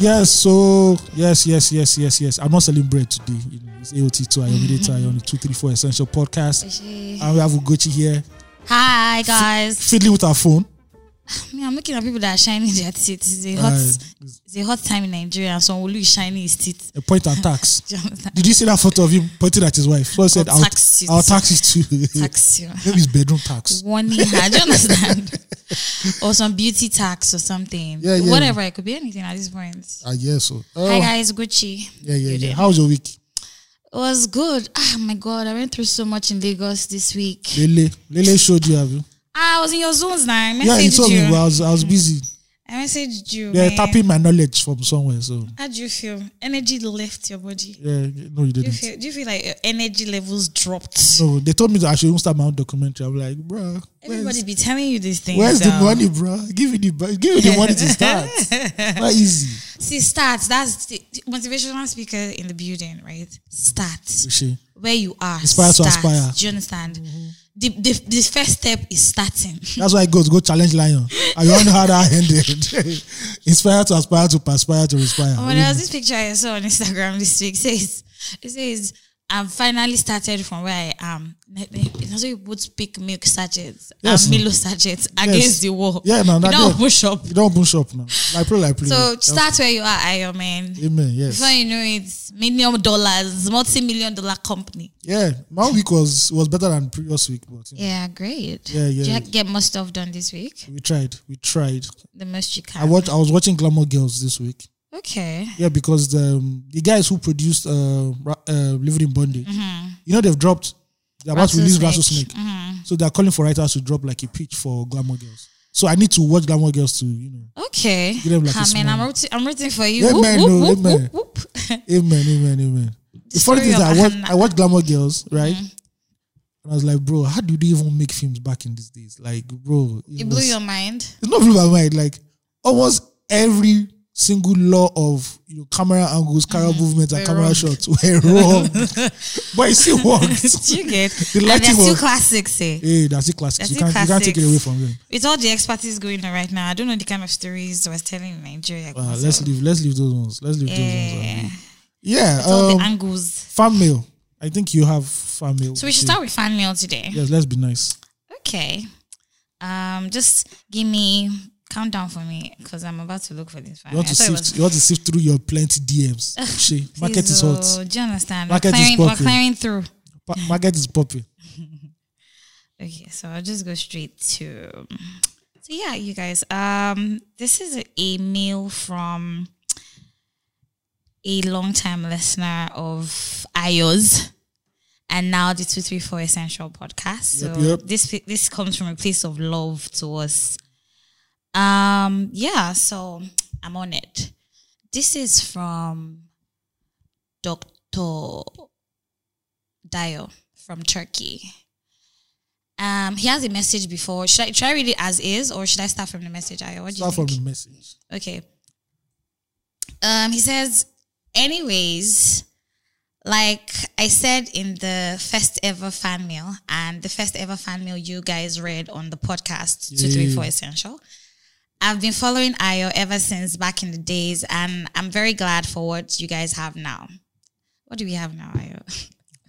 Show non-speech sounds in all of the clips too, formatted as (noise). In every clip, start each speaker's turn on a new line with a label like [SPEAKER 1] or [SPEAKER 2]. [SPEAKER 1] Yes, so yes, yes, yes, yes, yes. I'm not selling bread today. You know, It's AOT two Ayomide on the two three four essential podcast. And we have Ugochi here,
[SPEAKER 2] Hi guys.
[SPEAKER 1] fiddling with our phone.
[SPEAKER 2] Me, I'm looking at people that are shining their teeth. It's a hot,
[SPEAKER 1] Uh,
[SPEAKER 2] it's a hot time in Nigeria, and someone will shining his teeth. (laughs)
[SPEAKER 1] a point and tax.
[SPEAKER 2] Do you understand?
[SPEAKER 1] Did you see that photo of him pointing at his wife? Someone said,
[SPEAKER 2] Or
[SPEAKER 1] "I'll
[SPEAKER 2] tax it.
[SPEAKER 1] I'll tax it too."
[SPEAKER 2] Oh, Tax you.
[SPEAKER 1] (laughs) Maybe it's bedroom tax.
[SPEAKER 2] Warning her. (laughs) Do you understand? or some beauty tax or something.
[SPEAKER 1] Yeah, yeah.
[SPEAKER 2] Whatever. It could be anything at this point.
[SPEAKER 1] I guess so. Oh,
[SPEAKER 2] Hi guys, Gucci.
[SPEAKER 1] yeah, yeah, yeah.
[SPEAKER 2] did.
[SPEAKER 1] How's your week?
[SPEAKER 2] It was good. Ah, my God. I went through so much in Lagos this week.
[SPEAKER 1] Lele, Lele showed you, have you?
[SPEAKER 2] Ah, I was in your zones now. I
[SPEAKER 1] Yeah, he
[SPEAKER 2] messaged
[SPEAKER 1] told me.
[SPEAKER 2] you.
[SPEAKER 1] But I was, I was busy.
[SPEAKER 2] I messaged you.
[SPEAKER 1] Yeah,
[SPEAKER 2] man.
[SPEAKER 1] tapping my knowledge from somewhere. So
[SPEAKER 2] How do you feel? Energy left your body.
[SPEAKER 1] yeah, no, you
[SPEAKER 2] Do you
[SPEAKER 1] didn't.
[SPEAKER 2] feel, do you feel like your energy levels dropped?
[SPEAKER 1] No, they told me that I should even start my own documentary. I'm like, bro,
[SPEAKER 2] Everybody be telling you these things.
[SPEAKER 1] Where's the
[SPEAKER 2] um,
[SPEAKER 1] money, bro? Give me the bu- give me the money to
[SPEAKER 2] (laughs)
[SPEAKER 1] start. Not easy.
[SPEAKER 2] See, start. That's the the motivational speaker in the building, right? Start
[SPEAKER 1] She-
[SPEAKER 2] where you are.
[SPEAKER 1] Inspire Mm-hmm. to
[SPEAKER 2] start.
[SPEAKER 1] aspire.
[SPEAKER 2] Do you understand? The, the, the first step is
[SPEAKER 1] (laughs)
[SPEAKER 2] starting.
[SPEAKER 1] That's why I go go challenge lion. I don't know how that ended. (laughs) Inspire to aspire to perspire to respire.
[SPEAKER 2] Oh, there was this picture I saw on Instagram this week. It says, it says, I've finally started from where I am. It's also you put pick milk sachets
[SPEAKER 1] Yes,
[SPEAKER 2] and
[SPEAKER 1] no.
[SPEAKER 2] Milo sachets against the wall.
[SPEAKER 1] Yeah, no,
[SPEAKER 2] you
[SPEAKER 1] that
[SPEAKER 2] don't
[SPEAKER 1] girl-
[SPEAKER 2] push up.
[SPEAKER 1] You don't push up now. Like play, like play.
[SPEAKER 2] So
[SPEAKER 1] That's-
[SPEAKER 2] start where you are, Iron Man.
[SPEAKER 1] Amen. Mm-hmm. Yes.
[SPEAKER 2] Before you know it, million dollars, multi-million dollar company.
[SPEAKER 1] Yeah. My week was was better than previous week, but you know,
[SPEAKER 2] Yeah, great.
[SPEAKER 1] Yeah, yeah.
[SPEAKER 2] Did you get most stuff done this week?
[SPEAKER 1] we tried. We tried.
[SPEAKER 2] The most you
[SPEAKER 1] I
[SPEAKER 2] can.
[SPEAKER 1] watched. I was watching Glamour Girls this week.
[SPEAKER 2] okay.
[SPEAKER 1] Yeah, because the um, the guys who produced uh, Ra- uh Living in Bondage,
[SPEAKER 2] Mm-hmm.
[SPEAKER 1] you know they've dropped. They're about to release Rattlesnake. So they're calling for writers to drop like a pitch for Glamour Girls. So I need to watch Glamour Girls to, you know.
[SPEAKER 2] Okay.
[SPEAKER 1] Give them like a
[SPEAKER 2] Ah, man,
[SPEAKER 1] small-
[SPEAKER 2] I'm rooting, I'm rooting for you.
[SPEAKER 1] Yeah,
[SPEAKER 2] Whoop,
[SPEAKER 1] man,
[SPEAKER 2] whoop,
[SPEAKER 1] no,
[SPEAKER 2] whoop,
[SPEAKER 1] yeah, man.
[SPEAKER 2] whoop, whoop. (laughs)
[SPEAKER 1] Amen, amen, amen. The
[SPEAKER 2] story
[SPEAKER 1] funny thing is
[SPEAKER 2] of
[SPEAKER 1] that
[SPEAKER 2] Mm-hmm.
[SPEAKER 1] I watch
[SPEAKER 2] Hannah.
[SPEAKER 1] I watch Glamour Girls, right? And I was like, bro, how do they even make films back in these days? Like, bro, it
[SPEAKER 2] it blew
[SPEAKER 1] was-
[SPEAKER 2] your mind.
[SPEAKER 1] (laughs) it's not blew my mind. Like almost every single law of you know, camera angles, camera movements, and
[SPEAKER 2] Mm-hmm.
[SPEAKER 1] camera
[SPEAKER 2] Were wrong.
[SPEAKER 1] shots were (laughs)
[SPEAKER 2] (laughs)
[SPEAKER 1] wrong, but it still worked.
[SPEAKER 2] Do you get?
[SPEAKER 1] The
[SPEAKER 2] and they're
[SPEAKER 1] lighting
[SPEAKER 2] still
[SPEAKER 1] was-
[SPEAKER 2] classics, eh?
[SPEAKER 1] (laughs) Hey, that's it, classics.
[SPEAKER 2] That's
[SPEAKER 1] you
[SPEAKER 2] it,
[SPEAKER 1] can't you can't take it
[SPEAKER 2] classics.
[SPEAKER 1] away from them.
[SPEAKER 2] With all the expertise going on right now, I don't know the kind of stories I was telling in Nigeria.
[SPEAKER 1] Uh,
[SPEAKER 2] so-
[SPEAKER 1] let's leave. Let's leave those ones. Let's leave those ones. I
[SPEAKER 2] yeah.
[SPEAKER 1] mean. Yeah.
[SPEAKER 2] With all
[SPEAKER 1] um,
[SPEAKER 2] the angles.
[SPEAKER 1] Fan mail. I think you have fan mail.
[SPEAKER 2] So we should
[SPEAKER 1] too.
[SPEAKER 2] start with fan mail today.
[SPEAKER 1] Yes, let's be nice.
[SPEAKER 2] Okay. Um, just give me countdown for me because I'm about to look for this.
[SPEAKER 1] You want to sift. You want to sift through your plenty
[SPEAKER 2] (laughs)
[SPEAKER 1] DMs. She market is hot.
[SPEAKER 2] Do you understand?
[SPEAKER 1] Market
[SPEAKER 2] we're,
[SPEAKER 1] is
[SPEAKER 2] clearing, we're
[SPEAKER 1] popping.
[SPEAKER 2] clearing through.
[SPEAKER 1] Pa- market is popping.
[SPEAKER 2] Okay, so I'll just go straight to. So yeah, you guys. Um, this is a mail from a long-time listener of IOS. And now the two three four essential podcast. So
[SPEAKER 1] Yep, yep.
[SPEAKER 2] this this comes from a place of love to us. Um, yeah. So I'm on it. This is from Doctor Dio from Turkey. Um, he has a message before. Should I try read it as is, or should I start from the message? Ayo, what do you
[SPEAKER 1] Start
[SPEAKER 2] think?
[SPEAKER 1] from the message.
[SPEAKER 2] Okay. Um, he says, anyways, like I said in the first ever fan mail and the first ever fan mail you guys read on the podcast,
[SPEAKER 1] Yeah.
[SPEAKER 2] 234 Essential. I've been following Ayo ever since back in the days, and I'm very glad for what you guys have now. What do we have now, (laughs) Ayo?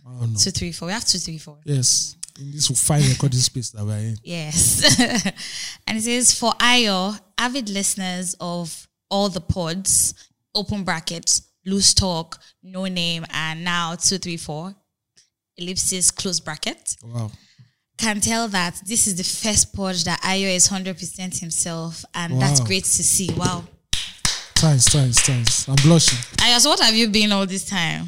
[SPEAKER 1] Oh no.
[SPEAKER 2] 234. We have 234.
[SPEAKER 1] Yes. In this fine recording space that we're in.
[SPEAKER 2] Yes. (laughs) and it says for IO, avid listeners of all the pods, open brackets, loose talk, no name, and now 234, ellipsis, close bracket,
[SPEAKER 1] Wow.
[SPEAKER 2] can tell that this is the first pod that IO is 100% himself. And that's
[SPEAKER 1] Wow.
[SPEAKER 2] great to see. Wow.
[SPEAKER 1] Thanks, thanks, thanks. I'm blushing.
[SPEAKER 2] IO, so what have you been all this time?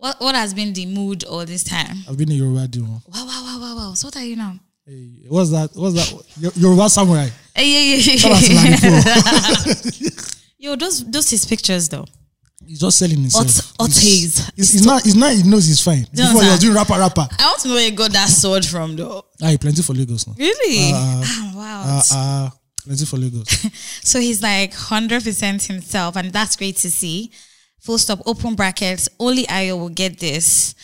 [SPEAKER 2] What, what has been the mood all this time?
[SPEAKER 1] I've been in Yoruba demo.
[SPEAKER 2] Wow, wow, wow, wow, wow. So what are you now?
[SPEAKER 1] Hey, what's that? What's that? Yo- Yoruba samurai.
[SPEAKER 2] Eh, yeah, yeah,
[SPEAKER 1] Tell us
[SPEAKER 2] yeah,
[SPEAKER 1] like
[SPEAKER 2] yeah.
[SPEAKER 1] before.
[SPEAKER 2] (laughs) Yo, those, those his pictures though.
[SPEAKER 1] He's just selling himself.
[SPEAKER 2] Ot- Ortiz.
[SPEAKER 1] He's, he's, he's now. He's now. He knows he's fine.
[SPEAKER 2] Don't
[SPEAKER 1] Before he was
[SPEAKER 2] answer.
[SPEAKER 1] doing rapper, rapper.
[SPEAKER 2] I want to know where you got that sword from, though.
[SPEAKER 1] Ah, he plenty for Lagos now.
[SPEAKER 2] Really?
[SPEAKER 1] Uh,
[SPEAKER 2] ah, wow.
[SPEAKER 1] Ah, ah, plenty for Lagos.
[SPEAKER 2] so he's like 100% himself, and that's great to see. Full stop, open brackets. Only Ayo will get this.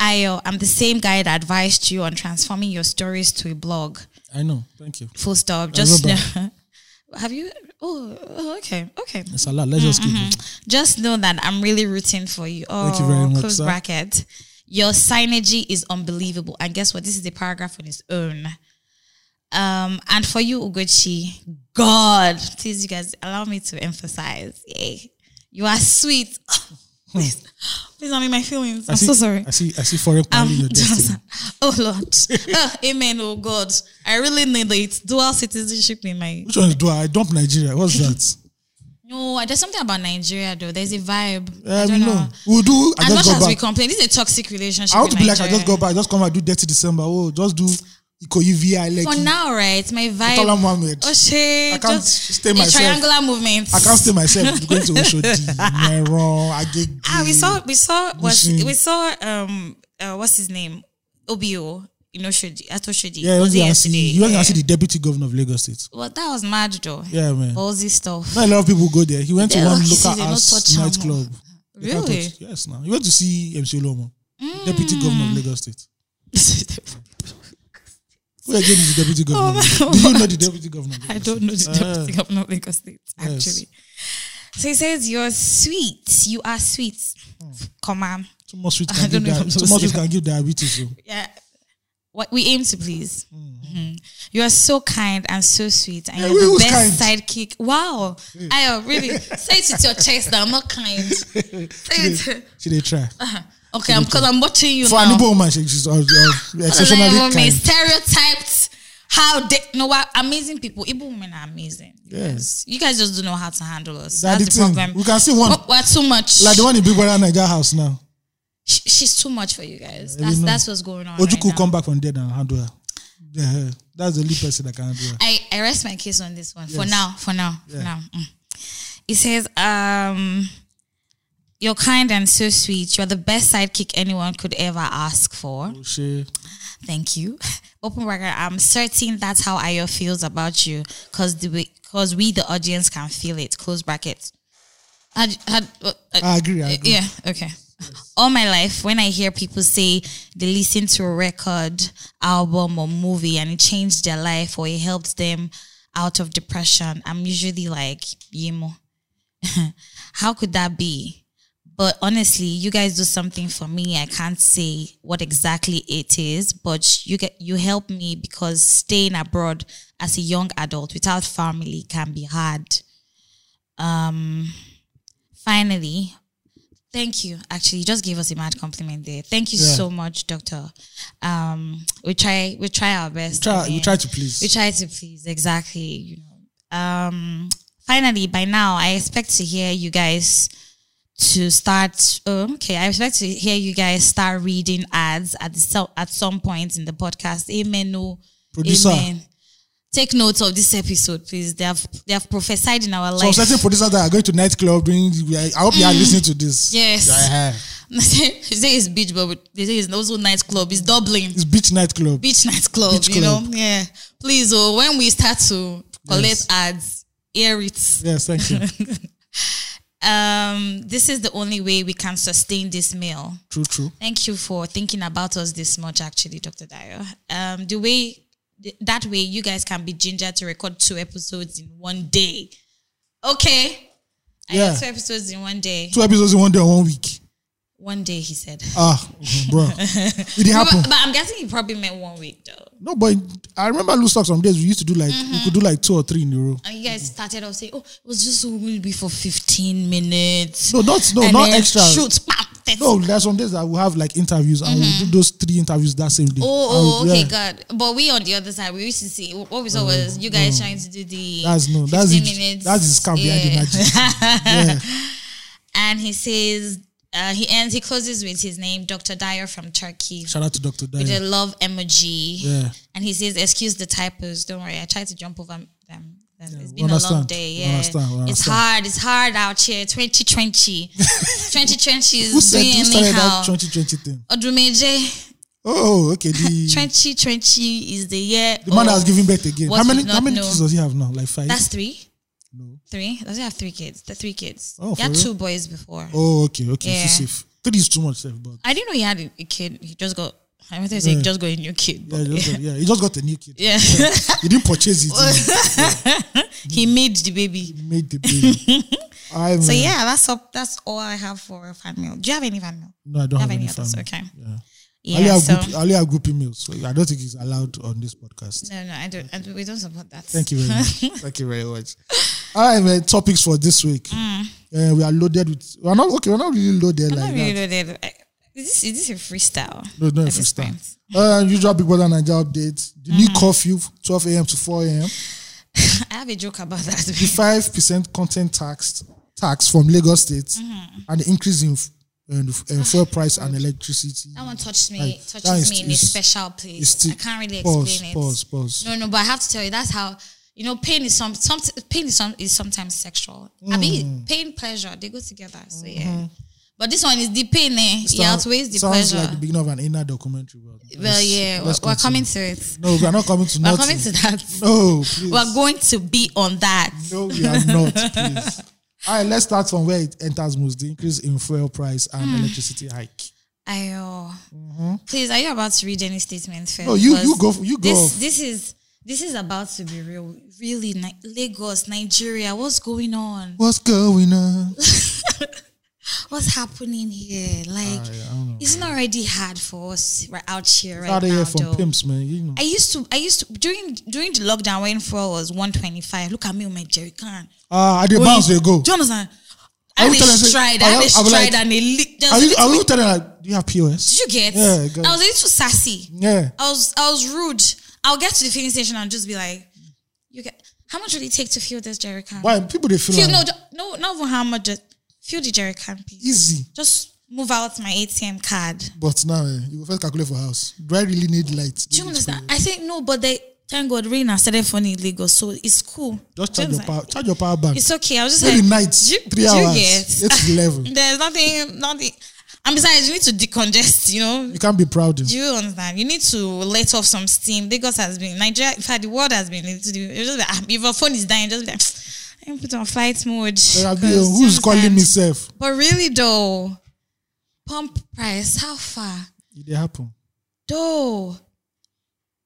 [SPEAKER 2] Ayo, I'm the same guy that advised you on transforming your stories to a blog.
[SPEAKER 1] I know. Thank you.
[SPEAKER 2] Full stop. Just know.
[SPEAKER 1] remember.
[SPEAKER 2] (laughs) Have you? Oh, oh, okay, okay.
[SPEAKER 1] It's a lot. Let's just
[SPEAKER 2] Mm-hmm.
[SPEAKER 1] keep it.
[SPEAKER 2] Just know that I'm really rooting for you. Oh,
[SPEAKER 1] Thank you very much,
[SPEAKER 2] close
[SPEAKER 1] sir.
[SPEAKER 2] bracket. Your synergy is unbelievable. And guess what? This is a paragraph on its own. Um, and for you, Ugochi, God, please, you guys, allow me to emphasize. Yay. You are sweet. please, please, I'm in my feelings.
[SPEAKER 1] Hmm.
[SPEAKER 2] I'm
[SPEAKER 1] I see,
[SPEAKER 2] so sorry.
[SPEAKER 1] I see. I see foreign
[SPEAKER 2] Um,
[SPEAKER 1] planning your
[SPEAKER 2] (laughs)
[SPEAKER 1] destiny.
[SPEAKER 2] oh Lord, (laughs) Ah, Amen. Oh God, I really need it. Dual citizenship in my.
[SPEAKER 1] Which one do I, I dump Nigeria? What's that?
[SPEAKER 2] No, there's something about Nigeria though. There's a vibe. I
[SPEAKER 1] Um,
[SPEAKER 2] don't know.
[SPEAKER 1] We'll do. I
[SPEAKER 2] As
[SPEAKER 1] just
[SPEAKER 2] much
[SPEAKER 1] go
[SPEAKER 2] as
[SPEAKER 1] back.
[SPEAKER 2] we complain, this is a toxic relationship.
[SPEAKER 1] I want to
[SPEAKER 2] in
[SPEAKER 1] be like I
[SPEAKER 2] Nigeria.
[SPEAKER 1] just go back. I just come and do dirty December. Oh, just do Ikoyi VI like
[SPEAKER 2] For now, right? My
[SPEAKER 1] Tola
[SPEAKER 2] vibe.
[SPEAKER 1] Mohammed.
[SPEAKER 2] Oh shit!
[SPEAKER 1] I can't
[SPEAKER 2] just
[SPEAKER 1] stay
[SPEAKER 2] a
[SPEAKER 1] myself.
[SPEAKER 2] triangular movement.
[SPEAKER 1] I can't stay myself going to Oshodi, Nero, Agege.
[SPEAKER 2] Ah, we saw. We saw. Was
[SPEAKER 1] Mushin.
[SPEAKER 2] we saw? Um, uh, what's his name? Obio. You know, Shoji. Ato Shoji.
[SPEAKER 1] Yeah,
[SPEAKER 2] It
[SPEAKER 1] you
[SPEAKER 2] was
[SPEAKER 1] went to
[SPEAKER 2] yesterday.
[SPEAKER 1] see. You went
[SPEAKER 2] Yeah.
[SPEAKER 1] to see the deputy governor of Lagos State.
[SPEAKER 2] Well, that was mad though.
[SPEAKER 1] Yeah, man.
[SPEAKER 2] Ballsy stuff.
[SPEAKER 1] Not a lot of people go there. He went to
[SPEAKER 2] Yeah,
[SPEAKER 1] one
[SPEAKER 2] okay, so
[SPEAKER 1] local
[SPEAKER 2] Oh. they no
[SPEAKER 1] ass
[SPEAKER 2] touch am.
[SPEAKER 1] nightclub. They can't
[SPEAKER 2] Really? Mm.
[SPEAKER 1] touch- Yes, now. He went to see MC Olomo, deputy governor of Lagos State. Who again is the deputy governor?
[SPEAKER 2] my
[SPEAKER 1] Do you know the deputy governor? of
[SPEAKER 2] (laughs) Oh, (laughs) I
[SPEAKER 1] Lagos
[SPEAKER 2] don't
[SPEAKER 1] State?
[SPEAKER 2] know the deputy governor of Lagos State, actually. So he says, You're sweet. You are sweet.
[SPEAKER 1] Hmm.
[SPEAKER 2] Comma.
[SPEAKER 1] Eh, Too much sweet
[SPEAKER 2] I
[SPEAKER 1] can
[SPEAKER 2] don't
[SPEAKER 1] give
[SPEAKER 2] know if I'm
[SPEAKER 1] dia- too
[SPEAKER 2] supposed
[SPEAKER 1] much
[SPEAKER 2] to
[SPEAKER 1] sweet
[SPEAKER 2] say
[SPEAKER 1] can give diabetes.
[SPEAKER 2] (laughs)
[SPEAKER 1] So.
[SPEAKER 2] Yeah. What we aim to please. Mhm. You are so kind and so sweet, and
[SPEAKER 1] Mm-hmm. Yeah, we
[SPEAKER 2] you're the
[SPEAKER 1] was
[SPEAKER 2] best
[SPEAKER 1] kind.
[SPEAKER 2] sidekick. Wow, Ayo, really say it with your chest. That I'm
[SPEAKER 1] (laughs)
[SPEAKER 2] not kind. Say it.
[SPEAKER 1] She they try.
[SPEAKER 2] (laughs) Okay, I'm because I'm watching you
[SPEAKER 1] For
[SPEAKER 2] now.
[SPEAKER 1] an Igbo woman, she- she's uh, uh,
[SPEAKER 2] All of them
[SPEAKER 1] exceptionally
[SPEAKER 2] women
[SPEAKER 1] kind.
[SPEAKER 2] stereotyped. How they no what amazing people. Igbo women are amazing. Yes. You guys just don't know how to handle us.
[SPEAKER 1] That
[SPEAKER 2] That's,
[SPEAKER 1] the
[SPEAKER 2] the
[SPEAKER 1] thing.
[SPEAKER 2] problem.
[SPEAKER 1] We can see one.
[SPEAKER 2] Oh, we're too much.
[SPEAKER 1] Like the one in Big Brother Niger house now.
[SPEAKER 2] Sh- she's too much for you guys.
[SPEAKER 1] I
[SPEAKER 2] That's
[SPEAKER 1] know.
[SPEAKER 2] that's what's going on.
[SPEAKER 1] Ojuku
[SPEAKER 2] right now.
[SPEAKER 1] come back from dead and handle her. Yeah, that's the only person that can handle her.
[SPEAKER 2] I, I rest my case on this one for
[SPEAKER 1] Yes.
[SPEAKER 2] now. For now. For now. Mm. It says, um, "You're kind and so sweet. You're the best sidekick anyone could ever ask for.
[SPEAKER 1] She,
[SPEAKER 2] Thank you." (laughs) Open bracket. I'm certain that's how Ayo feels about you, cause the way, cause we the audience can feel it. Close bracket. Had, had, uh, uh,
[SPEAKER 1] I agree. I agree.
[SPEAKER 2] Yeah, okay. All my life, when I hear people say they listen to a record, album, or movie and it changed their life or it helped them out of depression, I'm usually like, Yemo, (laughs) how could that be? But honestly, you guys do something for me. I can't say what exactly it is, but you get you help me because staying abroad as a young adult without family can be hard. Finally, Thank you. Actually, you just gave us a mad compliment there. Thank you
[SPEAKER 1] Yeah.
[SPEAKER 2] so much, Doctor. Um, we try, we try our best.
[SPEAKER 1] Try,
[SPEAKER 2] and
[SPEAKER 1] you
[SPEAKER 2] then
[SPEAKER 1] try to please.
[SPEAKER 2] we try to please exactly. You know. Um, finally, by now, I expect to hear you guys to start. Oh, okay, I expect to hear you guys start reading ads at the, so- at some point in the podcast. Amen. Oh,
[SPEAKER 1] Producer.
[SPEAKER 2] Amen. Take note of this episode, please. They have they have prophesied in our
[SPEAKER 1] Some
[SPEAKER 2] lives.
[SPEAKER 1] certain producers that are going to nightclub doing. I hope you are listening to this.
[SPEAKER 2] Mm. Yes.
[SPEAKER 1] Yeah.
[SPEAKER 2] (laughs) they say it's beach, but they say it's also nightclub. It's Dublin
[SPEAKER 1] It's beach nightclub.
[SPEAKER 2] beach nightclub.
[SPEAKER 1] Beach
[SPEAKER 2] you
[SPEAKER 1] club.
[SPEAKER 2] know, yeah. Please, oh, when we start to collect
[SPEAKER 1] Yes.
[SPEAKER 2] ads, air it.
[SPEAKER 1] Yes, thank
[SPEAKER 2] (laughs)
[SPEAKER 1] you.
[SPEAKER 2] Um, this is the only way we can sustain this meal.
[SPEAKER 1] true, true.
[SPEAKER 2] Thank you for thinking about us this much, actually, Dr. Dio. Um, the way th- that way you guys can be ginger to record two episodes in one day. Okay. I
[SPEAKER 1] Yeah.
[SPEAKER 2] got two episodes in one day.
[SPEAKER 1] Two episodes in one day or one week.
[SPEAKER 2] One day, he said.
[SPEAKER 1] Ah,
[SPEAKER 2] (laughs)
[SPEAKER 1] bro. It didn't happen.
[SPEAKER 2] But, but I'm guessing he probably meant one week, though.
[SPEAKER 1] No, but I remember loose talk some days we used to do like
[SPEAKER 2] Mm-hmm.
[SPEAKER 1] we could do like two or three in a row.
[SPEAKER 2] And you guys started off saying, oh, it was just will be for 15 minutes.
[SPEAKER 1] No, not no,
[SPEAKER 2] and
[SPEAKER 1] not
[SPEAKER 2] then
[SPEAKER 1] extra.
[SPEAKER 2] Shoot, pam,
[SPEAKER 1] No,
[SPEAKER 2] Oh, 30.
[SPEAKER 1] there's some days that we have like interviews and we'll do those three interviews that same day.
[SPEAKER 2] Mm-hmm. Oh, oh,
[SPEAKER 1] And we-
[SPEAKER 2] okay,
[SPEAKER 1] yeah.
[SPEAKER 2] God. But we on the other side, we used to see what we saw was you guys trying to do the
[SPEAKER 1] Mm. That's no, that's
[SPEAKER 2] 15
[SPEAKER 1] it.
[SPEAKER 2] minutes.
[SPEAKER 1] That's his scam behind the magic.
[SPEAKER 2] And he says, uh, he ends, he closes with his name, Dr. Dyer from Turkey.
[SPEAKER 1] Shout out to Dr.
[SPEAKER 2] With
[SPEAKER 1] Dyer.
[SPEAKER 2] a love emoji.
[SPEAKER 1] Mm. Yeah.
[SPEAKER 2] And he says, excuse the typos. Don't worry. I tried to jump over them. it's
[SPEAKER 1] we
[SPEAKER 2] been a long
[SPEAKER 1] understand.
[SPEAKER 2] day.
[SPEAKER 1] We
[SPEAKER 2] Yeah.
[SPEAKER 1] understand, we
[SPEAKER 2] It's
[SPEAKER 1] understand.
[SPEAKER 2] hard. It's hard out here. 2020.
[SPEAKER 1] (laughs)
[SPEAKER 2] 2020
[SPEAKER 1] Who
[SPEAKER 2] is
[SPEAKER 1] said
[SPEAKER 2] doing
[SPEAKER 1] who started
[SPEAKER 2] anyhow.
[SPEAKER 1] that 2020 thing?
[SPEAKER 2] Odumeje,
[SPEAKER 1] Oh, okay.
[SPEAKER 2] (laughs)
[SPEAKER 1] The,
[SPEAKER 2] 2020 is the year.
[SPEAKER 1] the man
[SPEAKER 2] of-
[SPEAKER 1] has given birth again.
[SPEAKER 2] oh. What
[SPEAKER 1] How
[SPEAKER 2] we
[SPEAKER 1] many
[SPEAKER 2] do
[SPEAKER 1] how
[SPEAKER 2] not
[SPEAKER 1] many
[SPEAKER 2] know.
[SPEAKER 1] kids does he have now? Like five?
[SPEAKER 2] That's three.
[SPEAKER 1] No.
[SPEAKER 2] Three? Does he have three kids? The three kids.
[SPEAKER 1] Oh,
[SPEAKER 2] he had
[SPEAKER 1] for real?
[SPEAKER 2] two boys before.
[SPEAKER 1] Oh, okay, okay.
[SPEAKER 2] Yeah.
[SPEAKER 1] She's safe. Three is too much, safe, but
[SPEAKER 2] I didn't know he had a a kid. He just got. I mean, they say
[SPEAKER 1] Yeah.
[SPEAKER 2] he just got a new kid.
[SPEAKER 1] yeah, (laughs)
[SPEAKER 2] But
[SPEAKER 1] he just got, yeah, he just got a new kid.
[SPEAKER 2] yeah,
[SPEAKER 1] He didn't purchase it. you know.
[SPEAKER 2] he
[SPEAKER 3] He made the baby.
[SPEAKER 1] He made the baby. I'm,
[SPEAKER 3] So
[SPEAKER 1] uh,
[SPEAKER 3] yeah, that's up. That's all I have for fan mail. Do you have any fan mail?
[SPEAKER 1] No, I don't
[SPEAKER 3] Have
[SPEAKER 1] have,
[SPEAKER 3] any
[SPEAKER 1] any
[SPEAKER 3] others?
[SPEAKER 1] family.
[SPEAKER 3] Okay.
[SPEAKER 1] Yeah. I only
[SPEAKER 3] Yeah.
[SPEAKER 1] have
[SPEAKER 3] So
[SPEAKER 1] group, I only have group emails. So I don't think it's allowed on this podcast.
[SPEAKER 3] no, no, I don't. I, don't- we don't support that.
[SPEAKER 1] Thank you very
[SPEAKER 2] (laughs)
[SPEAKER 1] much. Thank you very much. All right, man. Topics for this week.
[SPEAKER 2] Mm.
[SPEAKER 1] Uh, we are loaded with. We're not okay. We're not really loaded
[SPEAKER 3] I'm
[SPEAKER 1] like
[SPEAKER 3] not really
[SPEAKER 1] that.
[SPEAKER 3] loaded. I- Is this is this a freestyle?
[SPEAKER 1] No, no,
[SPEAKER 3] at
[SPEAKER 1] if we
[SPEAKER 3] this
[SPEAKER 1] start.
[SPEAKER 3] point?
[SPEAKER 1] Uh, usual Big Brother Niger update. The new
[SPEAKER 2] Mm.
[SPEAKER 1] curfew, 12 a.m. to 4 a.m.
[SPEAKER 3] I have a joke about
[SPEAKER 2] (laughs)
[SPEAKER 1] The
[SPEAKER 3] that.
[SPEAKER 1] 5% content tax tax from Lagos State
[SPEAKER 2] Mm-hmm.
[SPEAKER 1] and the increase in f- and f- and fuel price and electricity.
[SPEAKER 2] Ah. That one touched me.
[SPEAKER 1] Right.
[SPEAKER 2] touches
[SPEAKER 1] That is-
[SPEAKER 2] me in a
[SPEAKER 1] is-
[SPEAKER 2] special
[SPEAKER 1] It's
[SPEAKER 2] place.
[SPEAKER 1] still-
[SPEAKER 2] I can't really
[SPEAKER 1] pause,
[SPEAKER 2] explain
[SPEAKER 1] Pause,
[SPEAKER 2] it.
[SPEAKER 1] pause,
[SPEAKER 2] No, no, but I have to tell you, that's how you know pain is some, some pain is some is sometimes sexual. I
[SPEAKER 1] Mm.
[SPEAKER 2] mean, pain pleasure they go together. So yeah, but this one is the pain. Eh? It
[SPEAKER 1] Sound-
[SPEAKER 2] outweighs
[SPEAKER 1] Mm-hmm.
[SPEAKER 2] the
[SPEAKER 1] sounds
[SPEAKER 2] pleasure.
[SPEAKER 1] like the beginning of an inner documentary. Well,
[SPEAKER 2] well, yeah, we're, we're coming to it.
[SPEAKER 1] No, we are not coming to
[SPEAKER 2] We're
[SPEAKER 1] nothing.
[SPEAKER 2] coming to that.
[SPEAKER 1] No, please.
[SPEAKER 2] We're going to be on that.
[SPEAKER 1] No, we are not,
[SPEAKER 2] (laughs)
[SPEAKER 1] please. All right, let's start from where it enters most the increase in fuel price and
[SPEAKER 2] Hmm.
[SPEAKER 1] electricity hike.
[SPEAKER 2] Ayo. Please, are you about to read any statements
[SPEAKER 1] Mm-hmm.
[SPEAKER 2] first?
[SPEAKER 1] No, you,
[SPEAKER 2] Because
[SPEAKER 1] you go, you go.
[SPEAKER 2] This this is this is about to be real. Really, Ni- Lagos, Nigeria. What's going on?
[SPEAKER 1] What's going on?
[SPEAKER 2] What's happening here? Like,
[SPEAKER 1] I don't know.
[SPEAKER 2] it's not already hard for us right out here right
[SPEAKER 1] Ah, Out of
[SPEAKER 2] now.
[SPEAKER 1] here from
[SPEAKER 2] Though.
[SPEAKER 1] pimps, man. You know.
[SPEAKER 2] I used to, I used to during during the lockdown when fuel was one twenty five. Look at me with my jerry can.
[SPEAKER 1] Ah, uh, they bounce, they go.
[SPEAKER 2] Do Oh, you understand?
[SPEAKER 1] I
[SPEAKER 2] And
[SPEAKER 1] will
[SPEAKER 2] they
[SPEAKER 1] tell them, say,
[SPEAKER 2] stride,
[SPEAKER 1] I
[SPEAKER 2] and
[SPEAKER 1] will-
[SPEAKER 2] they
[SPEAKER 1] I will
[SPEAKER 2] stride,
[SPEAKER 1] like-
[SPEAKER 2] and they lick. There's
[SPEAKER 1] Are
[SPEAKER 2] a
[SPEAKER 1] you,
[SPEAKER 2] little
[SPEAKER 1] are you
[SPEAKER 2] bit-
[SPEAKER 1] telling her, do you have POS?
[SPEAKER 2] Did you get?
[SPEAKER 1] Yeah, I got
[SPEAKER 2] I was a little sassy.
[SPEAKER 1] Yeah.
[SPEAKER 2] I was I was rude. I'll get to the filling station and just be like, "You get how much will it take to fill this jerry can?
[SPEAKER 1] Why? People, they feel,
[SPEAKER 2] Fill no
[SPEAKER 1] like
[SPEAKER 2] ju- no not even how much. Just fill the jerry can, please.
[SPEAKER 1] easy.
[SPEAKER 2] Just move out my ATM card.
[SPEAKER 1] But now, eh, you go first calculate for house. Do I really need light?
[SPEAKER 2] Do you understand? I think no, but they thank God rain has started falling in Lagos, so it's cool.
[SPEAKER 1] Just
[SPEAKER 2] Do you
[SPEAKER 1] charge your,
[SPEAKER 2] understand?
[SPEAKER 1] power, charge your power bank.
[SPEAKER 2] It's okay. I was just
[SPEAKER 1] Every
[SPEAKER 2] like
[SPEAKER 1] night,
[SPEAKER 2] do you-
[SPEAKER 1] three
[SPEAKER 2] do you
[SPEAKER 1] hours,
[SPEAKER 2] get?
[SPEAKER 1] 8 to 11.
[SPEAKER 2] (laughs) There's nothing, nothing. And besides, you need to decongest. You know,
[SPEAKER 1] You can't be proud.
[SPEAKER 2] Do you understand? You need to let off some steam. Lagos has been Nigeria. In fact, the world has been. It's just like, ah, if your phone is dying, just be like, I put on flight mode.
[SPEAKER 1] There Eh, be,
[SPEAKER 2] 'cause, do you
[SPEAKER 1] who's calling
[SPEAKER 2] understand?
[SPEAKER 1] me self?
[SPEAKER 2] But really, though, pump price. How far?
[SPEAKER 1] It dey happen.
[SPEAKER 2] Though,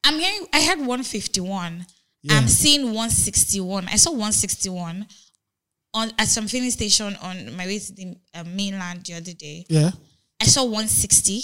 [SPEAKER 2] I'm hearing. I had 151.
[SPEAKER 1] Yeah.
[SPEAKER 2] I'm seeing 161. I saw 161 on at some filling station on my way to the uh, mainland the other day.
[SPEAKER 1] Yeah.
[SPEAKER 2] I saw 160.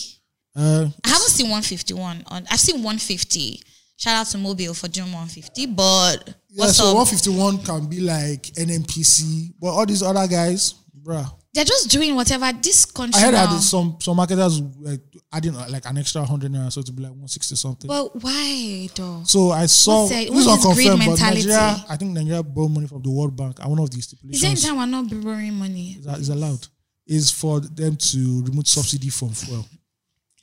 [SPEAKER 1] Uh,
[SPEAKER 2] I haven't seen 151 on. I've seen 150. Shout out to Mobile for doing 150. But
[SPEAKER 1] Yeah,
[SPEAKER 2] what's
[SPEAKER 1] so
[SPEAKER 2] up?
[SPEAKER 1] 151 can be like NMPC, but all these other guys, bruh.
[SPEAKER 2] They're just doing whatever this
[SPEAKER 1] I
[SPEAKER 2] country.
[SPEAKER 1] heard
[SPEAKER 2] now,
[SPEAKER 1] that some some marketers like adding uh, like an extra hundred naira, so to be like 160 something.
[SPEAKER 2] But why though?
[SPEAKER 1] so I saw
[SPEAKER 2] what's that-
[SPEAKER 1] this
[SPEAKER 2] what's
[SPEAKER 1] one
[SPEAKER 2] this greed
[SPEAKER 1] confirmed, but
[SPEAKER 2] mentality?
[SPEAKER 1] Nigeria, I think Nigeria borrow money from the World Bank, and one of the
[SPEAKER 2] Is there any
[SPEAKER 1] stipulations
[SPEAKER 2] time we're not borrowing money?
[SPEAKER 1] is, is allowed is for them to remove subsidy from fuel,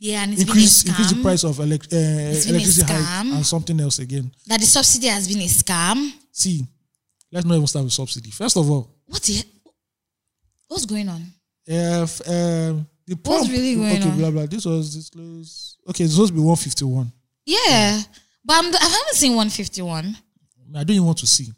[SPEAKER 2] Yeah, and it's
[SPEAKER 1] increase
[SPEAKER 2] been a
[SPEAKER 1] increase
[SPEAKER 2] scam.
[SPEAKER 1] the price of elec- uh,
[SPEAKER 2] been a
[SPEAKER 1] electricity hike
[SPEAKER 2] scam.
[SPEAKER 1] and something else again.
[SPEAKER 2] That the subsidy has been a scam.
[SPEAKER 1] See, let's not even start with subsidy. First of all,
[SPEAKER 2] What the? What's going on?
[SPEAKER 1] Uh, f- um, the pump.
[SPEAKER 2] really going
[SPEAKER 1] okay,
[SPEAKER 2] on?
[SPEAKER 1] blah blah. This was disclosed. Okay, it's supposed to be one fifty one.
[SPEAKER 2] Yeah, but I'm, I haven't seen 151.
[SPEAKER 1] I don't even want to see.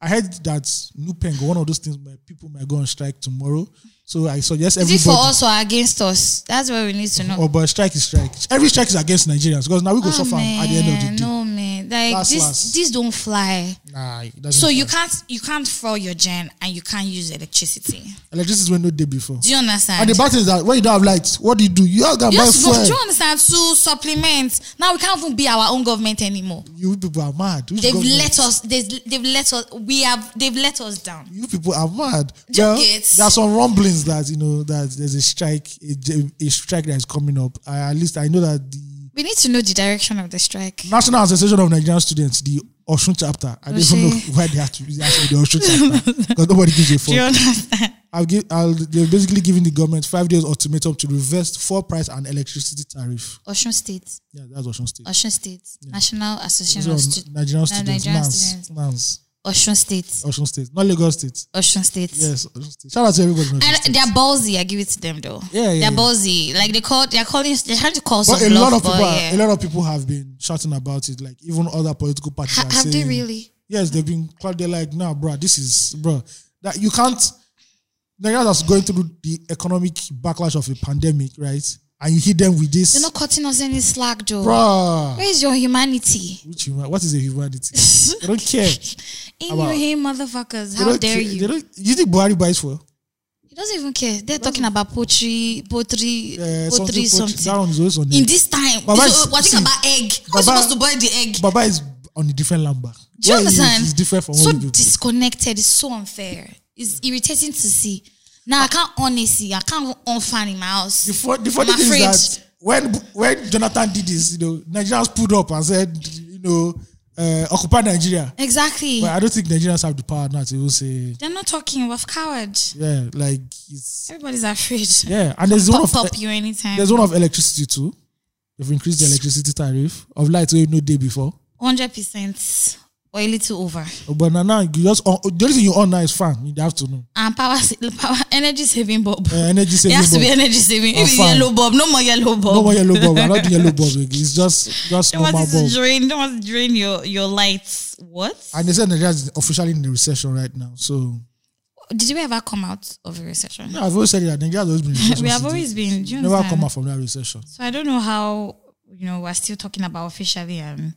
[SPEAKER 1] I heard that Nupeng, one of those things, my people might go on strike tomorrow. So I suggest
[SPEAKER 2] Is
[SPEAKER 1] everybody.
[SPEAKER 2] it for us or against us? That's what we need to know.
[SPEAKER 1] Oh, but strike is strike. Every strike is against Nigerians because now we go
[SPEAKER 2] Ah,
[SPEAKER 1] suffer am Oh, at the end of the day.
[SPEAKER 2] No man, like
[SPEAKER 1] Last,
[SPEAKER 2] this,
[SPEAKER 1] last.
[SPEAKER 2] these don't fly.
[SPEAKER 1] Nah, it doesn't.
[SPEAKER 2] So you
[SPEAKER 1] matter.
[SPEAKER 2] can't you can't fuel your gen and you can't use electricity.
[SPEAKER 1] electricity went no day before.
[SPEAKER 2] Do you
[SPEAKER 1] And
[SPEAKER 2] understand?
[SPEAKER 1] the bad thing is that when you don't have lights, what do you do? You have to buy
[SPEAKER 2] Yes, but do you
[SPEAKER 1] fuel.
[SPEAKER 2] understand? To supplement now, we can't even be our own government anymore.
[SPEAKER 1] You people are mad. Which
[SPEAKER 2] They've
[SPEAKER 1] government-
[SPEAKER 2] let us. They've, they've let us. We have. They've let us down.
[SPEAKER 1] you people are mad.
[SPEAKER 2] Do you
[SPEAKER 1] Well,
[SPEAKER 2] get-
[SPEAKER 1] there are some rumblings that you know that there's a strike, a, j- a strike that is coming up. I, at least I know that the
[SPEAKER 2] We need to know the direction of the strike.
[SPEAKER 1] National Association of Nigerian Students, the Oshun chapter. I don't even know why they have to they have to be the Oshun
[SPEAKER 2] (laughs)
[SPEAKER 1] chapter because nobody gives a
[SPEAKER 2] Do you
[SPEAKER 1] fuck.
[SPEAKER 2] understand?
[SPEAKER 1] I'll give. I'll, they're basically giving the government five days ultimatum to reverse fuel price and electricity tariff.
[SPEAKER 2] Ocean State,
[SPEAKER 1] Yeah, that's Oshun State.
[SPEAKER 2] Ocean State, National
[SPEAKER 1] Association
[SPEAKER 2] Association of
[SPEAKER 1] of
[SPEAKER 2] Stu-
[SPEAKER 1] Nigerian
[SPEAKER 2] Now
[SPEAKER 1] Students,
[SPEAKER 2] Nigerian
[SPEAKER 1] NANS,
[SPEAKER 2] students.
[SPEAKER 1] NANS,
[SPEAKER 2] Ocean State,
[SPEAKER 1] Oshun State, not Lagos State.
[SPEAKER 2] Ocean State.
[SPEAKER 1] Yes, Oshun State. Shout out to everybody. in Oshun State.
[SPEAKER 2] And they're ballsy. I give it to them though.
[SPEAKER 1] Yeah, yeah, yeah.
[SPEAKER 2] They're ballsy. Like they call. They're calling. They're trying to call
[SPEAKER 1] But
[SPEAKER 2] some
[SPEAKER 1] a lot
[SPEAKER 2] bluff,
[SPEAKER 1] of people,
[SPEAKER 2] but
[SPEAKER 1] are-
[SPEAKER 2] yeah.
[SPEAKER 1] a lot of people have been shouting about it. Like even other political parties
[SPEAKER 2] Ha-
[SPEAKER 1] are
[SPEAKER 2] have they
[SPEAKER 1] saying-
[SPEAKER 2] really?
[SPEAKER 1] Yes, they've been. They're like, nah, bro, this is bro that you can't. Nigeria that's going through the economic backlash of a pandemic, right? and you hit them with this,
[SPEAKER 4] You're not cutting us any slack, though.
[SPEAKER 1] bruh.
[SPEAKER 4] Where is your humanity?
[SPEAKER 1] Which human, what is a humanity? they don't care.
[SPEAKER 4] Inhumane motherfuckers.
[SPEAKER 1] They
[SPEAKER 4] How
[SPEAKER 1] don't
[SPEAKER 4] dare
[SPEAKER 1] care. They
[SPEAKER 4] you?
[SPEAKER 1] don't, you think Buhari buys uh, fuel?
[SPEAKER 4] He doesn't even care. They're talking about poetry, poetry,
[SPEAKER 1] Uh,
[SPEAKER 4] poetry,
[SPEAKER 1] something,
[SPEAKER 4] something.
[SPEAKER 1] That one is always on
[SPEAKER 4] In
[SPEAKER 1] the,
[SPEAKER 4] this time,
[SPEAKER 1] Baba
[SPEAKER 4] so,
[SPEAKER 1] is-
[SPEAKER 4] we're
[SPEAKER 1] see,
[SPEAKER 4] talking about egg. How are you
[SPEAKER 1] Baba-
[SPEAKER 4] supposed to boil the egg?
[SPEAKER 1] Baba is on a different lamba.
[SPEAKER 4] Do you
[SPEAKER 1] Where he is,
[SPEAKER 4] understand?
[SPEAKER 1] It's different from
[SPEAKER 4] so
[SPEAKER 1] what you do.
[SPEAKER 4] disconnected. It's so unfair. It's irritating to see. Now
[SPEAKER 1] Ah.
[SPEAKER 4] I can't honestly. I can't even on fan in my house.
[SPEAKER 1] The, fu- the funny
[SPEAKER 4] I'm
[SPEAKER 1] thing
[SPEAKER 4] afraid.
[SPEAKER 1] is that when when Jonathan did this, you know, Nigerians pulled up and said, you know, uh, occupy Nigeria.
[SPEAKER 4] Exactly.
[SPEAKER 1] But I don't think Nigerians have the power now to even say,
[SPEAKER 2] They're not talking with coward.
[SPEAKER 1] yeah, like it's
[SPEAKER 2] Everybody's afraid.
[SPEAKER 1] yeah. And there's one of eh,
[SPEAKER 2] (laughs) Pop up you anytime.
[SPEAKER 1] there's one of electricity too. They've increased the electricity tariff of light we no day before.
[SPEAKER 2] Hundred percent or a little over.
[SPEAKER 1] But now, now you just on, the only thing you on now is fan in the afternoon.
[SPEAKER 2] And power, sa- (laughs) power energy saving bulb.
[SPEAKER 1] Uh, energy
[SPEAKER 2] It
[SPEAKER 1] saving
[SPEAKER 2] has to
[SPEAKER 1] bulb.
[SPEAKER 2] be energy saving.
[SPEAKER 1] Oh,
[SPEAKER 2] If it's
[SPEAKER 1] fine.
[SPEAKER 2] yellow bulb, no more yellow bulb.
[SPEAKER 1] No more yellow bulb. I'm not doing yellow bulb. again. It's just just
[SPEAKER 2] (laughs) Don't
[SPEAKER 1] normal
[SPEAKER 2] want it
[SPEAKER 1] bulb.
[SPEAKER 2] to drain. Don't want it to drain your your lights. What?
[SPEAKER 1] And they said Nigeria is officially in the recession right now. So
[SPEAKER 2] Did you ever come out of a recession?
[SPEAKER 1] yeah, I've always said that Nigeria has
[SPEAKER 2] (laughs)
[SPEAKER 1] always been. in recession
[SPEAKER 2] we have
[SPEAKER 1] since
[SPEAKER 2] always
[SPEAKER 1] the-
[SPEAKER 2] been. Do you
[SPEAKER 1] never
[SPEAKER 2] understand?
[SPEAKER 1] come out from that recession.
[SPEAKER 2] So I don't know how you know we're still talking about officially and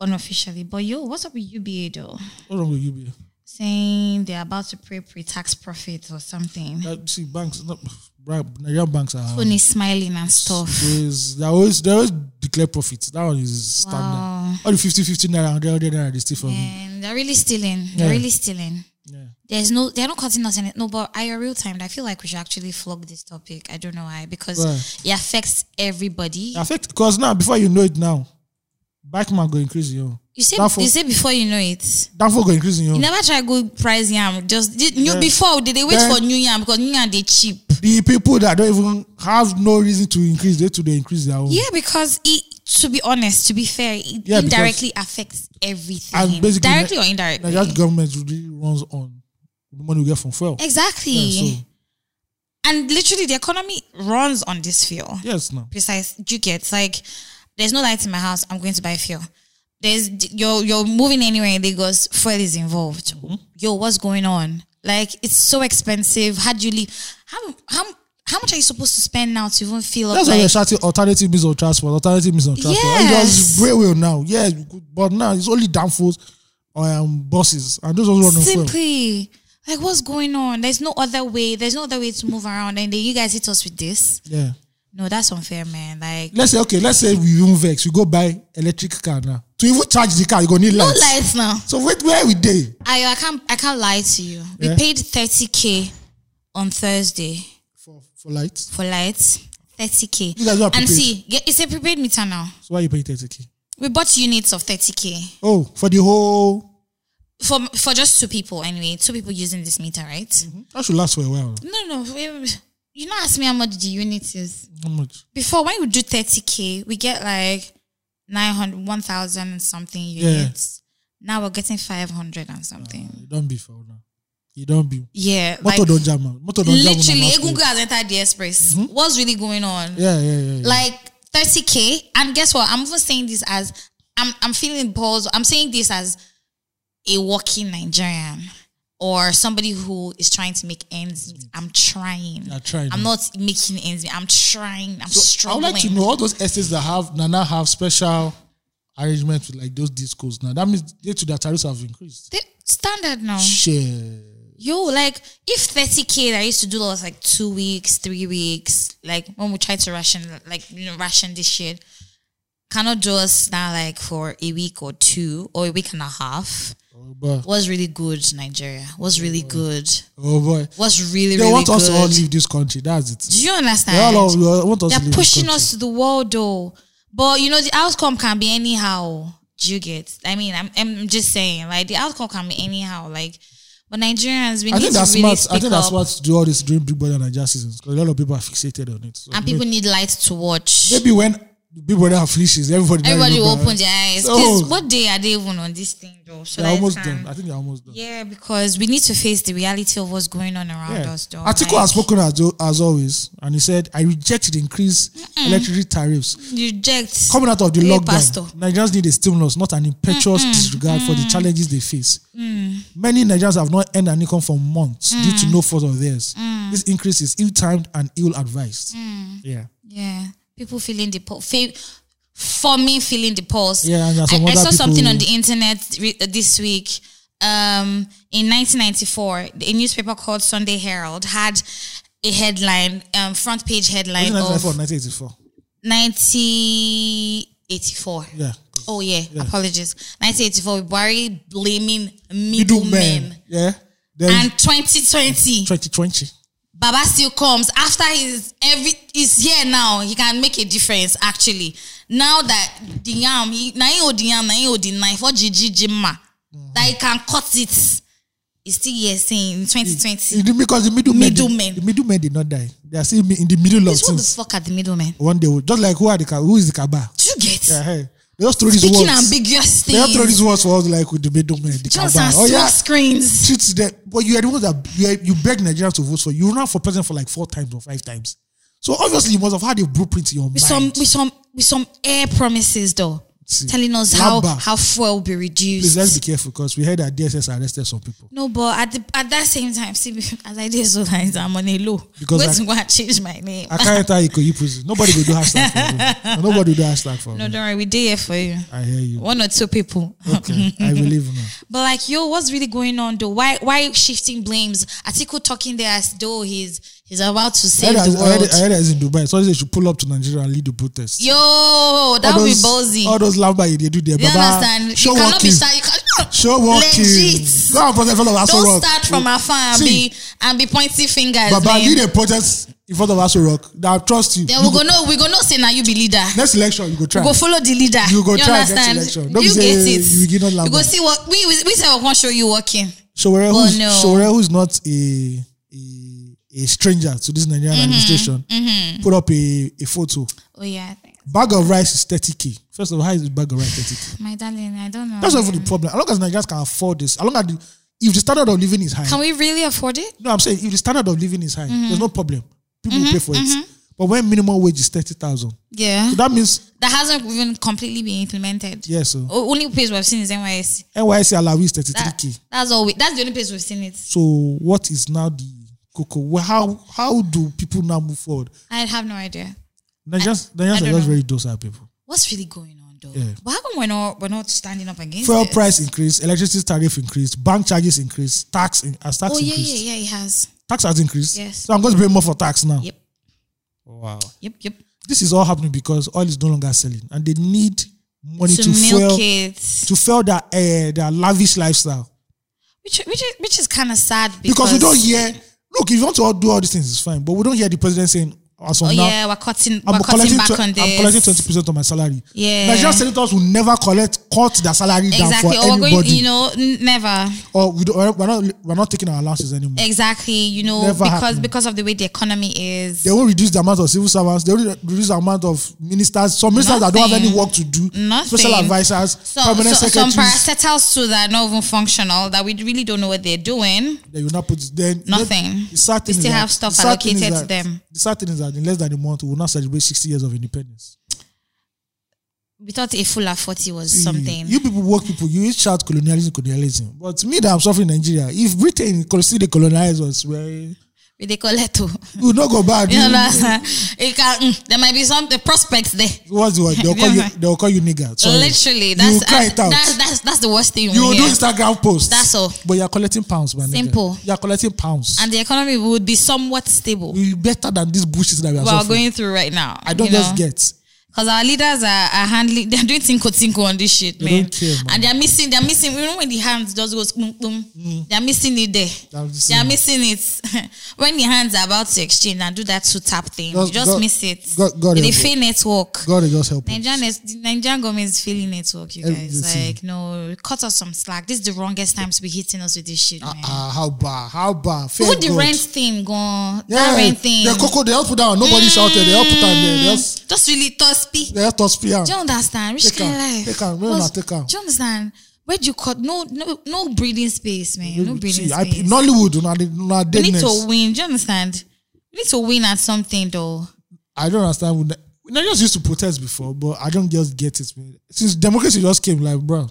[SPEAKER 2] unofficially. But yo, what's up with UBA though?
[SPEAKER 1] What's wrong with you? babe?
[SPEAKER 2] Saying they're about to pay pre-tax profits or something.
[SPEAKER 1] That, see, banks, not, bra- Nigerian banks are
[SPEAKER 2] Phone is smiling and stuff.
[SPEAKER 1] always they always they always declare profits. That one is standard.
[SPEAKER 2] Wow.
[SPEAKER 1] All the 50, 50 naira, 100, 100 naira they steal from you.
[SPEAKER 2] And they're really stealing. They're
[SPEAKER 1] Yeah.
[SPEAKER 2] really stealing.
[SPEAKER 1] Yeah.
[SPEAKER 2] There's no, they're not cutting us in it. No, but I real time. I feel like we should actually flog this topic. I don't know why because
[SPEAKER 1] Why? Ah,
[SPEAKER 2] it affects everybody.
[SPEAKER 1] It affect because now before you know it now, backman go increase your own.
[SPEAKER 2] You say
[SPEAKER 1] That for-
[SPEAKER 2] you say before you know it.
[SPEAKER 1] Downfall go increase your
[SPEAKER 2] You
[SPEAKER 1] own.
[SPEAKER 2] never try go price yam. Just did, new before did they wait
[SPEAKER 1] Then-
[SPEAKER 2] for new yam because new yam they cheap.
[SPEAKER 1] The people that don't even have no reason to increase, they to they increase their own.
[SPEAKER 2] Yeah, because it to be honest, to be fair, it
[SPEAKER 1] Yeah, because-
[SPEAKER 2] indirectly affects everything.
[SPEAKER 1] And basically,
[SPEAKER 2] directly or
[SPEAKER 1] Now
[SPEAKER 2] indirectly.
[SPEAKER 1] that government really runs on the money we get from fuel.
[SPEAKER 2] exactly.
[SPEAKER 1] Yeah, so
[SPEAKER 2] And literally the economy runs on this fuel.
[SPEAKER 1] yes now.
[SPEAKER 2] precise do you get like there's no lights in my house i'm going to buy fuel there's you're you're moving anywhere in lagos fuel is involved
[SPEAKER 1] Mm-hmm.
[SPEAKER 2] yo what's going on like it's so expensive how do you leave how how how much are you supposed to spend now to even feel
[SPEAKER 1] That's
[SPEAKER 2] up,
[SPEAKER 1] why
[SPEAKER 2] like,
[SPEAKER 1] they're shouting alternative means of transport, alternative means of transport.
[SPEAKER 2] Yes.
[SPEAKER 1] It was railway now, yeah, you could, but now it's only downfalls or um, buses, and those also run on fuel.
[SPEAKER 2] simply like what's going on there's no other way there's no other way to move around and then you guys hit us with this
[SPEAKER 1] Yeah.
[SPEAKER 2] no that's unfair man like
[SPEAKER 1] Let's say okay, let's say we even vex, you go buy electric car now. To even charge the car, you gonna need
[SPEAKER 2] no
[SPEAKER 1] lights.
[SPEAKER 2] lights now
[SPEAKER 1] So wait, where we day
[SPEAKER 2] I, I can't i can't lie to you we
[SPEAKER 1] Yeah.
[SPEAKER 2] paid 30k on thursday
[SPEAKER 1] for for lights?
[SPEAKER 2] for lights, 30k.
[SPEAKER 1] You guys don't have
[SPEAKER 2] and
[SPEAKER 1] prepaid.
[SPEAKER 2] see, yeah, it's a prepaid meter now.
[SPEAKER 1] So why you pay thirty k?
[SPEAKER 2] We bought units of 30k
[SPEAKER 1] Oh, for the whole
[SPEAKER 2] for for just two people anyway. Two people using this meter, right?
[SPEAKER 1] that should last for a while.
[SPEAKER 2] No, no, we- you not ask me how much the unit is.
[SPEAKER 1] How much?
[SPEAKER 2] Before when we do 30k, we get like 900, 1,000 and something units. Now we're getting 500 and something.
[SPEAKER 1] You don't be for now. You don't be.
[SPEAKER 2] yeah,
[SPEAKER 1] Motor
[SPEAKER 2] like
[SPEAKER 1] don't jam. out. Motor don't jam. on
[SPEAKER 2] literally,
[SPEAKER 1] our
[SPEAKER 2] Egungu
[SPEAKER 1] place.
[SPEAKER 2] has entered the express. What's really going on?
[SPEAKER 1] Yeah, yeah, yeah. yeah.
[SPEAKER 2] like 30k and guess what i'm even saying this as i'm i'm feeling balls i'm saying this as a working nigerian or somebody who is trying to make ends meet i'm trying
[SPEAKER 1] You're trying.
[SPEAKER 2] i'm not making ends meet i'm trying i'm
[SPEAKER 1] I would
[SPEAKER 2] struggling
[SPEAKER 1] like to know all those estates that have that now have special arrangements with like those discos. Now that means they to their tariffs have increased.
[SPEAKER 2] The standard now
[SPEAKER 1] Shit.
[SPEAKER 2] yo like if 30k that I used to do was like two weeks three weeks like when we try to ration like you know ration this shit cannot do us now like for a week or two or a week and a half
[SPEAKER 1] Oh boy.
[SPEAKER 2] was really good Nigeria was
[SPEAKER 1] Mm.
[SPEAKER 2] really good
[SPEAKER 1] Oh boy.
[SPEAKER 2] was really
[SPEAKER 1] They
[SPEAKER 2] really
[SPEAKER 1] want
[SPEAKER 2] good.
[SPEAKER 1] us to all leave this country. That's it.
[SPEAKER 2] Do you
[SPEAKER 1] They all
[SPEAKER 2] understand?
[SPEAKER 1] all want us to
[SPEAKER 2] They're
[SPEAKER 1] leave
[SPEAKER 2] pushing
[SPEAKER 1] this
[SPEAKER 2] us to the wall though, but you know the outcome can be anyhow. Do you get? I mean, I'm, I'm just saying like the outcome can be anyhow. Like, but Nigerians we
[SPEAKER 1] I
[SPEAKER 2] need
[SPEAKER 1] think
[SPEAKER 2] to
[SPEAKER 1] that's
[SPEAKER 2] really
[SPEAKER 1] smart.
[SPEAKER 2] speak
[SPEAKER 1] I think
[SPEAKER 2] up,
[SPEAKER 1] that's smart to do all this during Big Brother and Nigeria seasons because a lot of people are fixated on it. So
[SPEAKER 2] and
[SPEAKER 1] maybe,
[SPEAKER 2] people need light to watch.
[SPEAKER 1] maybe when Big Brother finishes, everybody now
[SPEAKER 2] Everybody will
[SPEAKER 1] remember,
[SPEAKER 2] open their eyes.
[SPEAKER 1] So-
[SPEAKER 2] 'Cause what day are they even on this thing though? So
[SPEAKER 1] They're
[SPEAKER 2] that it
[SPEAKER 1] almost
[SPEAKER 2] can-
[SPEAKER 1] done. I think they're almost done.
[SPEAKER 2] Yeah, because we need to face the reality of what's going on around
[SPEAKER 1] Yeah.
[SPEAKER 2] us though.
[SPEAKER 1] Atiku
[SPEAKER 2] Like,
[SPEAKER 1] has spoken as, as always, and he said, "I reject the increased electricity tariffs
[SPEAKER 2] reject
[SPEAKER 1] coming out of the
[SPEAKER 2] Hey,
[SPEAKER 1] lockdown,
[SPEAKER 2] Pastor. Mm-hmm.
[SPEAKER 1] Nigerians need a stimulus, not an impetuous disregard for the challenges they face.
[SPEAKER 2] Mm.
[SPEAKER 1] Many Nigerians have not earned an income for
[SPEAKER 2] Mm.
[SPEAKER 1] months due to no fault of theirs. This increase is ill-timed and ill-advised. Yeah,
[SPEAKER 2] Yeah, people feeling the pulse. Fe- for me, feeling the pulse.
[SPEAKER 1] Yeah, and there are some
[SPEAKER 2] I, I
[SPEAKER 1] other
[SPEAKER 2] saw something
[SPEAKER 1] people-
[SPEAKER 2] on the internet re- uh, this week. Um, in 1994, a newspaper called Sunday Herald had a headline, um, front page headline of
[SPEAKER 1] 1994, 1984.
[SPEAKER 2] 1984.
[SPEAKER 1] Yeah.
[SPEAKER 2] Oh yeah, apologies. 1984, Buhari blaming
[SPEAKER 1] Middlemen.
[SPEAKER 2] middlemen.
[SPEAKER 1] Yeah. Then
[SPEAKER 2] And 2020,
[SPEAKER 1] 2020.
[SPEAKER 2] Baba still comes after he's every he's here now. He can make a difference actually. Now that the yam, he na him hold the yam, na him hold the knife. What Gigi Jimma that he can cut it. He's still here saying in 2020.
[SPEAKER 1] It did- Because the middlemen,
[SPEAKER 2] Middlemen.
[SPEAKER 1] Did, the middlemen did not die. They are still in the middle of
[SPEAKER 2] This who the
[SPEAKER 1] things.
[SPEAKER 2] fuck are the middlemen?
[SPEAKER 1] One day, we'll- just like who are the Ka- who is the Kaaba?
[SPEAKER 2] Do you get
[SPEAKER 1] Yeah, hey. They just throw these
[SPEAKER 2] speaking
[SPEAKER 1] words.
[SPEAKER 2] ambiguous
[SPEAKER 1] They just throw
[SPEAKER 2] things?
[SPEAKER 1] these words for us like with the middlemen, the
[SPEAKER 2] Just
[SPEAKER 1] Kaaba.
[SPEAKER 2] and
[SPEAKER 1] Oh yeah,
[SPEAKER 2] screens.
[SPEAKER 1] shit them. But you are the ones that you, are, you beg Nigerians to vote for. You ran for president for like four times or five times. So obviously you must have had a blueprint in your
[SPEAKER 2] with some
[SPEAKER 1] mind.
[SPEAKER 2] with some with some air promises though
[SPEAKER 1] See,
[SPEAKER 2] telling us how
[SPEAKER 1] Laba.
[SPEAKER 2] how fuel will be reduced
[SPEAKER 1] Please let's be careful because we heard that DSS arrested some people.
[SPEAKER 2] no but at the at that same time see (laughs) as i did so that i'm on a low
[SPEAKER 1] Because
[SPEAKER 2] wait
[SPEAKER 1] I-
[SPEAKER 2] (laughs) to go and change my name
[SPEAKER 1] I can't enter Ikoyi prison. Nobody will do hashtag
[SPEAKER 2] (laughs)
[SPEAKER 1] for me. Nobody will do hashtag for
[SPEAKER 2] no
[SPEAKER 1] me.
[SPEAKER 2] don't worry we did here for you
[SPEAKER 1] I hear you.
[SPEAKER 2] one or two people
[SPEAKER 1] Okay, I believe now.
[SPEAKER 2] (laughs) but like yo what's really going on though why why shifting blames atiku talking there as though he's he's about to
[SPEAKER 1] I
[SPEAKER 2] save
[SPEAKER 1] heard,
[SPEAKER 2] the
[SPEAKER 1] I heard, I
[SPEAKER 2] world
[SPEAKER 1] heard it's in Dubai. So they should pull up to Nigeria and lead the protest.
[SPEAKER 2] yo that
[SPEAKER 1] all
[SPEAKER 2] would be
[SPEAKER 1] those,
[SPEAKER 2] ballsy
[SPEAKER 1] All those lamba they do there.
[SPEAKER 2] you understand you cannot
[SPEAKER 1] walking.
[SPEAKER 2] be start, you can,
[SPEAKER 1] Show walking.
[SPEAKER 2] (laughs) legit
[SPEAKER 1] Go and protest in front of Aso
[SPEAKER 2] Don't
[SPEAKER 1] Rock.
[SPEAKER 2] start from afar and
[SPEAKER 1] See.
[SPEAKER 2] be and be pointing fingers.
[SPEAKER 1] Baba,
[SPEAKER 2] man.
[SPEAKER 1] lead a protest in front of Aso Rock. I trust you.
[SPEAKER 2] Then
[SPEAKER 1] You
[SPEAKER 2] we
[SPEAKER 1] go-
[SPEAKER 2] go know we go know say now you be leader.
[SPEAKER 1] Next election, you go try.
[SPEAKER 2] Go follow the leader.
[SPEAKER 1] You go try next election. Don't
[SPEAKER 2] you
[SPEAKER 1] say
[SPEAKER 2] get it.
[SPEAKER 1] you give not
[SPEAKER 2] You go
[SPEAKER 1] Lambert.
[SPEAKER 2] see what we we, we say we can't show you working.
[SPEAKER 1] Showere, who's,
[SPEAKER 2] Oh, no.
[SPEAKER 1] Showere, who's not a, a, a stranger to this Nigerian
[SPEAKER 2] Mm-hmm,
[SPEAKER 1] administration, put up a, a photo.
[SPEAKER 2] Oh yeah, thanks.
[SPEAKER 1] Bag of rice is 30k. First of all, how is bag of rice 30k?
[SPEAKER 2] my darling. I don't know.
[SPEAKER 1] That's not even the problem. As long as Nigerians can afford this, as long as the, if the standard of living is high,
[SPEAKER 2] Can we really afford it?
[SPEAKER 1] no, I'm saying if the standard of living is high,
[SPEAKER 2] Mm-hmm.
[SPEAKER 1] there's no problem. People will pay for it. But when minimum wage is thirty thousand,
[SPEAKER 2] Yeah,
[SPEAKER 1] so that means
[SPEAKER 2] that hasn't even completely been implemented.
[SPEAKER 1] yes, so
[SPEAKER 2] O- Only place we've seen is NYS.
[SPEAKER 1] NYC Alawi is thirty three
[SPEAKER 2] That,
[SPEAKER 1] k.
[SPEAKER 2] that's all. We, that's the only place we've seen it.
[SPEAKER 1] So what is now the cocoa? Well, how how do people now move forward?
[SPEAKER 2] I have no idea.
[SPEAKER 1] Nigerians, Nigerians
[SPEAKER 2] I don't
[SPEAKER 1] are just
[SPEAKER 2] know.
[SPEAKER 1] very docile people.
[SPEAKER 2] What's really going on though?
[SPEAKER 1] Yeah.
[SPEAKER 2] But how come we're not we're not standing up against
[SPEAKER 1] Fuel
[SPEAKER 2] this?
[SPEAKER 1] price increase, electricity tariff increase, bank charges increase, tax in, as tax
[SPEAKER 2] Oh yeah,
[SPEAKER 1] increased.
[SPEAKER 2] yeah, yeah. It has.
[SPEAKER 1] Tax has increased.
[SPEAKER 2] Yes.
[SPEAKER 1] So I'm going to pay more for tax now.
[SPEAKER 2] Yep.
[SPEAKER 1] Wow.
[SPEAKER 2] Yep. Yep.
[SPEAKER 1] this is all happening because oil is no longer selling and they need money to,
[SPEAKER 2] to milk
[SPEAKER 1] fuel
[SPEAKER 2] it,
[SPEAKER 1] to fuel their uh, their lavish lifestyle
[SPEAKER 2] which which is, which is kind of sad because,
[SPEAKER 1] because, we don't hear look if you want to all do all these things it's fine but we don't hear the president saying as from
[SPEAKER 2] Oh
[SPEAKER 1] now
[SPEAKER 2] yeah, we're cutting
[SPEAKER 1] I'm
[SPEAKER 2] we're cutting
[SPEAKER 1] collecting,
[SPEAKER 2] back
[SPEAKER 1] tw-
[SPEAKER 2] on this.
[SPEAKER 1] I'm collecting 20% of my salary.
[SPEAKER 2] Yeah.
[SPEAKER 1] Nigerian senators will never collect, cut their salary
[SPEAKER 2] Eh. exactly.
[SPEAKER 1] down for
[SPEAKER 2] Or we're
[SPEAKER 1] anybody.
[SPEAKER 2] going, you know, n- never
[SPEAKER 1] or we don't, we're, not, we're not taking our allowances anymore.
[SPEAKER 2] Eh. exactly. You know,
[SPEAKER 1] Never
[SPEAKER 2] because
[SPEAKER 1] happened.
[SPEAKER 2] because of the way the economy is.
[SPEAKER 1] They won't reduce the amount of civil servants. They will reduce the amount of ministers. Some ministers that don't have any
[SPEAKER 2] Nothing.
[SPEAKER 1] work to do. Special
[SPEAKER 2] Nothing.
[SPEAKER 1] advisors,
[SPEAKER 2] So,
[SPEAKER 1] permanent
[SPEAKER 2] so, some
[SPEAKER 1] secretaries.
[SPEAKER 2] parastatals too that are not even functional that we really don't know what they're doing.
[SPEAKER 1] Then you now put it- then
[SPEAKER 2] Nothing.
[SPEAKER 1] The sad
[SPEAKER 2] We
[SPEAKER 1] thing is
[SPEAKER 2] still
[SPEAKER 1] that-
[SPEAKER 2] have stuff
[SPEAKER 1] the sad thing is
[SPEAKER 2] allocated to
[SPEAKER 1] that-
[SPEAKER 2] them.
[SPEAKER 1] The sad thing is that in less than a month, we will now celebrate 60 years of independence.
[SPEAKER 2] We thought a full of forty was something.
[SPEAKER 1] You people, work people, you each shout colonialism, colonialism. But me that I'm suffering in Nigeria, if Britain could still colonize us, well, we
[SPEAKER 2] We they call it too. (laughs)
[SPEAKER 1] will not go back.
[SPEAKER 2] You know, that- it can, mm, there might be some the prospects there.
[SPEAKER 1] What's the word? They'll
[SPEAKER 2] (laughs)
[SPEAKER 1] call you,
[SPEAKER 2] Yeah.
[SPEAKER 1] they'll call you nigger. Sorry.
[SPEAKER 2] Literally,
[SPEAKER 1] you
[SPEAKER 2] that's, uh,
[SPEAKER 1] will cry it out.
[SPEAKER 2] that's that's that's the worst thing.
[SPEAKER 1] you
[SPEAKER 2] we
[SPEAKER 1] will do
[SPEAKER 2] hear.
[SPEAKER 1] Instagram posts.
[SPEAKER 2] That's all.
[SPEAKER 1] But you're collecting pounds, man.
[SPEAKER 2] Simple.
[SPEAKER 1] You're collecting pounds. And
[SPEAKER 2] and the economy would be somewhat stable.
[SPEAKER 1] we better than this bullshit that we are
[SPEAKER 2] We're
[SPEAKER 1] suffering.
[SPEAKER 2] going through right now.
[SPEAKER 1] Mm, I don't just get.
[SPEAKER 2] because our leaders are, are handling. (laughs) They're doing tinko tinko on this shit, man.
[SPEAKER 1] don't care, man.
[SPEAKER 2] And they're missing. They're missing. You know when the hands just goes boom boom.
[SPEAKER 1] Mm.
[SPEAKER 2] They're missing it there.
[SPEAKER 1] I'm just
[SPEAKER 2] They're
[SPEAKER 1] saying.
[SPEAKER 2] missing it (laughs) when the hands are about to exchange and do that two tap thing.
[SPEAKER 1] God-
[SPEAKER 2] you just
[SPEAKER 1] God-
[SPEAKER 2] miss it.
[SPEAKER 1] God- God
[SPEAKER 2] With the
[SPEAKER 1] help
[SPEAKER 2] fail network.
[SPEAKER 1] God will just help us.
[SPEAKER 2] Nigerian, is- the Nigerian government is failing network, you guys.
[SPEAKER 1] Everything.
[SPEAKER 2] Like, no, cut us some slack. This is the wrongest time to be hitting us with this shit, man.
[SPEAKER 1] Ah, how bad? How bad? Fair
[SPEAKER 2] Who the
[SPEAKER 1] God.
[SPEAKER 2] rent thing gone? That rent thing. Mm.
[SPEAKER 1] The cocoa, they help put down. Nobody shouted. They help put down there. They help,
[SPEAKER 2] just really thirsty.
[SPEAKER 1] they help us pay am.
[SPEAKER 2] Do you understand? Which
[SPEAKER 1] Take
[SPEAKER 2] kind
[SPEAKER 1] am,
[SPEAKER 2] of life?
[SPEAKER 1] take am. Make una
[SPEAKER 2] What's-
[SPEAKER 1] take am.
[SPEAKER 2] Do you understand? Where do you cut? No, no, no breathing space, man. No breathing
[SPEAKER 1] See, I,
[SPEAKER 2] space.
[SPEAKER 1] Nollywood, una, una
[SPEAKER 2] we need
[SPEAKER 1] deadness.
[SPEAKER 2] to win. Do you understand? We need to win at something, though.
[SPEAKER 1] I don't understand. We ne- we Nigerians used to protest before, but I don't just get it. Man. Since democracy just came, like, bro,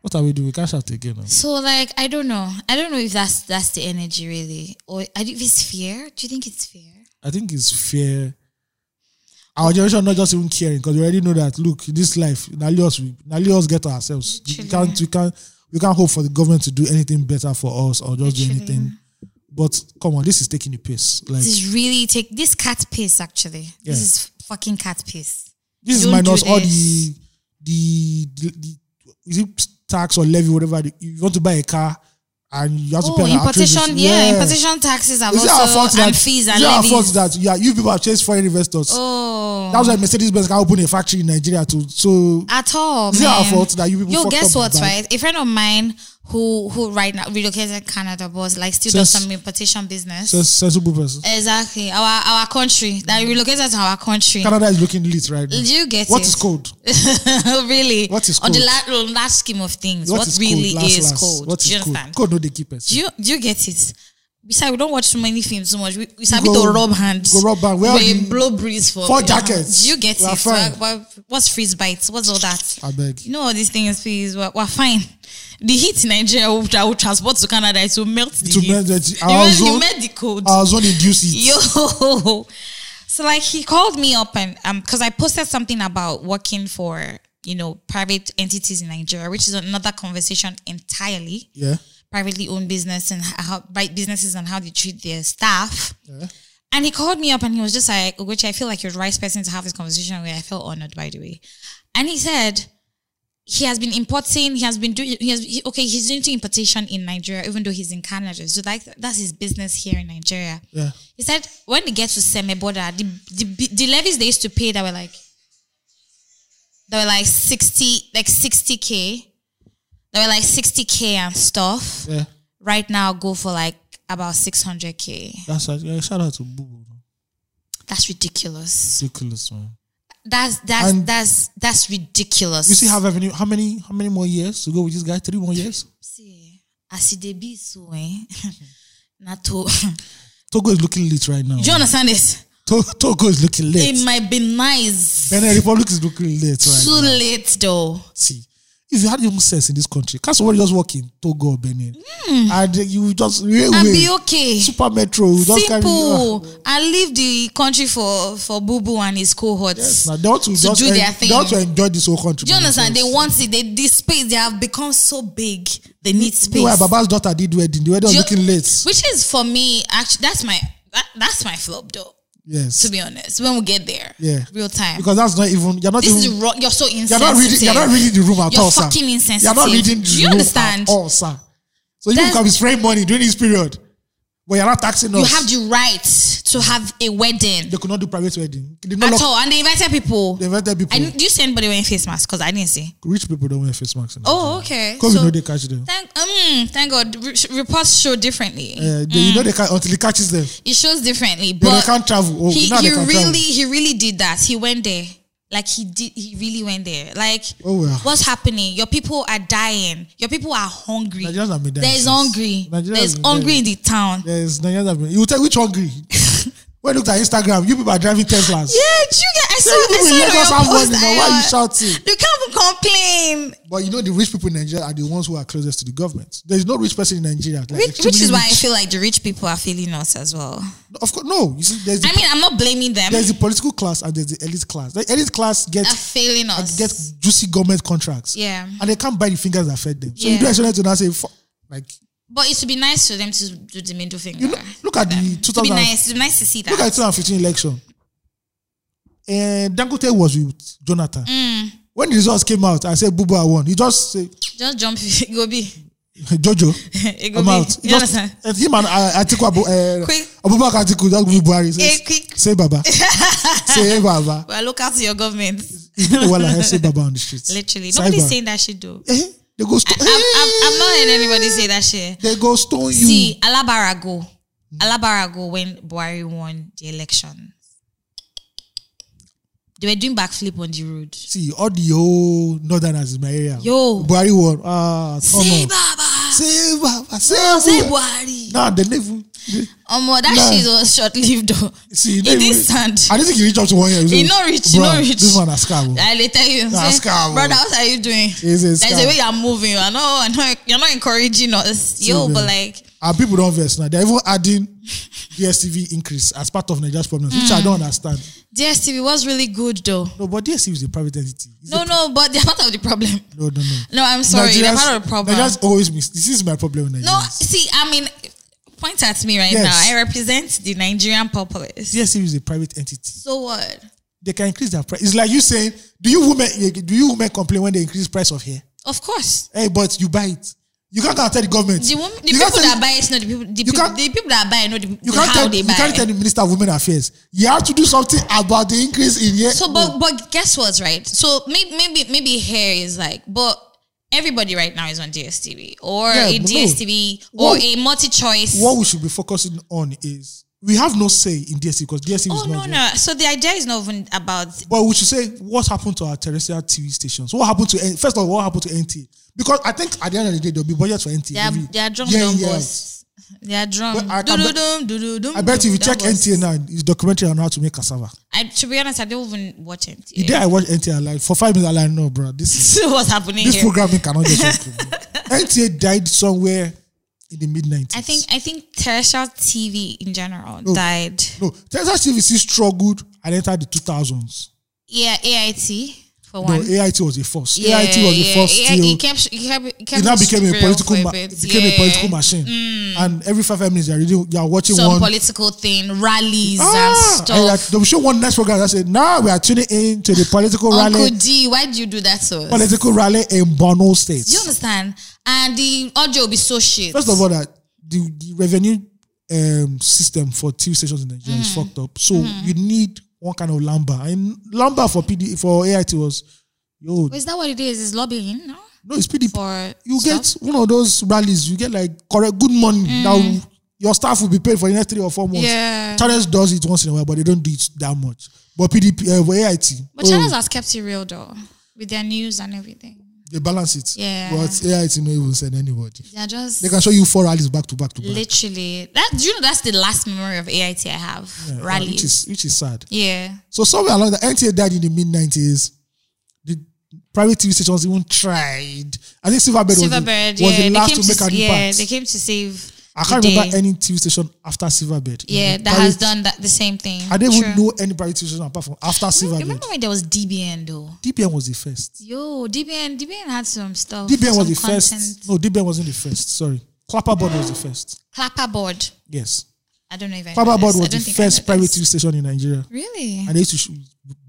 [SPEAKER 1] what are we doing? We can't shout again. now.
[SPEAKER 2] So, like, I don't know. I don't know if that's that's the energy, really, or I do- if it's fear. Do you think it's fear?
[SPEAKER 1] I think it's fear. Our generation not just even caring because we already know that look, in this life, Nali us we Nali us get ourselves. We
[SPEAKER 3] Literally.
[SPEAKER 1] can't we can't we can't hope for the government to do anything better for us or just do
[SPEAKER 3] Literally.
[SPEAKER 1] anything. But come on, this is taking the pace. Like
[SPEAKER 2] This is really take this cat piss actually.
[SPEAKER 1] Yeah.
[SPEAKER 2] This is fucking cat piss.
[SPEAKER 1] this is
[SPEAKER 2] Don't do
[SPEAKER 1] minus all
[SPEAKER 2] this.
[SPEAKER 1] the, the the the is it tax or levy whatever the, you want to buy a car and you have to pay
[SPEAKER 2] Oh,
[SPEAKER 1] an outrageous-
[SPEAKER 2] importation, yeah, importation taxes are
[SPEAKER 1] Is it our fault
[SPEAKER 2] also
[SPEAKER 1] that
[SPEAKER 2] and fees and
[SPEAKER 1] is it our fault
[SPEAKER 2] levies.
[SPEAKER 1] that yeah you people have chased foreign investors?
[SPEAKER 2] Oh,
[SPEAKER 1] That's why Mercedes Benz can open a factory in Nigeria too. So
[SPEAKER 2] at all.
[SPEAKER 1] Is it
[SPEAKER 2] man.
[SPEAKER 1] our fault that you people
[SPEAKER 2] Yo,
[SPEAKER 1] fucked
[SPEAKER 2] guess
[SPEAKER 1] up
[SPEAKER 2] what,
[SPEAKER 1] the bank?
[SPEAKER 2] right? A friend of mine who who right now relocated Canada was like still does
[SPEAKER 1] Since-
[SPEAKER 2] some importation business.
[SPEAKER 1] sen- sensible
[SPEAKER 2] Eh.
[SPEAKER 1] person.
[SPEAKER 2] exactly. Our our country that relocated to our country.
[SPEAKER 1] Canada is looking lit right now.
[SPEAKER 2] Did you get
[SPEAKER 1] What
[SPEAKER 2] it?
[SPEAKER 1] is cold?
[SPEAKER 2] (laughs) really?
[SPEAKER 1] What is
[SPEAKER 2] on the
[SPEAKER 1] cold?
[SPEAKER 2] la- on large scheme of things?
[SPEAKER 1] What
[SPEAKER 2] What,
[SPEAKER 1] is
[SPEAKER 2] really
[SPEAKER 1] cold? Last,
[SPEAKER 2] is
[SPEAKER 1] last.
[SPEAKER 2] cold?
[SPEAKER 1] What
[SPEAKER 2] do you
[SPEAKER 1] is cold?
[SPEAKER 2] understand?
[SPEAKER 1] Cold no dey keep us.
[SPEAKER 2] Do you do you get it? Besides, we don't watch so many films so much. We, we sabi
[SPEAKER 1] go-
[SPEAKER 2] to rub hands.
[SPEAKER 1] go rub hand. Well,
[SPEAKER 2] We
[SPEAKER 1] you-
[SPEAKER 2] blow breeze for
[SPEAKER 1] Four jackets.
[SPEAKER 2] Do you get
[SPEAKER 1] We are
[SPEAKER 2] it?
[SPEAKER 1] fine.
[SPEAKER 2] Wha- wha- what's freeze bites? What's all that?
[SPEAKER 1] I beg.
[SPEAKER 2] You know all these things, please. We're, we're fine. The heat in Nigeria will, that will transport to Canada. It will melt the
[SPEAKER 1] To
[SPEAKER 2] heat.
[SPEAKER 1] melt the-
[SPEAKER 2] you,
[SPEAKER 1] our
[SPEAKER 2] melt,
[SPEAKER 1] ozone-
[SPEAKER 2] you melt the cold.
[SPEAKER 1] I was on induce it.
[SPEAKER 2] (laughs) Yo. So like he called me up and um because I posted something about working for you know private entities in Nigeria, which is another conversation entirely
[SPEAKER 1] Yeah.
[SPEAKER 2] privately owned business and how right businesses and how they treat their staff.
[SPEAKER 1] Yeah.
[SPEAKER 2] And he called me up and he was just like, which I feel like you're the right person to have this conversation with. I felt honored by the way. And he said he has been importing, he has been doing he has he, okay, he's doing importation in Nigeria, even though he's in Canada. So like that's his business here in Nigeria.
[SPEAKER 1] Yeah.
[SPEAKER 2] He said when they get to Seme border, the, the the levies they used to pay that were like they were like sixty like sixty K. They were like sixty K and stuff
[SPEAKER 1] Yeah.
[SPEAKER 2] right now go for like about 600k.
[SPEAKER 1] That's a, yeah, shout out to Bubu.
[SPEAKER 2] That's ridiculous.
[SPEAKER 1] Ridiculous man.
[SPEAKER 2] That's that's
[SPEAKER 1] And-
[SPEAKER 2] that's that's ridiculous.
[SPEAKER 1] You see how revenue? How many? How many more years to go with this guy? Three more years.
[SPEAKER 2] see as it dey be so eh.
[SPEAKER 1] (laughs)
[SPEAKER 2] Not to
[SPEAKER 1] Togo is looking lit right now.
[SPEAKER 2] Do you understand this?
[SPEAKER 1] To- Togo is looking lit.
[SPEAKER 2] It might be nice.
[SPEAKER 1] Benin Republic is looking lit right
[SPEAKER 2] Too
[SPEAKER 1] now.
[SPEAKER 2] late though.
[SPEAKER 1] See, if you had even sense in this country, can't somebody just walk in Togo or Benin and you just
[SPEAKER 2] Hmm. And be
[SPEAKER 1] railway,
[SPEAKER 2] okay.
[SPEAKER 1] super metro, you just carry. Uh,
[SPEAKER 2] Simple. And leave the country for for Boo Boo and his cohorts.
[SPEAKER 1] yes, now they want to, just
[SPEAKER 2] do
[SPEAKER 1] en-
[SPEAKER 2] their thing.
[SPEAKER 1] They want to enjoy this whole country.
[SPEAKER 2] Do you
[SPEAKER 1] by
[SPEAKER 2] understand? They
[SPEAKER 1] themselves.
[SPEAKER 2] want it. They this space. They have become so big. They need space.
[SPEAKER 1] Meanwhile, Baba's daughter did wedding. The wedding was
[SPEAKER 2] Do you-
[SPEAKER 1] looking late.
[SPEAKER 2] Which is for me, actually, that's my that, that's my flop though.
[SPEAKER 1] Yes,
[SPEAKER 2] To be honest, when we get there,
[SPEAKER 1] Yeah.
[SPEAKER 2] real time.
[SPEAKER 1] because that's not even. You're not
[SPEAKER 2] this is
[SPEAKER 1] even.
[SPEAKER 2] wrong. You're so insensitive.
[SPEAKER 1] Mm. you're not reading. You're not reading the room at
[SPEAKER 2] You're
[SPEAKER 1] all, sir.
[SPEAKER 2] fucking insensitive.
[SPEAKER 1] You're not reading the
[SPEAKER 2] Do you
[SPEAKER 1] room
[SPEAKER 2] understand?
[SPEAKER 1] at all, sir. So you
[SPEAKER 2] That's-
[SPEAKER 1] can be spraying money during this period, but you're not taxing
[SPEAKER 2] You
[SPEAKER 1] us.
[SPEAKER 2] have the right to have a wedding
[SPEAKER 1] they could not do private wedding. They did not
[SPEAKER 2] at
[SPEAKER 1] lock,
[SPEAKER 2] all, and they invited people.
[SPEAKER 1] They invited people.
[SPEAKER 2] I didn't- do you see anybody wearing face masks? Because I didn't see.
[SPEAKER 1] Rich people don't wear face masks.
[SPEAKER 2] Oh, okay.
[SPEAKER 1] because
[SPEAKER 2] So,
[SPEAKER 1] we know they catch them.
[SPEAKER 2] thank um, thank God. Re- reports show differently.
[SPEAKER 1] Uh, they,
[SPEAKER 2] Mm.
[SPEAKER 1] you know they can until it catches them.
[SPEAKER 2] It shows differently,
[SPEAKER 1] But
[SPEAKER 2] but
[SPEAKER 1] they can't travel. Oh,
[SPEAKER 2] he,
[SPEAKER 1] now
[SPEAKER 2] he
[SPEAKER 1] they can
[SPEAKER 2] really
[SPEAKER 1] travel.
[SPEAKER 2] he really did that. He went there. Like he did he really went there. Like
[SPEAKER 1] Oh, well.
[SPEAKER 2] what's happening? Your people are dying. Your people are hungry.
[SPEAKER 1] Nigerians have been dying
[SPEAKER 2] There's
[SPEAKER 1] since.
[SPEAKER 2] hungry.
[SPEAKER 1] Nigerians
[SPEAKER 2] There's
[SPEAKER 1] have been
[SPEAKER 2] hungry
[SPEAKER 1] dying.
[SPEAKER 2] in the town.
[SPEAKER 1] There's Nigerians have been. You tell which hungry.
[SPEAKER 2] (laughs)
[SPEAKER 1] when you look at Instagram, you people are driving Teslas.
[SPEAKER 2] Yeah, did you get I saw,
[SPEAKER 1] people in
[SPEAKER 2] I
[SPEAKER 1] Lagos
[SPEAKER 2] saw
[SPEAKER 1] have
[SPEAKER 2] your post.
[SPEAKER 1] money now.
[SPEAKER 2] I-
[SPEAKER 1] Why you shouting?
[SPEAKER 2] You can't even complain.
[SPEAKER 1] But you know the rich people in Nigeria are the ones who are closest to the government. There is no rich person in Nigeria. Like
[SPEAKER 2] Which,
[SPEAKER 1] extremely
[SPEAKER 2] which is why I
[SPEAKER 1] rich.
[SPEAKER 2] feel like the rich people are feeling us as well.
[SPEAKER 1] Of course, no. You see, there's the,
[SPEAKER 2] I mean, I'm not blaming them.
[SPEAKER 1] there's the political class and there's the elite class. The elite class
[SPEAKER 2] They're
[SPEAKER 1] gets
[SPEAKER 2] failing us.
[SPEAKER 1] get juicy government contracts.
[SPEAKER 2] Yeah.
[SPEAKER 1] And they can't buy the fingers that fed them. So you
[SPEAKER 2] Yeah.
[SPEAKER 1] do expect them to now say, "Fuck," like,
[SPEAKER 2] but it would be nice for them to do the middle finger.
[SPEAKER 1] you know, look at the
[SPEAKER 2] it would be
[SPEAKER 1] 2000,
[SPEAKER 2] nice. It would be nice to see that.
[SPEAKER 1] look at the 2015 election. And Dangote was with Jonathan.
[SPEAKER 2] Mm.
[SPEAKER 1] When the results came out, I said, Bubu, I won. He just said,
[SPEAKER 2] Just jump. (laughs) It will be.
[SPEAKER 1] (laughs) Jojo,
[SPEAKER 2] It will
[SPEAKER 1] I'm
[SPEAKER 2] be.
[SPEAKER 1] out. He
[SPEAKER 2] (laughs) You
[SPEAKER 1] just,
[SPEAKER 2] understand?
[SPEAKER 1] and him and uh, Atiku, Abu, uh,
[SPEAKER 2] Quick.
[SPEAKER 1] Abubakar Atiku, just give me Buhari. Say,
[SPEAKER 2] Eh, quick.
[SPEAKER 1] say
[SPEAKER 2] (laughs)
[SPEAKER 1] Baba. say hey, Baba.
[SPEAKER 2] Well, look out to your government.
[SPEAKER 1] It's been a while I heard say Baba on the streets.
[SPEAKER 2] Literally,
[SPEAKER 1] Cyber.
[SPEAKER 2] nobody's saying that shit though.
[SPEAKER 1] Eh, they go stone.
[SPEAKER 2] I've, I've, I've not heard anybody say that shit.
[SPEAKER 1] They go stone you.
[SPEAKER 2] See, Alabarago, Alabarago when Buhari won the election, they were doing backflip on the road.
[SPEAKER 1] See, all the whole northerners in my area.
[SPEAKER 2] Yo.
[SPEAKER 1] Buhari won. Ah, come
[SPEAKER 2] Say
[SPEAKER 1] on.
[SPEAKER 2] Baba,
[SPEAKER 1] Say Baba. Say
[SPEAKER 2] say
[SPEAKER 1] Baba.
[SPEAKER 2] Buhari.
[SPEAKER 1] Nah, they never. They,
[SPEAKER 2] Omo, that
[SPEAKER 1] Nah.
[SPEAKER 2] shit was short
[SPEAKER 1] (laughs)
[SPEAKER 2] lived though.
[SPEAKER 1] see,
[SPEAKER 2] It
[SPEAKER 1] they
[SPEAKER 2] didn't
[SPEAKER 1] even-
[SPEAKER 2] stand.
[SPEAKER 1] I didn't think he reached up to one year. He
[SPEAKER 2] He
[SPEAKER 1] said,
[SPEAKER 2] no reach, he
[SPEAKER 1] "Bruh,
[SPEAKER 2] no reach."
[SPEAKER 1] This man has scab.
[SPEAKER 2] I they tell you,
[SPEAKER 1] Nah,
[SPEAKER 2] say,
[SPEAKER 1] scam,
[SPEAKER 2] brother,
[SPEAKER 1] oh.
[SPEAKER 2] what are you doing?
[SPEAKER 1] He's a
[SPEAKER 2] There's
[SPEAKER 1] scam.
[SPEAKER 2] a way you're moving. You're not, you're not encouraging us, yo.
[SPEAKER 1] See, man.
[SPEAKER 2] But like,
[SPEAKER 1] And people don't vex now. They're even adding DSTV increase as part of Nigeria's problems, which
[SPEAKER 2] Hmm.
[SPEAKER 1] I don't understand.
[SPEAKER 2] DSTV was really good though.
[SPEAKER 1] No, but DSTV is a private entity. It's
[SPEAKER 2] No, no, but they're part of the problem.
[SPEAKER 1] a- no, no, no.
[SPEAKER 2] No, I'm sorry. they're
[SPEAKER 1] Nigerians-
[SPEAKER 2] part of the problem.
[SPEAKER 1] Nigerians always miss. This is my problem with
[SPEAKER 2] No,
[SPEAKER 1] Nigerians.
[SPEAKER 2] see, I mean, point at me right
[SPEAKER 1] Yes.
[SPEAKER 2] now. I represent the Nigerian populace.
[SPEAKER 1] DSTV is a private entity.
[SPEAKER 2] So what?
[SPEAKER 1] They can increase their price. It's like you saying, do you women do you women complain when they increase price of hair?
[SPEAKER 2] Of course.
[SPEAKER 1] Hey, but you buy it. You can't go and tell the government.
[SPEAKER 2] The, woman, the
[SPEAKER 1] you
[SPEAKER 2] people
[SPEAKER 1] can't tell
[SPEAKER 2] that buy it, not the people. The, people,
[SPEAKER 1] can't-
[SPEAKER 2] the people that buy it, not the people
[SPEAKER 1] you can't
[SPEAKER 2] how
[SPEAKER 1] tell,
[SPEAKER 2] they
[SPEAKER 1] you
[SPEAKER 2] buy
[SPEAKER 1] can't
[SPEAKER 2] it.
[SPEAKER 1] tell the minister of women affairs. You have to do something about the increase in hair.
[SPEAKER 2] So, but but guess what, right? So maybe maybe maybe hair is like, but everybody right now is on DSTV or
[SPEAKER 1] Yeah,
[SPEAKER 2] a
[SPEAKER 1] but no.
[SPEAKER 2] DSTV or
[SPEAKER 1] What-
[SPEAKER 2] a multi-choice.
[SPEAKER 1] what we should be focusing on is we have no say in DSTV because DSTV
[SPEAKER 2] oh
[SPEAKER 1] is
[SPEAKER 2] no
[SPEAKER 1] not. there.
[SPEAKER 2] no! So the idea is not even about
[SPEAKER 1] But we should say what happened to our terrestrial TV stations. What happened to N- first of all, what happened to NT? Because I think at the end of the day there'll be budget for NT.
[SPEAKER 2] their
[SPEAKER 1] every-
[SPEAKER 2] their drum
[SPEAKER 1] year in,
[SPEAKER 2] drum
[SPEAKER 1] year out.
[SPEAKER 2] boss. Their drum.
[SPEAKER 1] Well, I- I
[SPEAKER 2] dum,
[SPEAKER 1] bet-
[SPEAKER 2] dum, dum, dum, dum,
[SPEAKER 1] I bet if you
[SPEAKER 2] dum,
[SPEAKER 1] check
[SPEAKER 2] dum, boss.
[SPEAKER 1] NTA now, it's documentary on how to make cassava.
[SPEAKER 2] I, to be honest, I don't even watch it.
[SPEAKER 1] The day I watched NTA like for five minutes, I like no, bro. This is
[SPEAKER 2] (laughs) See what's happening
[SPEAKER 1] this
[SPEAKER 2] here.
[SPEAKER 1] programming cannot just improve.
[SPEAKER 3] (laughs)
[SPEAKER 1] NTA died somewhere in the mid nineties.
[SPEAKER 3] I think I think terrestrial TV in general
[SPEAKER 1] Oh.
[SPEAKER 3] died.
[SPEAKER 1] no. Texas TVC struggled and entered the two thousands.
[SPEAKER 3] Yeah, AIT for
[SPEAKER 1] No,
[SPEAKER 3] one.
[SPEAKER 1] AIT was the first.
[SPEAKER 3] yeah,
[SPEAKER 1] AIT was the first.
[SPEAKER 3] yeah,
[SPEAKER 1] till-
[SPEAKER 3] It kept, it kept, it kept
[SPEAKER 1] it now became a
[SPEAKER 3] real
[SPEAKER 1] political
[SPEAKER 3] for
[SPEAKER 1] ma-
[SPEAKER 3] bit.
[SPEAKER 1] it became a
[SPEAKER 3] Yeah. Mm.
[SPEAKER 1] political machine. And every five, five minutes you're reading, you're watching
[SPEAKER 2] Some
[SPEAKER 1] one
[SPEAKER 2] political thing, rallies and
[SPEAKER 1] Ah, and
[SPEAKER 2] stuff.
[SPEAKER 1] like, they'll show one next program that said, now we are tuning in to the political
[SPEAKER 2] Uncle
[SPEAKER 1] rally
[SPEAKER 2] D, why do you do that to us?
[SPEAKER 1] political rally in Borno
[SPEAKER 2] Do you
[SPEAKER 1] State.
[SPEAKER 2] understand? And the audio will be so shit.
[SPEAKER 1] First of all, that the, the revenue um, system for TV stations in Nigeria
[SPEAKER 3] Mm.
[SPEAKER 1] is fucked up. So
[SPEAKER 3] Mm-hmm.
[SPEAKER 1] you need one kind of lamba. And lamba for PD for AIT was yo
[SPEAKER 3] Is that what it is? Is lobbying? No.
[SPEAKER 1] no it's PDP.
[SPEAKER 3] For
[SPEAKER 1] you get one of those rallies, you get like correct good money. Now your staff will be paid for the next three or four months.
[SPEAKER 3] Mm. Yeah.
[SPEAKER 1] Channels does it once in a while, but they don't do it that much. But PDP, uh, for AIT,
[SPEAKER 3] But
[SPEAKER 1] oh,
[SPEAKER 3] China's has kept it real though, with their news and everything.
[SPEAKER 1] oh, they balance it.
[SPEAKER 3] Yeah.
[SPEAKER 1] But AIT no even send anybody.
[SPEAKER 3] They're just
[SPEAKER 1] They can show you four rallies back to back to back.
[SPEAKER 3] literally.
[SPEAKER 2] that do you know that's the last memory of AIT I have.
[SPEAKER 1] Yeah, Which
[SPEAKER 2] rallies.
[SPEAKER 1] is which is sad.
[SPEAKER 3] Yeah.
[SPEAKER 1] So somewhere along the NTA died in the mid nineties. The private TV stations even tried. I think Silverbird,
[SPEAKER 3] Silverbird.
[SPEAKER 1] was the, was
[SPEAKER 3] yeah,
[SPEAKER 1] the last
[SPEAKER 3] they came
[SPEAKER 1] to make an
[SPEAKER 3] yeah,
[SPEAKER 1] impact.
[SPEAKER 3] they came to save.
[SPEAKER 1] I can't
[SPEAKER 3] the
[SPEAKER 1] remember
[SPEAKER 3] day.
[SPEAKER 1] any TV station after Silverbird.
[SPEAKER 3] Yeah,
[SPEAKER 1] Mm,
[SPEAKER 3] that has
[SPEAKER 1] private-
[SPEAKER 3] done that the same thing.
[SPEAKER 1] I didn't even
[SPEAKER 3] True.
[SPEAKER 1] know any private station apart from after Silverbird.
[SPEAKER 2] Remember when there was DBN though?
[SPEAKER 1] DBN was the first.
[SPEAKER 3] Yo, DBN, DBN had some stuff.
[SPEAKER 1] DBN was
[SPEAKER 3] some
[SPEAKER 1] the
[SPEAKER 3] content.
[SPEAKER 1] first. No, DBN wasn't the first. Sorry. Clapperboard was the first.
[SPEAKER 2] Clapperboard.
[SPEAKER 1] Yes.
[SPEAKER 2] I don't know if I know
[SPEAKER 1] Clapperboard was
[SPEAKER 2] this. I don't
[SPEAKER 1] the
[SPEAKER 2] think I know
[SPEAKER 1] first private
[SPEAKER 2] this.
[SPEAKER 1] TV station in Nigeria.
[SPEAKER 3] Really? (laughs)
[SPEAKER 1] And they used to show,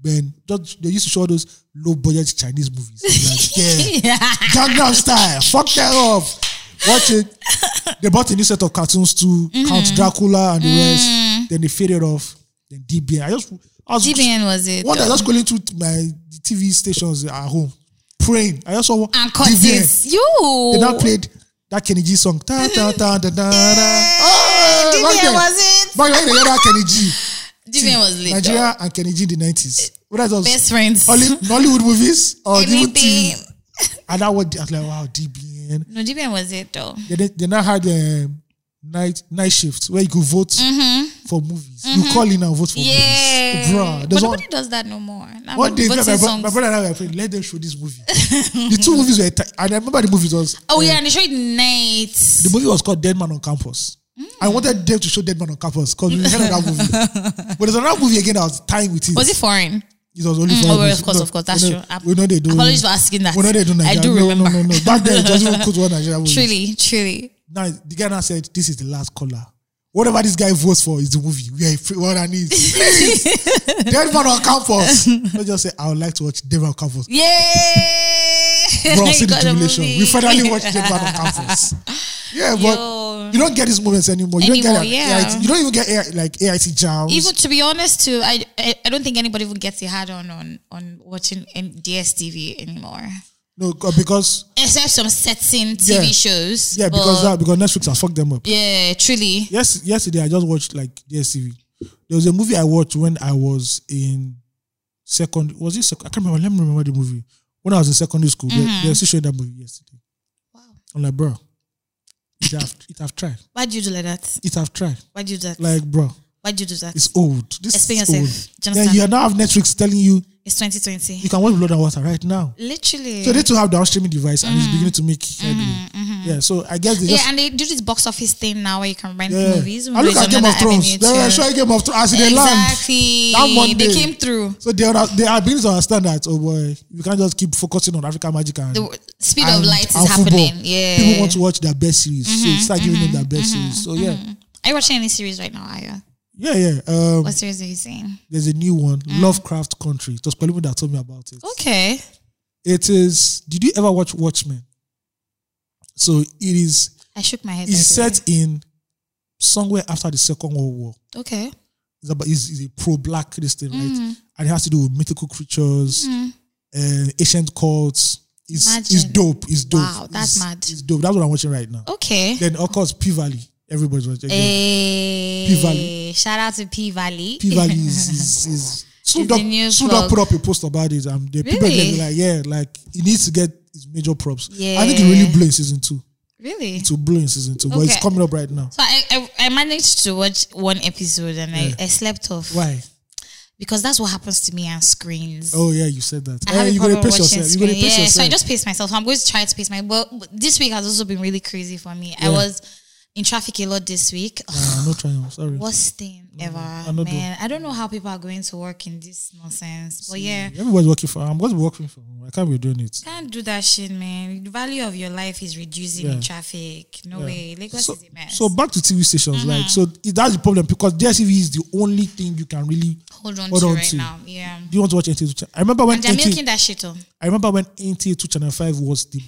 [SPEAKER 1] Ben, just, they used to show those low budget Chinese movies. Like, yeah. Gangnam Style. Fuck that up. Watch it.
[SPEAKER 2] (laughs)
[SPEAKER 1] They bought a new set of cartoons too.
[SPEAKER 2] Mm-hmm.
[SPEAKER 1] Count Dracula and the rest. Then they faded off. Then DBN. I just, I was
[SPEAKER 2] DBN was it.
[SPEAKER 1] One day I
[SPEAKER 2] though.
[SPEAKER 1] just calling through my TV stations at home, praying. I just saw one.
[SPEAKER 2] and Oh. cut
[SPEAKER 1] DVN.
[SPEAKER 2] this.
[SPEAKER 1] They
[SPEAKER 2] You
[SPEAKER 1] now played that Kenny G song. Ta, ta, ta, da, da, da.
[SPEAKER 2] DBN
[SPEAKER 1] Oh, back then-
[SPEAKER 2] was it.
[SPEAKER 1] Back then they heard that Kenny G.
[SPEAKER 2] (laughs) DBN was lit. though.
[SPEAKER 1] Nigeria and Kenny G in the nineties. Whether it was
[SPEAKER 2] Best friends.
[SPEAKER 1] Holly- Nollywood movies
[SPEAKER 2] (laughs)
[SPEAKER 1] or even TV.
[SPEAKER 2] Anything.
[SPEAKER 1] And that was I was like wow DBN.
[SPEAKER 3] No, DBN was it though.
[SPEAKER 1] They did- they now had um, night night shifts where you could vote for movies. You call in and vote for
[SPEAKER 2] Mm-hmm. Yeah.
[SPEAKER 1] movies, Bruh, there's
[SPEAKER 3] But
[SPEAKER 1] one-
[SPEAKER 3] nobody does that no more. Now
[SPEAKER 1] One day,
[SPEAKER 3] voting
[SPEAKER 1] my, bro-
[SPEAKER 3] songs.
[SPEAKER 1] my brother and I were praying, let them show this
[SPEAKER 2] (laughs)
[SPEAKER 1] movie. the two movies were, ti- and I remember the movie was,
[SPEAKER 2] Oh yeah, and they showed Nate.
[SPEAKER 1] the movie was called Dead Man on Campus. I
[SPEAKER 2] Mm.
[SPEAKER 1] wanted them to show Dead Man on Campus because we heard of that
[SPEAKER 2] (laughs)
[SPEAKER 1] movie. but there's another movie again that was tying with it.
[SPEAKER 2] Was it foreign?
[SPEAKER 1] It was only
[SPEAKER 2] Oh,
[SPEAKER 1] foreign
[SPEAKER 2] well,
[SPEAKER 1] movies.
[SPEAKER 2] of course,
[SPEAKER 1] No,
[SPEAKER 2] of course, that's
[SPEAKER 1] we
[SPEAKER 2] true.
[SPEAKER 1] know- We know they do.
[SPEAKER 2] Apologies for asking that.
[SPEAKER 1] We know they do
[SPEAKER 2] I
[SPEAKER 1] Nigeria.
[SPEAKER 2] do remember.
[SPEAKER 1] No, no, no. Back then, it was
[SPEAKER 2] (laughs)
[SPEAKER 1] even called one Nigeria movie.
[SPEAKER 3] Truly, truly.
[SPEAKER 1] Now, the guy now said, this is the last caller. Whatever this guy votes for is the movie. We are free what I
[SPEAKER 2] (laughs)
[SPEAKER 1] need. Please. Dead Man on Campus. Let's just say, I would like to watch Dead Man on Campus.
[SPEAKER 2] Yay! (laughs)
[SPEAKER 1] Bro, see the
[SPEAKER 2] Got a
[SPEAKER 1] jubilation.
[SPEAKER 2] movie.
[SPEAKER 1] We finally watched Dead Man on
[SPEAKER 2] (laughs)
[SPEAKER 1] Campus. Yeah, but
[SPEAKER 2] Yo.
[SPEAKER 1] you don't get these moments anymore. You
[SPEAKER 2] Anymore,
[SPEAKER 1] don't get
[SPEAKER 2] yeah.
[SPEAKER 1] AIT, you don't even get AI, like AIT jams.
[SPEAKER 2] Even to be honest, too, I, I I don't think anybody even gets a hard on on on watching N- DSTV anymore,
[SPEAKER 1] no, co- because
[SPEAKER 2] except some certain TV
[SPEAKER 1] Yeah.
[SPEAKER 2] shows.
[SPEAKER 1] yeah,
[SPEAKER 2] but
[SPEAKER 1] because that because Netflix has fucked them up.
[SPEAKER 2] yeah, truly.
[SPEAKER 1] Yes, yesterday I just watched like DSTV. There was a movie I watched when I was in second. Was it second? I can't remember. Let me remember the movie. When I was in secondary school, they,
[SPEAKER 3] Mm-hmm.
[SPEAKER 1] they were still showing that movie yesterday. Wow. I'm like, bro, it have it have tried.
[SPEAKER 2] Why do you do like that?
[SPEAKER 1] It have tried.
[SPEAKER 2] Why do you do that?
[SPEAKER 1] Like, bro,
[SPEAKER 2] Why do you do that?
[SPEAKER 1] it's old. This
[SPEAKER 2] Explain
[SPEAKER 1] is
[SPEAKER 2] yourself. Do you
[SPEAKER 1] old. Then you
[SPEAKER 2] understand?
[SPEAKER 1] now have Netflix telling you
[SPEAKER 2] It's 2020.
[SPEAKER 1] you can watch Blood and Water right now.
[SPEAKER 2] Literally.
[SPEAKER 1] So they too have their own streaming device and it's beginning to make headway. Yeah, so I guess they
[SPEAKER 3] Mm. Mm-hmm, Yeah,
[SPEAKER 1] just.
[SPEAKER 3] and they do this box office thing now where you can rent
[SPEAKER 1] Yeah.
[SPEAKER 3] movies.
[SPEAKER 1] I look
[SPEAKER 3] There's
[SPEAKER 1] at Game of
[SPEAKER 3] another
[SPEAKER 1] Thrones.
[SPEAKER 3] avenue
[SPEAKER 1] They were
[SPEAKER 3] to-
[SPEAKER 1] showing Game of Thrones as they land.
[SPEAKER 2] Exactly.
[SPEAKER 1] That one
[SPEAKER 2] they
[SPEAKER 1] day.
[SPEAKER 2] came through.
[SPEAKER 1] So they are, they are beginning to understand that, oh boy, we can't just keep focusing on African magic and,
[SPEAKER 2] The w- speed
[SPEAKER 1] and-
[SPEAKER 2] of light is
[SPEAKER 1] and
[SPEAKER 2] happening.
[SPEAKER 1] football.
[SPEAKER 2] Yeah. Mm-hmm,
[SPEAKER 1] People want to watch their best series. so start giving them their best series. So yeah.
[SPEAKER 3] Mm-hmm, Are you watching any series right now, Aya?
[SPEAKER 2] mm-hmm.
[SPEAKER 1] Yeah, yeah. Um,
[SPEAKER 3] What series are you seeing?
[SPEAKER 1] there's a new one, Lovecraft Country. It was Kolimu that told me about it.
[SPEAKER 2] Mm. okay.
[SPEAKER 1] It is. Did you ever watch Watchmen? So it is.
[SPEAKER 3] I shook my head.
[SPEAKER 1] It's
[SPEAKER 3] that
[SPEAKER 1] set in somewhere after the Second World War.
[SPEAKER 3] day. okay.
[SPEAKER 1] It's about is is a pro-black this thing, right? And it has to do with mythical creatures, uh, ancient cults. It's it's
[SPEAKER 3] Imagine.
[SPEAKER 1] dope. It's dope.
[SPEAKER 3] Wow, that's
[SPEAKER 1] It's-
[SPEAKER 3] mad.
[SPEAKER 1] It's dope. That's what I'm watching right now.
[SPEAKER 3] Okay.
[SPEAKER 1] Then of course P Valley. Everybody's watching.
[SPEAKER 2] Eh.
[SPEAKER 3] Hey,
[SPEAKER 1] P P-Valley.
[SPEAKER 3] Shout out to P Valley.
[SPEAKER 1] Valley
[SPEAKER 2] (laughs)
[SPEAKER 1] is, is, is Snoop
[SPEAKER 3] It's a
[SPEAKER 1] Dogg
[SPEAKER 3] new
[SPEAKER 1] Snoop Dogg
[SPEAKER 3] vlog.
[SPEAKER 1] put up a post about it, and the people
[SPEAKER 3] Really?
[SPEAKER 1] they like, yeah, like he needs to get his major props. I think
[SPEAKER 3] Yeah.
[SPEAKER 1] he really blew in season two.
[SPEAKER 3] Really?
[SPEAKER 1] to blue in season two, but it's
[SPEAKER 3] Okay.
[SPEAKER 1] coming up right now.
[SPEAKER 2] So I, I, I managed to watch one episode and I, I slept off
[SPEAKER 1] Why?
[SPEAKER 2] because that's what happens to me on screens.
[SPEAKER 1] Oh yeah, you said that.
[SPEAKER 2] I
[SPEAKER 1] Eh,
[SPEAKER 2] have a
[SPEAKER 1] you
[SPEAKER 2] problem
[SPEAKER 1] gotta pace
[SPEAKER 2] watching
[SPEAKER 1] yourself. You gotta
[SPEAKER 2] screen.
[SPEAKER 1] pace
[SPEAKER 2] yeah, so I
[SPEAKER 1] yourself.
[SPEAKER 2] just paced myself. I'm going to try to pace myself. But but this week has also been really crazy for me. I was in traffic a lot this week.
[SPEAKER 1] Nah, no triumph. Sorry.
[SPEAKER 2] Worst thing ever,
[SPEAKER 1] Mm. know
[SPEAKER 2] man. I don't know how people are going to work in this nonsense. But yeah,
[SPEAKER 1] Everybody's working for. I'm going to be working for. I can't be doing it.
[SPEAKER 2] can't do Eh. that shit, man. The value of your life is reducing in
[SPEAKER 1] Yeah.
[SPEAKER 2] traffic. No way. Lagos
[SPEAKER 1] So,
[SPEAKER 2] is a mess. Mm-hmm.
[SPEAKER 1] so back to TV stations, like so it- that's the problem because DSTV is the only thing you can really.
[SPEAKER 2] hold on
[SPEAKER 1] hold
[SPEAKER 2] to
[SPEAKER 1] on
[SPEAKER 2] right
[SPEAKER 1] to-
[SPEAKER 2] now. Yeah.
[SPEAKER 1] Do you want to watch NTA2? Channel? I remember when
[SPEAKER 2] And they're
[SPEAKER 1] NTA,
[SPEAKER 2] milking that shit up.
[SPEAKER 1] I remember when NTA2 Channel Five was the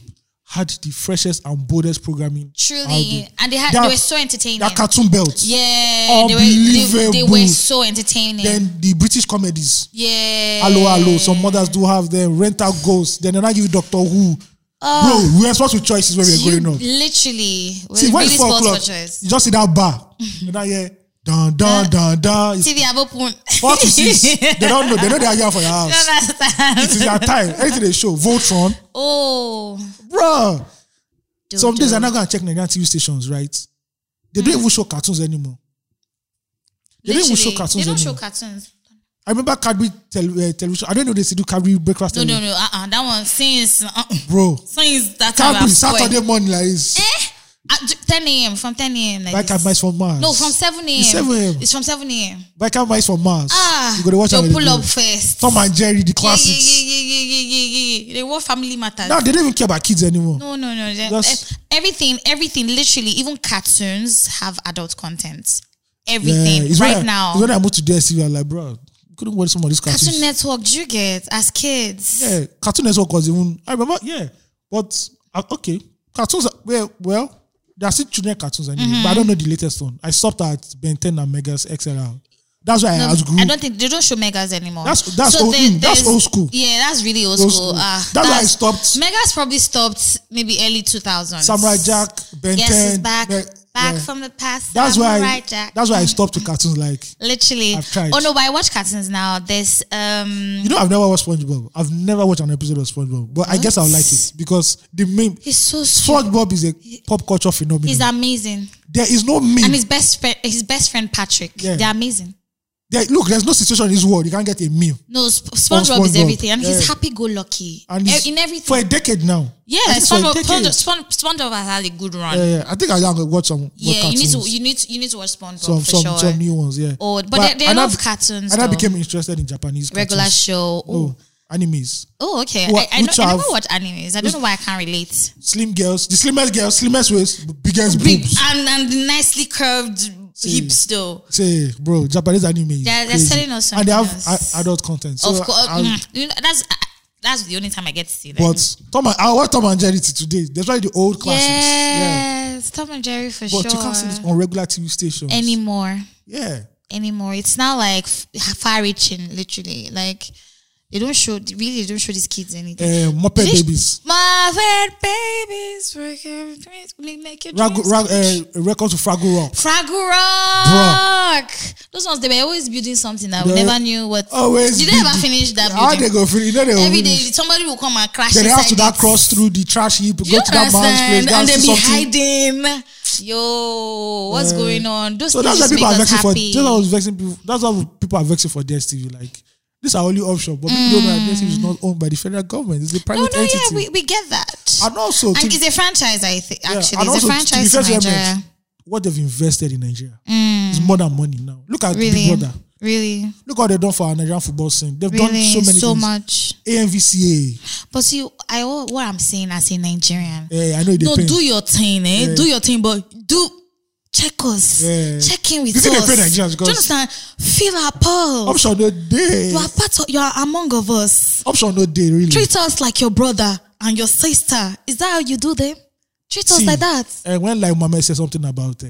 [SPEAKER 1] had the freshest and boldest programming. out
[SPEAKER 2] Truly.
[SPEAKER 1] there.
[SPEAKER 2] And they had
[SPEAKER 1] That-
[SPEAKER 2] they were so entertaining.
[SPEAKER 1] that cartoon belt.
[SPEAKER 2] yeah. They were, they, they were
[SPEAKER 1] Unbelievable.
[SPEAKER 2] so entertaining.
[SPEAKER 1] Then the British comedies.
[SPEAKER 2] yeah.
[SPEAKER 1] Hello, hello. Some mothers do have them. Rental ghosts. Then they not give you Doctor Who. Bro, we are supposed to choices when we
[SPEAKER 2] Oh. You
[SPEAKER 1] are growing up.
[SPEAKER 2] literally were
[SPEAKER 1] See, when
[SPEAKER 2] really
[SPEAKER 1] it's four
[SPEAKER 2] sports
[SPEAKER 1] o'clock,
[SPEAKER 2] for choice.
[SPEAKER 1] you just see that bar. you know, yeah, dun dun dun dun. It's
[SPEAKER 2] TV have opened.
[SPEAKER 1] four to
[SPEAKER 2] (laughs)
[SPEAKER 1] six. they don't know. They know they are here for your house. It is their time. Anything they show, Voltron,
[SPEAKER 2] oh.
[SPEAKER 1] bruh. Some days
[SPEAKER 2] Dodo.
[SPEAKER 1] I'm not gonna check Nigerian TV stations, right? They don't even show cartoons anymore. They don't even show
[SPEAKER 2] Hmm. Literally,
[SPEAKER 1] cartoons
[SPEAKER 2] They don't show
[SPEAKER 1] anymore.
[SPEAKER 2] cartoons.
[SPEAKER 1] I remember Cadbury tel- uh, television. I don't know they still do Cadbury breakfast.
[SPEAKER 2] No, no,
[SPEAKER 1] television.
[SPEAKER 2] no. Uh, uh that one since uh,
[SPEAKER 1] bro.
[SPEAKER 2] since that time
[SPEAKER 1] Cadbury
[SPEAKER 2] I've spoiled.
[SPEAKER 1] Saturday morning like this.
[SPEAKER 2] Eh? At j- 10 a.m. From 10 a.m. Like
[SPEAKER 1] Like
[SPEAKER 2] this.
[SPEAKER 1] a mice from Mars.
[SPEAKER 2] No, from 7 a.m.
[SPEAKER 1] It's 7 a.m.
[SPEAKER 2] It's from 7 a.m.
[SPEAKER 1] Like a mice from Mars.
[SPEAKER 2] Ah,
[SPEAKER 1] you gotta watch
[SPEAKER 2] they'll
[SPEAKER 1] how they
[SPEAKER 2] pull
[SPEAKER 1] do
[SPEAKER 2] up
[SPEAKER 1] it.
[SPEAKER 2] first.
[SPEAKER 1] Tom and Jerry, the
[SPEAKER 2] yeah, yeah,
[SPEAKER 1] classics.
[SPEAKER 2] yeah, yeah, yeah, yeah, yeah. They want family matters.
[SPEAKER 1] Now they don't even care about kids anymore.
[SPEAKER 2] No, no, no. They-
[SPEAKER 1] That's-
[SPEAKER 2] ev- everything, everything, literally, even cartoons have adult content.
[SPEAKER 1] Yeah,
[SPEAKER 2] Everything
[SPEAKER 1] it's when I,
[SPEAKER 2] right now.
[SPEAKER 1] It's when I moved to DSTV, I'm like, bro, you couldn't watch some of these cartoons.
[SPEAKER 2] Cartoon Network, do you get as kids?
[SPEAKER 1] yeah, Cartoon Network was even. I remember, yeah, but uh, okay, cartoons. Are, well, well, there are still children cartoons anyway,
[SPEAKER 2] Mm-hmm.
[SPEAKER 1] but I don't know the latest one. I stopped at Ben 10 and Megas XLR. That's why I
[SPEAKER 2] No,
[SPEAKER 1] outgrew.
[SPEAKER 2] I don't think they don't show megas anymore.
[SPEAKER 1] That's- that's old- mm, that's
[SPEAKER 2] there's-
[SPEAKER 1] old school.
[SPEAKER 2] Yeah, that's really old,
[SPEAKER 1] Old
[SPEAKER 2] school.
[SPEAKER 1] school.
[SPEAKER 2] Ah,
[SPEAKER 1] That's why I stopped.
[SPEAKER 2] Megas probably stopped maybe early 2000s.
[SPEAKER 1] Samurai Jack, Ben
[SPEAKER 2] Yes,
[SPEAKER 1] 10.
[SPEAKER 2] it's back,
[SPEAKER 1] Me-
[SPEAKER 2] back
[SPEAKER 1] yeah.
[SPEAKER 2] from the past.
[SPEAKER 1] That's why.
[SPEAKER 2] Samurai
[SPEAKER 1] I,
[SPEAKER 2] Jack. Mm.
[SPEAKER 1] That's why I stopped to cartoons. Like
[SPEAKER 2] Literally.
[SPEAKER 1] I've tried.
[SPEAKER 2] Oh no, but I watch cartoons now. There's um
[SPEAKER 1] you know, I've never watched SpongeBob. I've never watched an episode of SpongeBob, but I guess I'll like it because the meme.
[SPEAKER 2] he's so strong.
[SPEAKER 1] SpongeBob is a pop culture phenomenon.
[SPEAKER 2] He's amazing.
[SPEAKER 1] there is no meme.
[SPEAKER 2] And his best friend his best friend Patrick.
[SPEAKER 1] Yeah.
[SPEAKER 2] They're amazing.
[SPEAKER 1] There- look, there's no situation in this world you can't get a meme.
[SPEAKER 2] No, Sp- SpongeBob, is
[SPEAKER 1] Oh, SpongeBob.
[SPEAKER 2] everything, and he's
[SPEAKER 1] Yeah.
[SPEAKER 2] happy go lucky
[SPEAKER 1] And it's-
[SPEAKER 2] in everything.
[SPEAKER 1] for a decade now.
[SPEAKER 2] yeah,
[SPEAKER 1] I think for a
[SPEAKER 2] SpongeBob,
[SPEAKER 1] decade.
[SPEAKER 2] SpongeBob, Spon- SpongeBob has had a good run.
[SPEAKER 1] Yeah, yeah. I think I gotta watch some.
[SPEAKER 2] Yeah,
[SPEAKER 1] watch
[SPEAKER 2] you need to
[SPEAKER 1] cartoons.
[SPEAKER 2] you need to, you need to watch SpongeBob
[SPEAKER 1] some
[SPEAKER 2] for
[SPEAKER 1] some
[SPEAKER 2] sure.
[SPEAKER 1] some new ones. Yeah.
[SPEAKER 2] Old, but there- there are
[SPEAKER 1] and
[SPEAKER 2] a
[SPEAKER 1] I-
[SPEAKER 2] lot of cartoons,
[SPEAKER 1] And I
[SPEAKER 2] though.
[SPEAKER 1] became interested in Japanese
[SPEAKER 2] Regular
[SPEAKER 1] cartoons.
[SPEAKER 2] show. Oh,
[SPEAKER 1] Oh, animes,
[SPEAKER 2] oh okay.
[SPEAKER 1] Wha-
[SPEAKER 2] I, I, know,
[SPEAKER 1] which
[SPEAKER 2] I never
[SPEAKER 1] have-
[SPEAKER 2] watch animes. I don't know why I can't relate.
[SPEAKER 1] slim girls, the slimmest girls, slimmest waist, biggest
[SPEAKER 2] Big
[SPEAKER 1] boobs.
[SPEAKER 2] and and the nicely curved hips though.
[SPEAKER 1] Say, bro, Japanese anime. is
[SPEAKER 2] They're- they're
[SPEAKER 1] crazy.
[SPEAKER 2] selling us
[SPEAKER 1] and they have
[SPEAKER 2] something else.
[SPEAKER 1] a- adult content. So
[SPEAKER 2] of course,
[SPEAKER 1] I-
[SPEAKER 2] mm, you know, that's uh, that's the only time I get to see them.
[SPEAKER 1] But Tom, and, I watch Tom and Jerry till today. That's why the old classics. Yeah.
[SPEAKER 2] yes, Tom and Jerry for
[SPEAKER 1] But
[SPEAKER 2] sure.
[SPEAKER 1] you can't see this on regular TV stations.
[SPEAKER 2] anymore.
[SPEAKER 1] yeah.
[SPEAKER 2] Anymore. It's not like f- far-reaching. Literally, like they don't show. Really, they don't show these kids anything.
[SPEAKER 1] Uh, Muppet
[SPEAKER 2] This-
[SPEAKER 1] Babies.
[SPEAKER 2] My fat babies, we can dreams- we make your
[SPEAKER 1] Rag,
[SPEAKER 2] dreams
[SPEAKER 1] rag,
[SPEAKER 2] come true.
[SPEAKER 1] uh, record to Fraggle Rock.
[SPEAKER 2] Fraggle Rock. Those ones they were always building something that we
[SPEAKER 1] They
[SPEAKER 2] never knew what.
[SPEAKER 1] Always.
[SPEAKER 2] Did they ever finish that
[SPEAKER 1] How they
[SPEAKER 2] building?
[SPEAKER 1] go finish? You know they go
[SPEAKER 2] Every day
[SPEAKER 1] finish.
[SPEAKER 2] somebody will come and crash.
[SPEAKER 1] Then they have
[SPEAKER 2] inside
[SPEAKER 1] to that
[SPEAKER 2] it.
[SPEAKER 1] cross through the trash heap, go
[SPEAKER 2] Do you
[SPEAKER 1] to that man's place,
[SPEAKER 2] understand?
[SPEAKER 1] go
[SPEAKER 2] And
[SPEAKER 1] and
[SPEAKER 2] then
[SPEAKER 1] see
[SPEAKER 2] be
[SPEAKER 1] something.
[SPEAKER 2] hiding. Yo, what's going on? Those
[SPEAKER 1] So
[SPEAKER 2] things
[SPEAKER 1] that's why
[SPEAKER 2] just
[SPEAKER 1] people
[SPEAKER 2] make
[SPEAKER 1] are
[SPEAKER 2] us
[SPEAKER 1] vexing for.
[SPEAKER 2] happy.
[SPEAKER 1] That's why I was vexing people. That's why people are vexing for DSTV. Like These are only options, but people don't know that Netflix is not owned by the federal government. It's a
[SPEAKER 2] Mm. No,
[SPEAKER 1] private
[SPEAKER 2] no,
[SPEAKER 1] entity.
[SPEAKER 2] yeah, we, we get that.
[SPEAKER 1] and also,
[SPEAKER 2] and
[SPEAKER 1] to,
[SPEAKER 2] it's a franchise, I think.
[SPEAKER 1] yeah,
[SPEAKER 2] Actually,
[SPEAKER 1] and
[SPEAKER 2] it's a
[SPEAKER 1] also to- to
[SPEAKER 2] franchise
[SPEAKER 1] be fair
[SPEAKER 2] to
[SPEAKER 1] to them,
[SPEAKER 2] Nigeria. Mm.
[SPEAKER 1] what they've invested in Nigeria is more than money now. Look at
[SPEAKER 2] Really,
[SPEAKER 1] Big Brother.
[SPEAKER 2] really,
[SPEAKER 1] Look what they've done for our Nigerian football scene. They've done
[SPEAKER 2] really,
[SPEAKER 1] so many
[SPEAKER 2] so
[SPEAKER 1] things.
[SPEAKER 2] much.
[SPEAKER 1] AMVCA.
[SPEAKER 2] But see, I what I'm saying as a Nigerian,
[SPEAKER 1] Eh, I know it
[SPEAKER 2] no,
[SPEAKER 1] depends.
[SPEAKER 2] do your thing, eh?
[SPEAKER 1] Yeah.
[SPEAKER 2] Do your thing, but do check us,
[SPEAKER 1] Yeah.
[SPEAKER 2] check in with
[SPEAKER 1] You think they
[SPEAKER 2] us.
[SPEAKER 1] pay Nigerians
[SPEAKER 2] do you
[SPEAKER 1] because-
[SPEAKER 2] understand? Feel our pulse.
[SPEAKER 1] Option no day.
[SPEAKER 2] you are part of. You are among of us.
[SPEAKER 1] Option no day, really.
[SPEAKER 2] Treat us like your brother and your sister. Is that how you do them? Treat us
[SPEAKER 1] See,
[SPEAKER 2] like that.
[SPEAKER 1] eh, when like Mohammed said something about uh,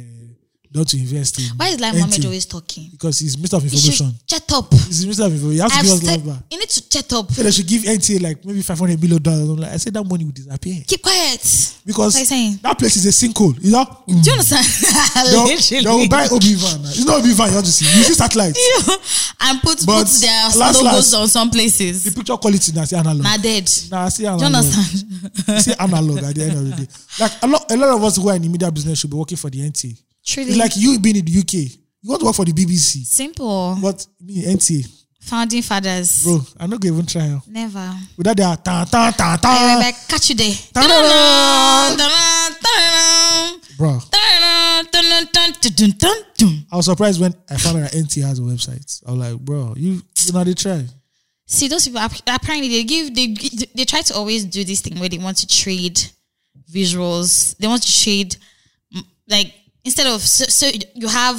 [SPEAKER 1] not to invest in.
[SPEAKER 2] Why is like
[SPEAKER 1] NT?
[SPEAKER 2] Mohammed always talking?
[SPEAKER 1] Because he's Mr. of
[SPEAKER 2] You should
[SPEAKER 1] Information.
[SPEAKER 2] chat up.
[SPEAKER 1] He's Mr. of Information. He has to
[SPEAKER 2] I've
[SPEAKER 1] give us love
[SPEAKER 2] said-
[SPEAKER 1] back.
[SPEAKER 2] you need to chat up.
[SPEAKER 1] So they should give NTA like maybe 500 million dollars. I'm like, I said that money will disappear.
[SPEAKER 2] Keep quiet.
[SPEAKER 1] Because
[SPEAKER 2] What are you saying?
[SPEAKER 1] that place is a sinkhole. You know? Mm.
[SPEAKER 2] Do you understand? (laughs)
[SPEAKER 1] They'll, they'll buy Obi-Van. It's not Obi-Van you want to see. You see
[SPEAKER 2] (laughs)
[SPEAKER 1] satellite.
[SPEAKER 2] and put,
[SPEAKER 1] But
[SPEAKER 2] put their
[SPEAKER 1] last,
[SPEAKER 2] logos
[SPEAKER 1] last-
[SPEAKER 2] on some places.
[SPEAKER 1] The picture quality now see analog.
[SPEAKER 2] Not dead.
[SPEAKER 1] Nah, see
[SPEAKER 2] Do you
[SPEAKER 1] analog.
[SPEAKER 2] understand?
[SPEAKER 1] see analog at the end of the day. Like a lot, a lot of us who are in the media business should be working for the NTA.
[SPEAKER 2] Truly.
[SPEAKER 1] It's like you being in the UK. You want to work for the BBC.
[SPEAKER 2] Simple.
[SPEAKER 1] But me, NTA,
[SPEAKER 2] Founding fathers.
[SPEAKER 1] bro, I'm not going to even try. oh.
[SPEAKER 2] Never.
[SPEAKER 1] Without their ta ta ta
[SPEAKER 2] I will
[SPEAKER 1] ta.
[SPEAKER 2] like, catch you there.
[SPEAKER 1] Ta-da-da.
[SPEAKER 2] Dun-dun, dun-dun, dun-dun,
[SPEAKER 1] Bro,
[SPEAKER 2] dun-dun, dun-dun, dun-dun, dun-dun, dun.
[SPEAKER 1] I was surprised when I found out that NTA has a website. I was like, bro, you, you know, they try.
[SPEAKER 2] See, those people app- apparently they give they gi- they try to always do this thing where they want to trade visuals. They want to trade mm, like instead of so, so you have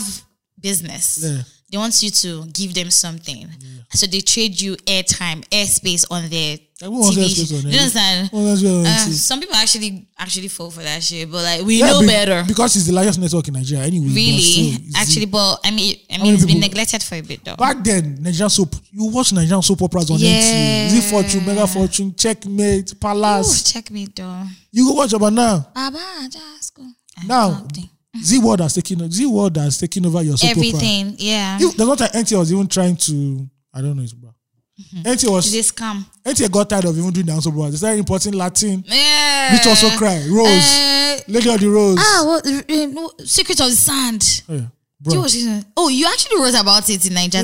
[SPEAKER 2] business.
[SPEAKER 1] Yeah.
[SPEAKER 2] They want you to give them something, so they trade you airtime, airspace on their
[SPEAKER 1] Like, who wants
[SPEAKER 2] TV.
[SPEAKER 1] airspace on eh?
[SPEAKER 2] Do
[SPEAKER 1] their-
[SPEAKER 2] you understand?
[SPEAKER 1] Well, that's well,
[SPEAKER 2] Uh,
[SPEAKER 1] NTA.
[SPEAKER 2] some people actually actually fall for that shit, but like we
[SPEAKER 1] Yeah,
[SPEAKER 2] know
[SPEAKER 1] be-
[SPEAKER 2] better.
[SPEAKER 1] Because it's the largest network in Nigeria anyway. but still,
[SPEAKER 2] Really,
[SPEAKER 1] it's the-
[SPEAKER 2] actually, but I mean, I mean,
[SPEAKER 1] many
[SPEAKER 2] it's been
[SPEAKER 1] people-
[SPEAKER 2] neglected for a bit though.
[SPEAKER 1] Back then, Nigerian soap, you watch Nigerian soap operas on NTA. Is it Fortune, Mega Fortune, Checkmate,
[SPEAKER 2] Ooh,
[SPEAKER 1] Palace?
[SPEAKER 2] check me though.
[SPEAKER 1] You go watch about now.
[SPEAKER 2] Baba, just go. I
[SPEAKER 1] Now,
[SPEAKER 2] loved it.
[SPEAKER 1] Z World has taken Z World has taken over your soap opera.
[SPEAKER 2] everything, yeah.
[SPEAKER 1] If- There's not an NTA was even trying to. I don't know. It's bro.
[SPEAKER 2] Mm-hmm.
[SPEAKER 1] NTA was
[SPEAKER 2] This scam,
[SPEAKER 1] NTA got tired of even doing their soap operas. They started importing Latin,
[SPEAKER 2] yeah.
[SPEAKER 1] which also cry Rose,
[SPEAKER 2] Mm. Uh,
[SPEAKER 1] Lady of the Rose.
[SPEAKER 2] ah, what? uh, no, Secret of the Sand.
[SPEAKER 1] Oh, yeah.
[SPEAKER 2] Do you
[SPEAKER 1] Bro,
[SPEAKER 2] watch it? Oh, you actually wrote about it in Niger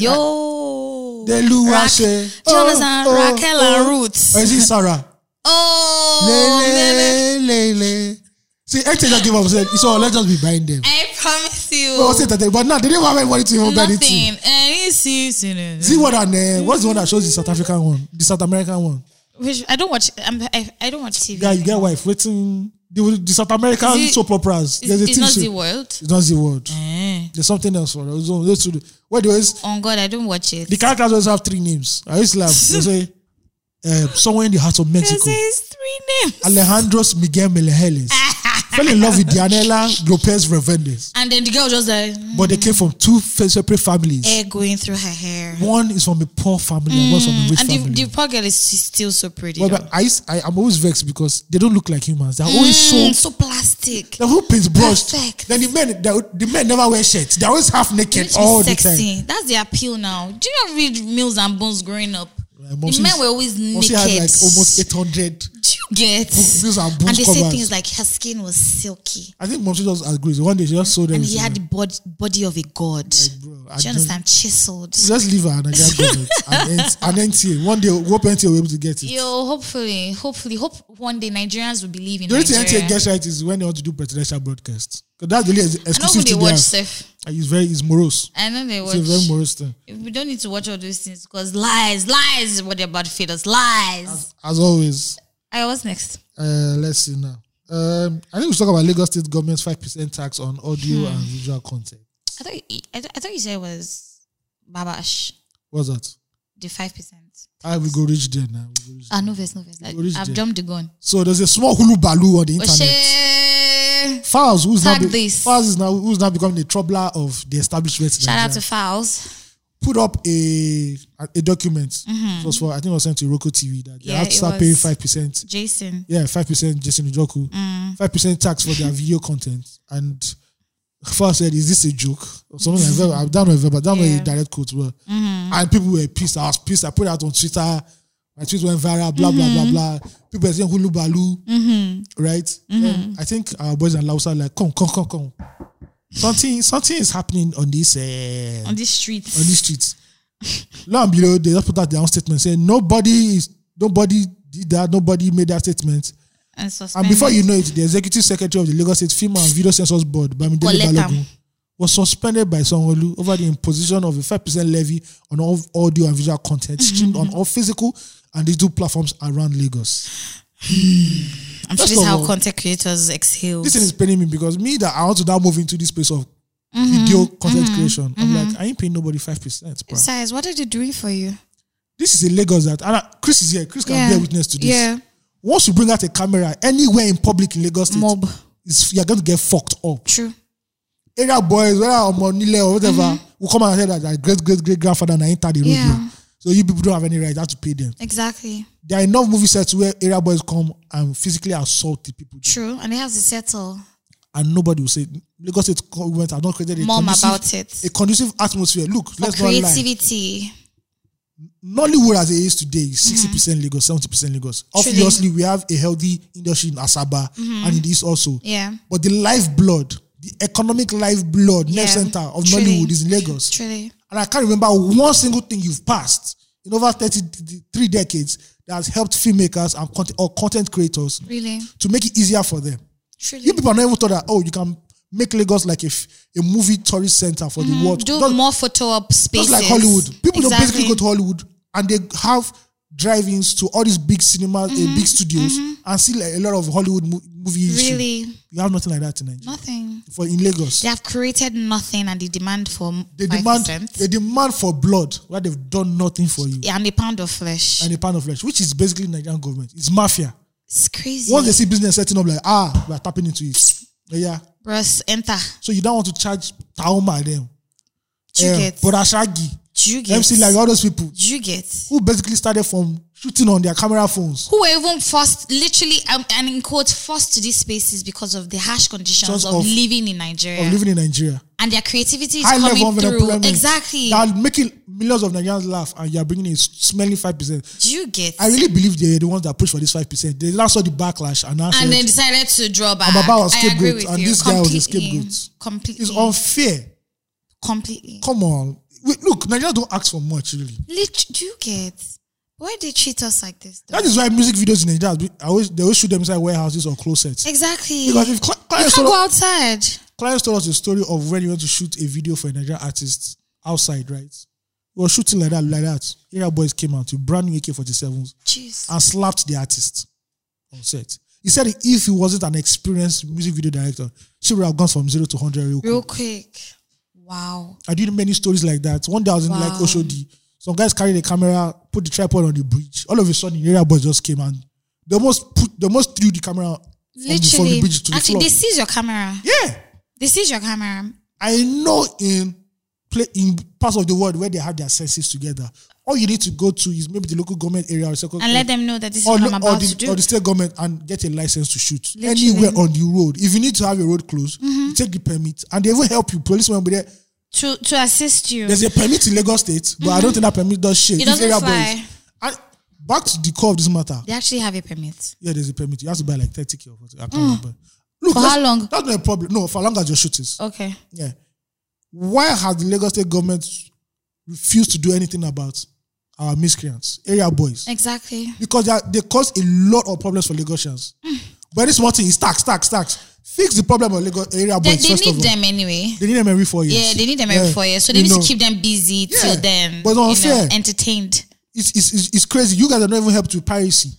[SPEAKER 1] Mm. Yeah.
[SPEAKER 2] yo.
[SPEAKER 1] the Luwase.
[SPEAKER 2] Do you understand? Raquel and Ruth.
[SPEAKER 1] Or Oh, is it Sarah?
[SPEAKER 2] (laughs) Oh, man.
[SPEAKER 1] oh. Lele, lele. See, NTA just gave up. Said, "It's all. Let's just be buying them."
[SPEAKER 2] I promise you,
[SPEAKER 1] But, what's it that they- but now they didn't have anybody to even buy the thing.
[SPEAKER 2] nothing. Uh, Any season.
[SPEAKER 1] See what and uh, what's the one that shows the South African one, the South American one?
[SPEAKER 2] Which I don't watch. I'm, I I don't watch TV.
[SPEAKER 1] Yeah, you get wife waiting. The, the South American
[SPEAKER 2] Is it-
[SPEAKER 1] soap operas.
[SPEAKER 2] It's,
[SPEAKER 1] There's a
[SPEAKER 2] it's
[SPEAKER 1] thing.
[SPEAKER 2] not
[SPEAKER 1] show.
[SPEAKER 2] the world.
[SPEAKER 1] It's not the word.
[SPEAKER 2] Eh.
[SPEAKER 1] There's something else for those. one- Those two. What do is
[SPEAKER 2] Oh God, I don't watch it.
[SPEAKER 1] the characters always have three names. I used to laugh. They say, (laughs) uh, somewhere in the heart of
[SPEAKER 2] It
[SPEAKER 1] Mexico,
[SPEAKER 2] says three names.
[SPEAKER 1] Alejandro's Miguel
[SPEAKER 2] (laughs)
[SPEAKER 1] Meleheles fell in love with Dianela Lopez Revendes,
[SPEAKER 2] And then the girl just like mm,
[SPEAKER 1] but they came from two fa- separate families.
[SPEAKER 2] hair going through her hair.
[SPEAKER 1] One is from a poor family, and one's from a rich
[SPEAKER 2] Mm, And
[SPEAKER 1] family.
[SPEAKER 2] the, the poor girl is still so pretty.
[SPEAKER 1] Well,
[SPEAKER 2] though.
[SPEAKER 1] but I, used- I, I'm always vexed because they don't look like humans. They're always
[SPEAKER 2] Mm,
[SPEAKER 1] so.
[SPEAKER 2] so plastic.
[SPEAKER 1] The whole paintbrushed.
[SPEAKER 2] Perfect.
[SPEAKER 1] Then the men, the, the men never wear shirts. They're always half
[SPEAKER 2] They
[SPEAKER 1] naked
[SPEAKER 2] need to be
[SPEAKER 1] all the time.
[SPEAKER 2] sexy. That's the appeal now. Do you not read Mills and Bones growing up?
[SPEAKER 1] Like,
[SPEAKER 2] the
[SPEAKER 1] Mumsy-
[SPEAKER 2] men were always
[SPEAKER 1] Mumsy
[SPEAKER 2] naked.
[SPEAKER 1] had like almost 800.
[SPEAKER 2] Do you get?
[SPEAKER 1] Mills and Bones
[SPEAKER 2] and they say
[SPEAKER 1] covers.
[SPEAKER 2] things like her skin was silky
[SPEAKER 1] I think Momsi just agrees. One day she just sold them.
[SPEAKER 2] and
[SPEAKER 1] to
[SPEAKER 2] he had the
[SPEAKER 1] them.
[SPEAKER 2] bod- body of a god.
[SPEAKER 1] Like, bro, I
[SPEAKER 2] Do you
[SPEAKER 1] don't-
[SPEAKER 2] understand? Chiseled.
[SPEAKER 1] Just leave her and I just
[SPEAKER 2] (laughs)
[SPEAKER 1] give it. And N- and NTA. One day, hope NTA will be able to get it.
[SPEAKER 2] Yo, hopefully, hopefully, hope one day Nigerians will believe in
[SPEAKER 1] The only thing
[SPEAKER 2] Nigeria.
[SPEAKER 1] NTA gets right is when they want to do presidential broadcast. Because that's the only ex-
[SPEAKER 2] I know who
[SPEAKER 1] exclusive
[SPEAKER 2] they
[SPEAKER 1] thing they
[SPEAKER 2] watch,
[SPEAKER 1] have.
[SPEAKER 2] Seth.
[SPEAKER 1] And It's very, it's morose.
[SPEAKER 2] I know they
[SPEAKER 1] It's a very
[SPEAKER 2] watch.
[SPEAKER 1] morose thing.
[SPEAKER 2] We don't need to watch all those things because lies, lies is what they're about to feed us. Lies.
[SPEAKER 1] As always.
[SPEAKER 2] I was next.
[SPEAKER 1] Uh, let's see now. Um, I think we should talk about Lagos State government's five percent tax on
[SPEAKER 2] Hmm.
[SPEAKER 1] audio and visual content.
[SPEAKER 2] I thought you- I, th- I thought you said it was Babash,
[SPEAKER 1] What's that?
[SPEAKER 2] the five percent.
[SPEAKER 1] I will go reach there now. We go reach
[SPEAKER 2] Ah,
[SPEAKER 1] there.
[SPEAKER 2] no verse, no verse. Like,
[SPEAKER 1] What is
[SPEAKER 2] I've
[SPEAKER 1] there?
[SPEAKER 2] jumped the gun.
[SPEAKER 1] So there's a small hulu baloo on the internet.
[SPEAKER 2] Oshay.
[SPEAKER 1] Files, who's now,
[SPEAKER 2] Tag this.
[SPEAKER 1] Files is now who's now becoming the troubler of the establishment. in
[SPEAKER 2] Shout out to
[SPEAKER 1] Nigeria,
[SPEAKER 2] Fowls.
[SPEAKER 1] put up a a, a document. It was for I think it was sent to Roku TV that they
[SPEAKER 2] Mm-hmm. Yeah,
[SPEAKER 1] have
[SPEAKER 2] it
[SPEAKER 1] to start paying
[SPEAKER 2] was.
[SPEAKER 1] five percent.
[SPEAKER 2] Jason.
[SPEAKER 1] Yeah, five percent Jason Njoku, five percent tax for their video content. And first said, "Is this a joke?" Or something like that. I've done it, but that was
[SPEAKER 2] Yeah.
[SPEAKER 1] a direct quote. Well, and people were pissed. I was pissed. I put it out on Twitter. My tweet went viral. Blah blah blah blah. People were saying hulu baloo, right? Then I think our boys and Lausa like, "Come, come, come, come." Something, something is happening on this uh,
[SPEAKER 2] On these streets.
[SPEAKER 1] on these streets. Lo and below, they just put out their own statement saying nobody is nobody did that, nobody made that statement.
[SPEAKER 3] And,
[SPEAKER 1] And before you know it, the executive secretary of the Lagos State Film and Video Censors Board, Bamidele
[SPEAKER 2] Collect am.
[SPEAKER 1] Balogun, was suspended by Sanwo-Olu over the imposition of a 5% levy on all audio and visual content streamed on all physical and digital platforms around Lagos.
[SPEAKER 2] I'm sure
[SPEAKER 1] First
[SPEAKER 2] this is
[SPEAKER 1] of
[SPEAKER 2] how
[SPEAKER 1] all,
[SPEAKER 2] content creators exhale.
[SPEAKER 1] This thing is paining me because me that I want to now move into this space of video content creation. I'm like, I ain't paying nobody 5%. bruh.
[SPEAKER 3] Size, what are they doing for you?
[SPEAKER 1] This is a Lagos that, and I- Chris is here. Chris can be a witness to this.
[SPEAKER 3] Yeah.
[SPEAKER 1] Once you bring out a camera anywhere in public in Lagos State,
[SPEAKER 2] Mob.
[SPEAKER 1] it's- you're going to get fucked up.
[SPEAKER 3] True.
[SPEAKER 1] area boys whether I'm on Nile or whatever will come and say that their great great great grandfather na enter the road
[SPEAKER 3] Mm-hmm. Yeah.
[SPEAKER 1] road so you people don't have any right you have to pay them
[SPEAKER 3] Exactly.
[SPEAKER 1] there are enough movie sets where area boys come and physically assault the people
[SPEAKER 3] True. And they have to settle
[SPEAKER 1] and nobody will say Lagos State government have not created a
[SPEAKER 3] more
[SPEAKER 1] conducive
[SPEAKER 3] about it.
[SPEAKER 1] a conducive atmosphere look
[SPEAKER 3] For
[SPEAKER 1] let's not lie
[SPEAKER 3] creativity.
[SPEAKER 1] Nollywood as it is today is
[SPEAKER 3] Mm-hmm.
[SPEAKER 1] 60 percent Lagos 70 percent Lagos obviously we have a healthy industry in Asaba and it is also
[SPEAKER 3] Mm-hmm. Yeah.
[SPEAKER 1] but the lifeblood the economic lifeblood nerve
[SPEAKER 3] Yeah.
[SPEAKER 1] center of
[SPEAKER 3] Truly.
[SPEAKER 1] Nollywood is in Lagos
[SPEAKER 3] Truly.
[SPEAKER 1] And I can't remember one single thing you've passed in over 33 decades that has helped filmmakers and content, or content creators
[SPEAKER 3] Really.
[SPEAKER 1] to make it easier for them.
[SPEAKER 3] Truly.
[SPEAKER 1] You people are not even thought that, oh, you can make Lagos like a, f- a movie tourist center for the world.
[SPEAKER 2] Mm, Do
[SPEAKER 1] Just-
[SPEAKER 2] more photo up spaces.
[SPEAKER 1] just like Hollywood. People don't
[SPEAKER 2] Exactly.
[SPEAKER 1] basically go to Hollywood and they have drive-ins to all these big cinemas,
[SPEAKER 2] Mm-hmm,
[SPEAKER 1] uh, big studios and see like, a lot of Hollywood mo- movies.
[SPEAKER 2] Really,
[SPEAKER 1] You have nothing like that in Nigeria.
[SPEAKER 2] nothing.
[SPEAKER 1] For in Lagos.
[SPEAKER 2] They have created nothing, and they demand for
[SPEAKER 1] They
[SPEAKER 2] five
[SPEAKER 1] demand,
[SPEAKER 2] percent
[SPEAKER 1] they demand for blood where they've done nothing for you.
[SPEAKER 2] and a pound of flesh.
[SPEAKER 1] and a pound of flesh, which is basically Nigerian government. It's mafia.
[SPEAKER 2] It's crazy.
[SPEAKER 1] Once they see business setting up, like ah, we are tapping into it. Yeah.
[SPEAKER 2] Bros, enter.
[SPEAKER 1] So you don't want to charge Taoma them, Um,
[SPEAKER 2] Do you get?
[SPEAKER 1] but Ashagi,
[SPEAKER 2] Do you get?
[SPEAKER 1] MC like all those people
[SPEAKER 2] Do you get?
[SPEAKER 1] who basically started from shooting on their camera phones.
[SPEAKER 2] Who were even forced, literally, um, and in quote, forced to these spaces because of the harsh conditions
[SPEAKER 1] Just
[SPEAKER 2] of,
[SPEAKER 1] of-
[SPEAKER 2] living in Nigeria,
[SPEAKER 1] Of living in Nigeria,
[SPEAKER 2] and their creativity is
[SPEAKER 1] high level
[SPEAKER 2] coming
[SPEAKER 1] of
[SPEAKER 2] through.
[SPEAKER 1] unemployment,
[SPEAKER 2] Exactly.
[SPEAKER 1] that are making millions of Nigerians laugh, and you are bringing a smelly five percent.
[SPEAKER 2] Do you get?
[SPEAKER 1] I really believe they are the ones that pushed for this five percent. They now saw the backlash and now
[SPEAKER 2] and
[SPEAKER 1] said,
[SPEAKER 2] then decided to draw back.
[SPEAKER 1] Baba was
[SPEAKER 2] I agree
[SPEAKER 1] scapegoat,
[SPEAKER 2] with
[SPEAKER 1] and
[SPEAKER 2] you.
[SPEAKER 1] this guy was a
[SPEAKER 2] Completely.
[SPEAKER 1] scapegoat.
[SPEAKER 2] Completely.
[SPEAKER 1] "It's unfair."
[SPEAKER 2] completely.
[SPEAKER 1] Come on, we, look, Nigerians don't ask for much really.
[SPEAKER 2] Lit- do you get? Why they treat us like this? Though?
[SPEAKER 1] That is why music videos in Nigeria, I always, they always shoot them inside warehouses or closets.
[SPEAKER 2] Exactly.
[SPEAKER 1] Because if cli-
[SPEAKER 2] you
[SPEAKER 1] clients told,
[SPEAKER 2] can't go outside.
[SPEAKER 1] clients told us the story of when you want to shoot a video for a Nigerian artist outside, right? We were shooting like that, like that. Area boys came out with brand new AK-47s
[SPEAKER 2] Jeez.
[SPEAKER 1] and slapped the artist on set. He said if he wasn't an experienced music video director, she would have gone from zero to hundred real quick.
[SPEAKER 2] Real quick. Wow.
[SPEAKER 1] I did many stories like that. One day I was in like
[SPEAKER 2] Wow.
[SPEAKER 1] Oshodi. Some guys carried a camera, put the tripod on the bridge. All of a sudden, area boys just came and they almost put, they almost threw the camera from the, from
[SPEAKER 2] Literally.
[SPEAKER 1] the bridge to
[SPEAKER 2] Actually,
[SPEAKER 1] the
[SPEAKER 2] they
[SPEAKER 1] floor.
[SPEAKER 2] seize your camera.
[SPEAKER 1] Yeah,
[SPEAKER 2] They seize your camera.
[SPEAKER 1] I know in play in parts of the world where they have their senses together. All you need to go to is maybe the local government area or second
[SPEAKER 2] And let them know that this is
[SPEAKER 1] or,
[SPEAKER 2] what
[SPEAKER 1] lo-
[SPEAKER 2] I'm
[SPEAKER 1] or
[SPEAKER 2] about to
[SPEAKER 1] the,
[SPEAKER 2] do.
[SPEAKER 1] or the state government and get a license to shoot
[SPEAKER 2] Literally. Mm-hmm.
[SPEAKER 1] anywhere on the road. If you need to have your road closed, you take the permit and they will help you. Policemen will be there.
[SPEAKER 2] To to assist you.
[SPEAKER 1] There's a permit in Lagos State, but I don't think that permit does shit.
[SPEAKER 2] Mm-hmm. It
[SPEAKER 1] These
[SPEAKER 2] doesn't
[SPEAKER 1] area
[SPEAKER 2] fly.
[SPEAKER 1] boys- And back to the core of this matter.
[SPEAKER 2] They actually have a permit.
[SPEAKER 1] Yeah, there's a permit. You have to buy like 30 k or something. I can't remember. Look,
[SPEAKER 2] Mm. For
[SPEAKER 1] that's-
[SPEAKER 2] how long?
[SPEAKER 1] That's not a problem. No, for how long as your shoot is.
[SPEAKER 2] Okay.
[SPEAKER 1] Yeah. Why has the Lagos State government refused to do anything about our miscreants, area boys?
[SPEAKER 2] Exactly.
[SPEAKER 1] Because they, are, they cause a lot of problems for Lagosians.
[SPEAKER 2] Mm.
[SPEAKER 1] But this one thing is tax, tax, tax. Fix the problem of Lagos area
[SPEAKER 2] They,
[SPEAKER 1] boys.
[SPEAKER 2] they
[SPEAKER 1] first
[SPEAKER 2] need
[SPEAKER 1] of all.
[SPEAKER 2] them anyway.
[SPEAKER 1] They need them every four years.
[SPEAKER 2] Yeah, they need them every
[SPEAKER 1] Yeah.
[SPEAKER 2] four years. So they
[SPEAKER 1] You
[SPEAKER 2] need
[SPEAKER 1] know.
[SPEAKER 2] to keep them busy
[SPEAKER 1] Yeah.
[SPEAKER 2] till then.
[SPEAKER 1] But it's
[SPEAKER 2] you know,
[SPEAKER 1] unfair.
[SPEAKER 2] entertained.
[SPEAKER 1] it's, it's, it's, it's crazy. You guys are not even helped with piracy.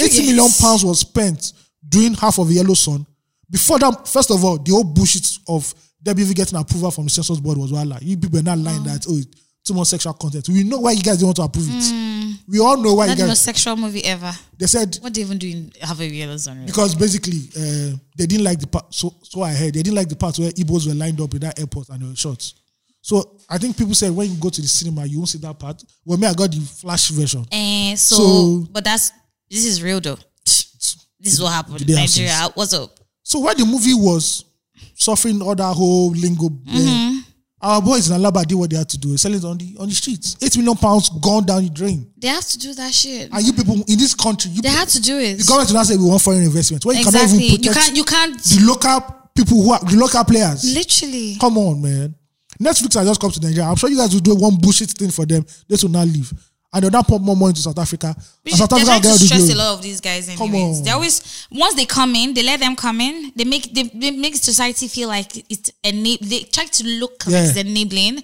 [SPEAKER 1] Eighty million pounds was spent doing half of Yellow Sun. Before that, first of all, the whole bullshit of WV getting approval from the census board was wala. You people are not lying that, oh, it's too much sexual content. We know why you guys don't want to approve it. We all know why
[SPEAKER 2] That's
[SPEAKER 1] you
[SPEAKER 2] the most
[SPEAKER 1] guys.
[SPEAKER 2] sexual movie ever.
[SPEAKER 1] They said,
[SPEAKER 2] What do they even do in Have a Yellow Zone? really?
[SPEAKER 1] because basically, uh, they didn't like the part, so, so I heard, they didn't like the part where Igbos were lined up in that airport and they were shot. So I think people said when you go to the cinema, you won't see that part. Well, me, I got the flash version.
[SPEAKER 2] Eh, so,
[SPEAKER 1] So-
[SPEAKER 2] but that's this is real though. This is what happened.
[SPEAKER 1] Did they have
[SPEAKER 2] Nigeria, what's up?
[SPEAKER 1] So while the movie was suffering all that whole lingo, there,
[SPEAKER 2] Mm-hmm.
[SPEAKER 1] our boys in Alaba did what they had to do. They Sell it on the on the streets. Eight million pounds gone down the drain.
[SPEAKER 2] They have to do that shit.
[SPEAKER 1] And you people in this country, you
[SPEAKER 2] They had to do it.
[SPEAKER 1] the government will not say we want foreign investment. When you
[SPEAKER 2] Exactly.
[SPEAKER 1] cannot even
[SPEAKER 2] You
[SPEAKER 1] protect
[SPEAKER 2] can't. You can't.
[SPEAKER 1] the local people who are the local players.
[SPEAKER 2] Literally.
[SPEAKER 1] Come on, man. Netflix has just come to Nigeria. I'm sure you guys will do one bullshit thing for them. They will not leave. And they'll not pump more money to South Africa. And
[SPEAKER 2] Which
[SPEAKER 1] South
[SPEAKER 2] they're
[SPEAKER 1] Africa
[SPEAKER 2] trying to
[SPEAKER 1] will get all
[SPEAKER 2] stress
[SPEAKER 1] the
[SPEAKER 2] a
[SPEAKER 1] glory.
[SPEAKER 2] lot of these guys anyways.
[SPEAKER 1] Come on.
[SPEAKER 2] They always once they come in, they let them come in. They make they, they make society feel like it's enab- they try to look like
[SPEAKER 1] Yeah.
[SPEAKER 2] it's enabling.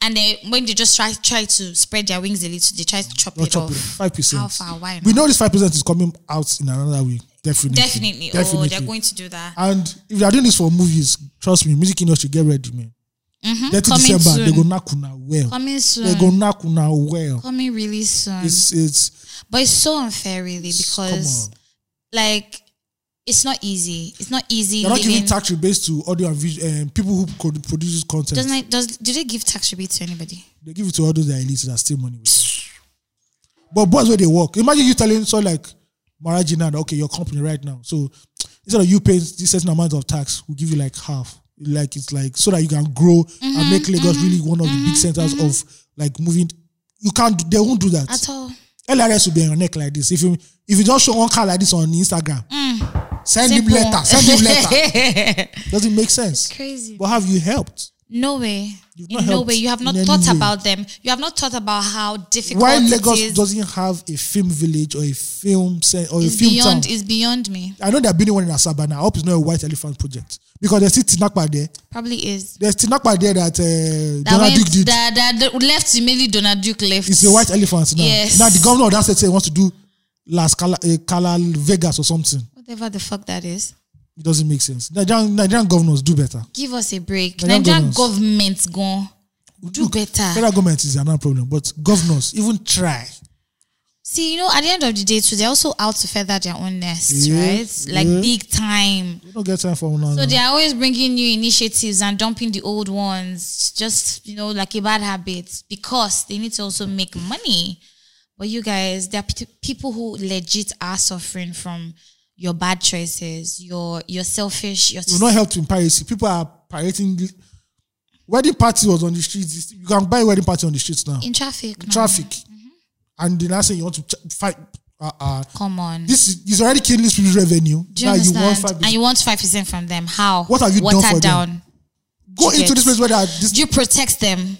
[SPEAKER 2] And then when they just try try to spread their wings a little, they try to chop,
[SPEAKER 1] Not
[SPEAKER 2] it,
[SPEAKER 1] chop
[SPEAKER 2] off.
[SPEAKER 1] it. Five percent.
[SPEAKER 2] How far? Why
[SPEAKER 1] We
[SPEAKER 2] not?
[SPEAKER 1] know this five percent is coming out in another way. Definitely.
[SPEAKER 2] Definitely. Oh, they're going to do that.
[SPEAKER 1] And if they are doing this for movies, trust me, music industry get ready, man. Mm-hmm. 30
[SPEAKER 2] Coming
[SPEAKER 1] December,
[SPEAKER 2] soon.
[SPEAKER 1] they go knock una well.
[SPEAKER 2] Coming
[SPEAKER 1] They
[SPEAKER 2] soon.
[SPEAKER 1] go knock una well.
[SPEAKER 2] Coming really soon.
[SPEAKER 1] It's it's
[SPEAKER 2] but it's so unfair, really, because
[SPEAKER 1] come on.
[SPEAKER 2] like it's not easy. It's not easy.
[SPEAKER 1] They're not
[SPEAKER 2] living-
[SPEAKER 1] giving tax rebates to audio and visual um, people who could produce content.
[SPEAKER 2] doesn't it, does do they give tax rebate to anybody?
[SPEAKER 1] they give it to all those that are elite that steal money with them. But boys where they work. Imagine you telling so like Marajina, okay, your company right now. So instead of you paying this certain amount of tax, we'll give you like half. Like it's like so that you can grow
[SPEAKER 2] Mm-hmm,
[SPEAKER 1] and make Lagos really one of the big centers of like moving. You can't do- they won't do that.
[SPEAKER 2] At all.
[SPEAKER 1] LRS will be on your neck like this. If you if you just show one car like this on Instagram, send him
[SPEAKER 2] Mm. Simple.
[SPEAKER 1] letter, send him letter.
[SPEAKER 2] (laughs)
[SPEAKER 1] Doesn't make sense.
[SPEAKER 2] Crazy.
[SPEAKER 1] But have you helped?
[SPEAKER 2] No way.
[SPEAKER 1] You've not
[SPEAKER 2] In no
[SPEAKER 1] helped
[SPEAKER 2] way. You have not
[SPEAKER 1] in any
[SPEAKER 2] thought
[SPEAKER 1] way.
[SPEAKER 2] about them. You have not thought about how difficult
[SPEAKER 1] why
[SPEAKER 2] it
[SPEAKER 1] Lagos
[SPEAKER 2] is.
[SPEAKER 1] doesn't have a film village or a film set or a
[SPEAKER 2] It's
[SPEAKER 1] film
[SPEAKER 2] beyond.
[SPEAKER 1] town.
[SPEAKER 2] It's beyond me.
[SPEAKER 1] I know they're building one in Asaba now. I hope it's not a white elephant project because there's still Tinakpa there.
[SPEAKER 2] Probably is.
[SPEAKER 1] There's Tinakpa there that uh,
[SPEAKER 2] That
[SPEAKER 1] Donald
[SPEAKER 2] went-
[SPEAKER 1] Duke did.
[SPEAKER 2] That, that, that left immediately. Donald Duke left.
[SPEAKER 1] It's a white elephant now.
[SPEAKER 2] Yes.
[SPEAKER 1] Now the governor of that state say he wants to do Las Cala, uh, Cala Vegas or something.
[SPEAKER 2] Whatever the fuck that is.
[SPEAKER 1] It doesn't make sense. Nigerian, Nigerian governors do better.
[SPEAKER 2] Give us a break.
[SPEAKER 1] Nigerian
[SPEAKER 2] Nigerian government gone. Do
[SPEAKER 1] Look,
[SPEAKER 2] better.
[SPEAKER 1] Federal government is another problem, but governors even try.
[SPEAKER 2] See, you know, at the end of the day, too, they're also out to feather their own nest,
[SPEAKER 1] Yeah,
[SPEAKER 2] right? Like
[SPEAKER 1] yeah.
[SPEAKER 2] big time.
[SPEAKER 1] We don't get time for now.
[SPEAKER 2] So they are always bringing new initiatives and dumping the old ones, just you know, like a bad habit, because they need to also make money. But you guys, there are p- people who legit are suffering from your bad choices, your your selfish, your
[SPEAKER 1] will not help in piracy. People are pirating. the- Wedding party was on the streets. You can buy wedding party on the streets now.
[SPEAKER 2] in traffic. now.
[SPEAKER 1] Traffic,
[SPEAKER 2] Mm-hmm.
[SPEAKER 1] and then I say you want to ch- fight. Uh, uh,
[SPEAKER 2] Come on,
[SPEAKER 1] this is it's already killing this people's revenue.
[SPEAKER 2] do you
[SPEAKER 1] now you
[SPEAKER 2] understand?
[SPEAKER 1] want five.
[SPEAKER 2] and you want five percent from them? How?
[SPEAKER 1] What have you done
[SPEAKER 2] Water
[SPEAKER 1] for them?
[SPEAKER 2] down.
[SPEAKER 1] go into
[SPEAKER 2] get-
[SPEAKER 1] this place where they are, this,
[SPEAKER 2] Do you protect them?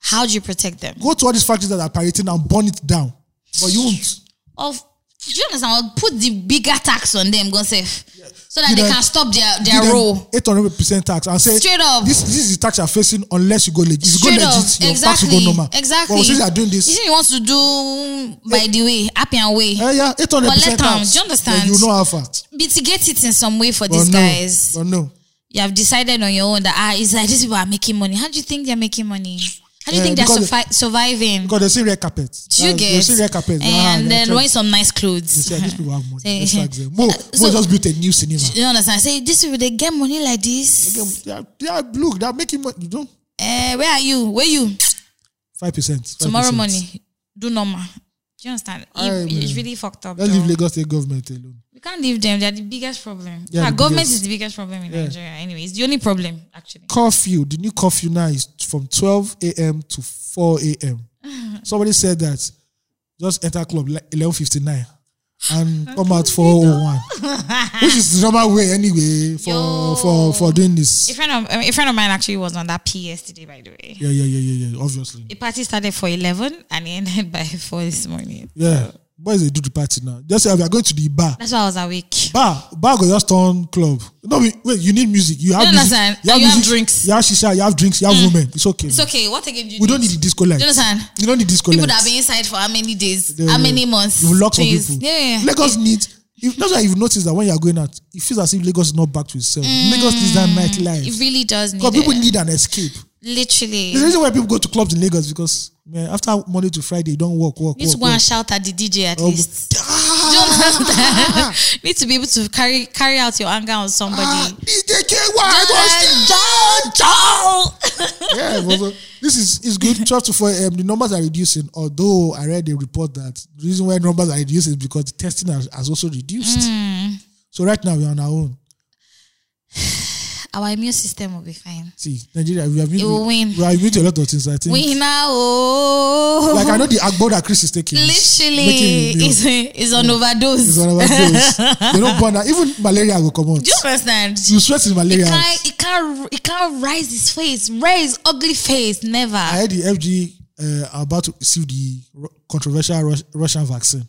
[SPEAKER 2] How do you protect them?
[SPEAKER 1] go to all these factories that are pirating and burn it down. But you won't.
[SPEAKER 2] of do you understand? I'll put the bigger tax on them, God safe, so that
[SPEAKER 1] Give
[SPEAKER 2] they
[SPEAKER 1] them-
[SPEAKER 2] can stop their their role.
[SPEAKER 1] Eight hundred percent tax and say
[SPEAKER 2] Straight up.
[SPEAKER 1] This this is the tax you're facing unless you go legit. If you go legit,
[SPEAKER 2] Straight up,
[SPEAKER 1] your tax
[SPEAKER 2] exactly,
[SPEAKER 1] will go normal.
[SPEAKER 2] exactly.
[SPEAKER 1] But since you are doing
[SPEAKER 2] You
[SPEAKER 1] this,
[SPEAKER 2] see, he wants to do by the way, happy and way,
[SPEAKER 1] eh, yeah, eight hundred percent
[SPEAKER 2] But let 'em,
[SPEAKER 1] tax.
[SPEAKER 2] do you understand?
[SPEAKER 1] Then You know how far.
[SPEAKER 2] mitigate it in some way for
[SPEAKER 1] But
[SPEAKER 2] these
[SPEAKER 1] no,
[SPEAKER 2] guys.
[SPEAKER 1] But no.
[SPEAKER 2] You have decided on your own that ah, it's like these people are making money. How do you think they're making money? How do you
[SPEAKER 1] Eh,
[SPEAKER 2] think they're
[SPEAKER 1] because-
[SPEAKER 2] survi- surviving?
[SPEAKER 1] Because they see red carpet.
[SPEAKER 2] do you
[SPEAKER 1] They
[SPEAKER 2] get? Eh,
[SPEAKER 1] see red carpet. Ah,
[SPEAKER 2] and then
[SPEAKER 1] when
[SPEAKER 2] wearing some nice
[SPEAKER 1] you
[SPEAKER 2] clothes.
[SPEAKER 1] see, these people have money.
[SPEAKER 2] Say- Uh,
[SPEAKER 1] Let's tax
[SPEAKER 2] (laughs)
[SPEAKER 1] them. Mo, Mo
[SPEAKER 2] so-
[SPEAKER 1] just built a new cinema.
[SPEAKER 2] (laughs) You understand? I say these people they get money like this.
[SPEAKER 1] Them, they are, they are, look, they are making money. You know,
[SPEAKER 2] Eh, where are you? Where you?
[SPEAKER 1] five percent.
[SPEAKER 2] tomorrow morning do normal do you understand If-
[SPEAKER 1] Aye,
[SPEAKER 2] it's
[SPEAKER 1] man.
[SPEAKER 2] really fucked up
[SPEAKER 1] Let's
[SPEAKER 2] though.
[SPEAKER 1] leave Lagos State government alone.
[SPEAKER 2] we can't leave them they're the biggest problem
[SPEAKER 1] Yeah,
[SPEAKER 2] yeah,
[SPEAKER 1] the
[SPEAKER 2] government
[SPEAKER 1] biggest.
[SPEAKER 2] is the biggest problem in
[SPEAKER 1] Yeah.
[SPEAKER 2] nigeria anyway it's the only problem actually
[SPEAKER 1] Curfew. The new curfew now is from twelve a.m. to four
[SPEAKER 2] (laughs)
[SPEAKER 1] a.m. Somebody said that just enter club like eleven fifty nine
[SPEAKER 2] (laughs)
[SPEAKER 1] and come out four o one, which is the normal way anyway for
[SPEAKER 2] Yo.
[SPEAKER 1] for for doing this.
[SPEAKER 3] A friend of a friend of mine actually was on that P yesterday, by the way.
[SPEAKER 1] yeah, yeah, yeah, yeah, yeah. Obviously.
[SPEAKER 3] The party started for eleven and
[SPEAKER 2] (laughs)
[SPEAKER 3] it ended by four this morning.
[SPEAKER 1] Yeah. Boys, they do the party now. Just say, we are going to the bar.
[SPEAKER 3] That's why I was awake.
[SPEAKER 1] Bar, bar go just turn club. No, we- wait, you need music. You have
[SPEAKER 2] You
[SPEAKER 1] music.
[SPEAKER 2] understand? And you have drinks.
[SPEAKER 1] You have shisha, you have drinks, you have women. It's okay.
[SPEAKER 2] it's okay what again do you
[SPEAKER 1] We don't need the disco lights.
[SPEAKER 2] do you understand
[SPEAKER 1] You don't need disco
[SPEAKER 2] people that
[SPEAKER 1] lights.
[SPEAKER 2] have been inside for how many days
[SPEAKER 1] The-
[SPEAKER 2] how many months
[SPEAKER 1] You've locked some
[SPEAKER 2] Please.
[SPEAKER 1] people.
[SPEAKER 2] yeah, yeah, yeah.
[SPEAKER 1] Lagos needs. If, that's why you've noticed that when you are going out, it feels as if Lagos is not back to itself. Lagos needs that
[SPEAKER 2] it
[SPEAKER 1] nightlife.
[SPEAKER 2] really does Mm. need
[SPEAKER 1] Because people
[SPEAKER 2] it.
[SPEAKER 1] need an escape.
[SPEAKER 2] literally
[SPEAKER 1] The reason why people go to clubs in Lagos is because man, after Monday to Friday, you don't work, work,
[SPEAKER 2] need to
[SPEAKER 1] work.
[SPEAKER 2] go
[SPEAKER 1] work.
[SPEAKER 2] and shout at the dj at
[SPEAKER 1] Oh, (laughs)
[SPEAKER 2] least (laughs) do you understand need to be able to carry carry out your anger on somebody
[SPEAKER 1] Ah, DJ KY,
[SPEAKER 2] Ah,
[SPEAKER 1] Monster!
[SPEAKER 2] Joe, Joe.
[SPEAKER 1] yeah, but, but this is is good. Twelve to four a.m. The numbers are reducing. Although I read a report that the reason why numbers are reducing is because the
[SPEAKER 2] Hmm.
[SPEAKER 1] testing has, has also reduced. So right now we're on our own.
[SPEAKER 3] our immune system will be fine.
[SPEAKER 1] See, Nigeria, we have been,
[SPEAKER 3] It will win.
[SPEAKER 1] We have been to a lot of things. I think.
[SPEAKER 3] We now, oh,
[SPEAKER 1] Like I know the agbo that Chris is taking. is
[SPEAKER 2] Literally,
[SPEAKER 1] making him
[SPEAKER 2] is
[SPEAKER 1] ill.
[SPEAKER 2] is on overdose.
[SPEAKER 1] It's one of those. They don't burn out. Even malaria will come out.
[SPEAKER 2] Do you understand?
[SPEAKER 1] You sweat in
[SPEAKER 2] It
[SPEAKER 1] malaria. out.
[SPEAKER 2] can't, it can't, it can't rise his face, raise ugly face, never.
[SPEAKER 1] I heard the FG uh, are about to receive the Ru- controversial Rus- Russian vaccine.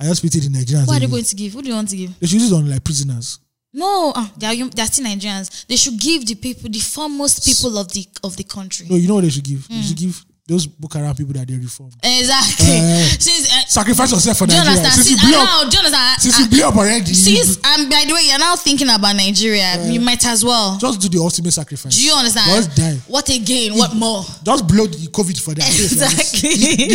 [SPEAKER 1] I just pity the Nigerians.
[SPEAKER 2] What are they
[SPEAKER 1] anyway.
[SPEAKER 2] going to give? What do you want to give?
[SPEAKER 1] They should use it on like prisoners.
[SPEAKER 2] No, uh, they are hum- they are still Nigerians. They should give the people, the foremost people of the of the country.
[SPEAKER 1] No, you know what they should give?
[SPEAKER 2] Hmm.
[SPEAKER 1] They should give those Boko Haram people that they reform.
[SPEAKER 2] Exactly.
[SPEAKER 1] Eh.
[SPEAKER 2] since uh,
[SPEAKER 1] Sacrifice yourself for
[SPEAKER 2] do you
[SPEAKER 1] Nigeria.
[SPEAKER 2] understand? Ah,
[SPEAKER 1] Since
[SPEAKER 2] Since,
[SPEAKER 1] you
[SPEAKER 2] I
[SPEAKER 1] blew up,
[SPEAKER 2] know, do you understand?
[SPEAKER 1] since
[SPEAKER 2] I-
[SPEAKER 1] you blew up already,
[SPEAKER 2] since and by the way, you're now thinking about Nigeria. you might as well.
[SPEAKER 1] just do the ultimate sacrifice.
[SPEAKER 2] Do you understand?
[SPEAKER 1] Just die.
[SPEAKER 2] What again? What more?
[SPEAKER 1] Just blow the COVID for that.
[SPEAKER 2] Exactly.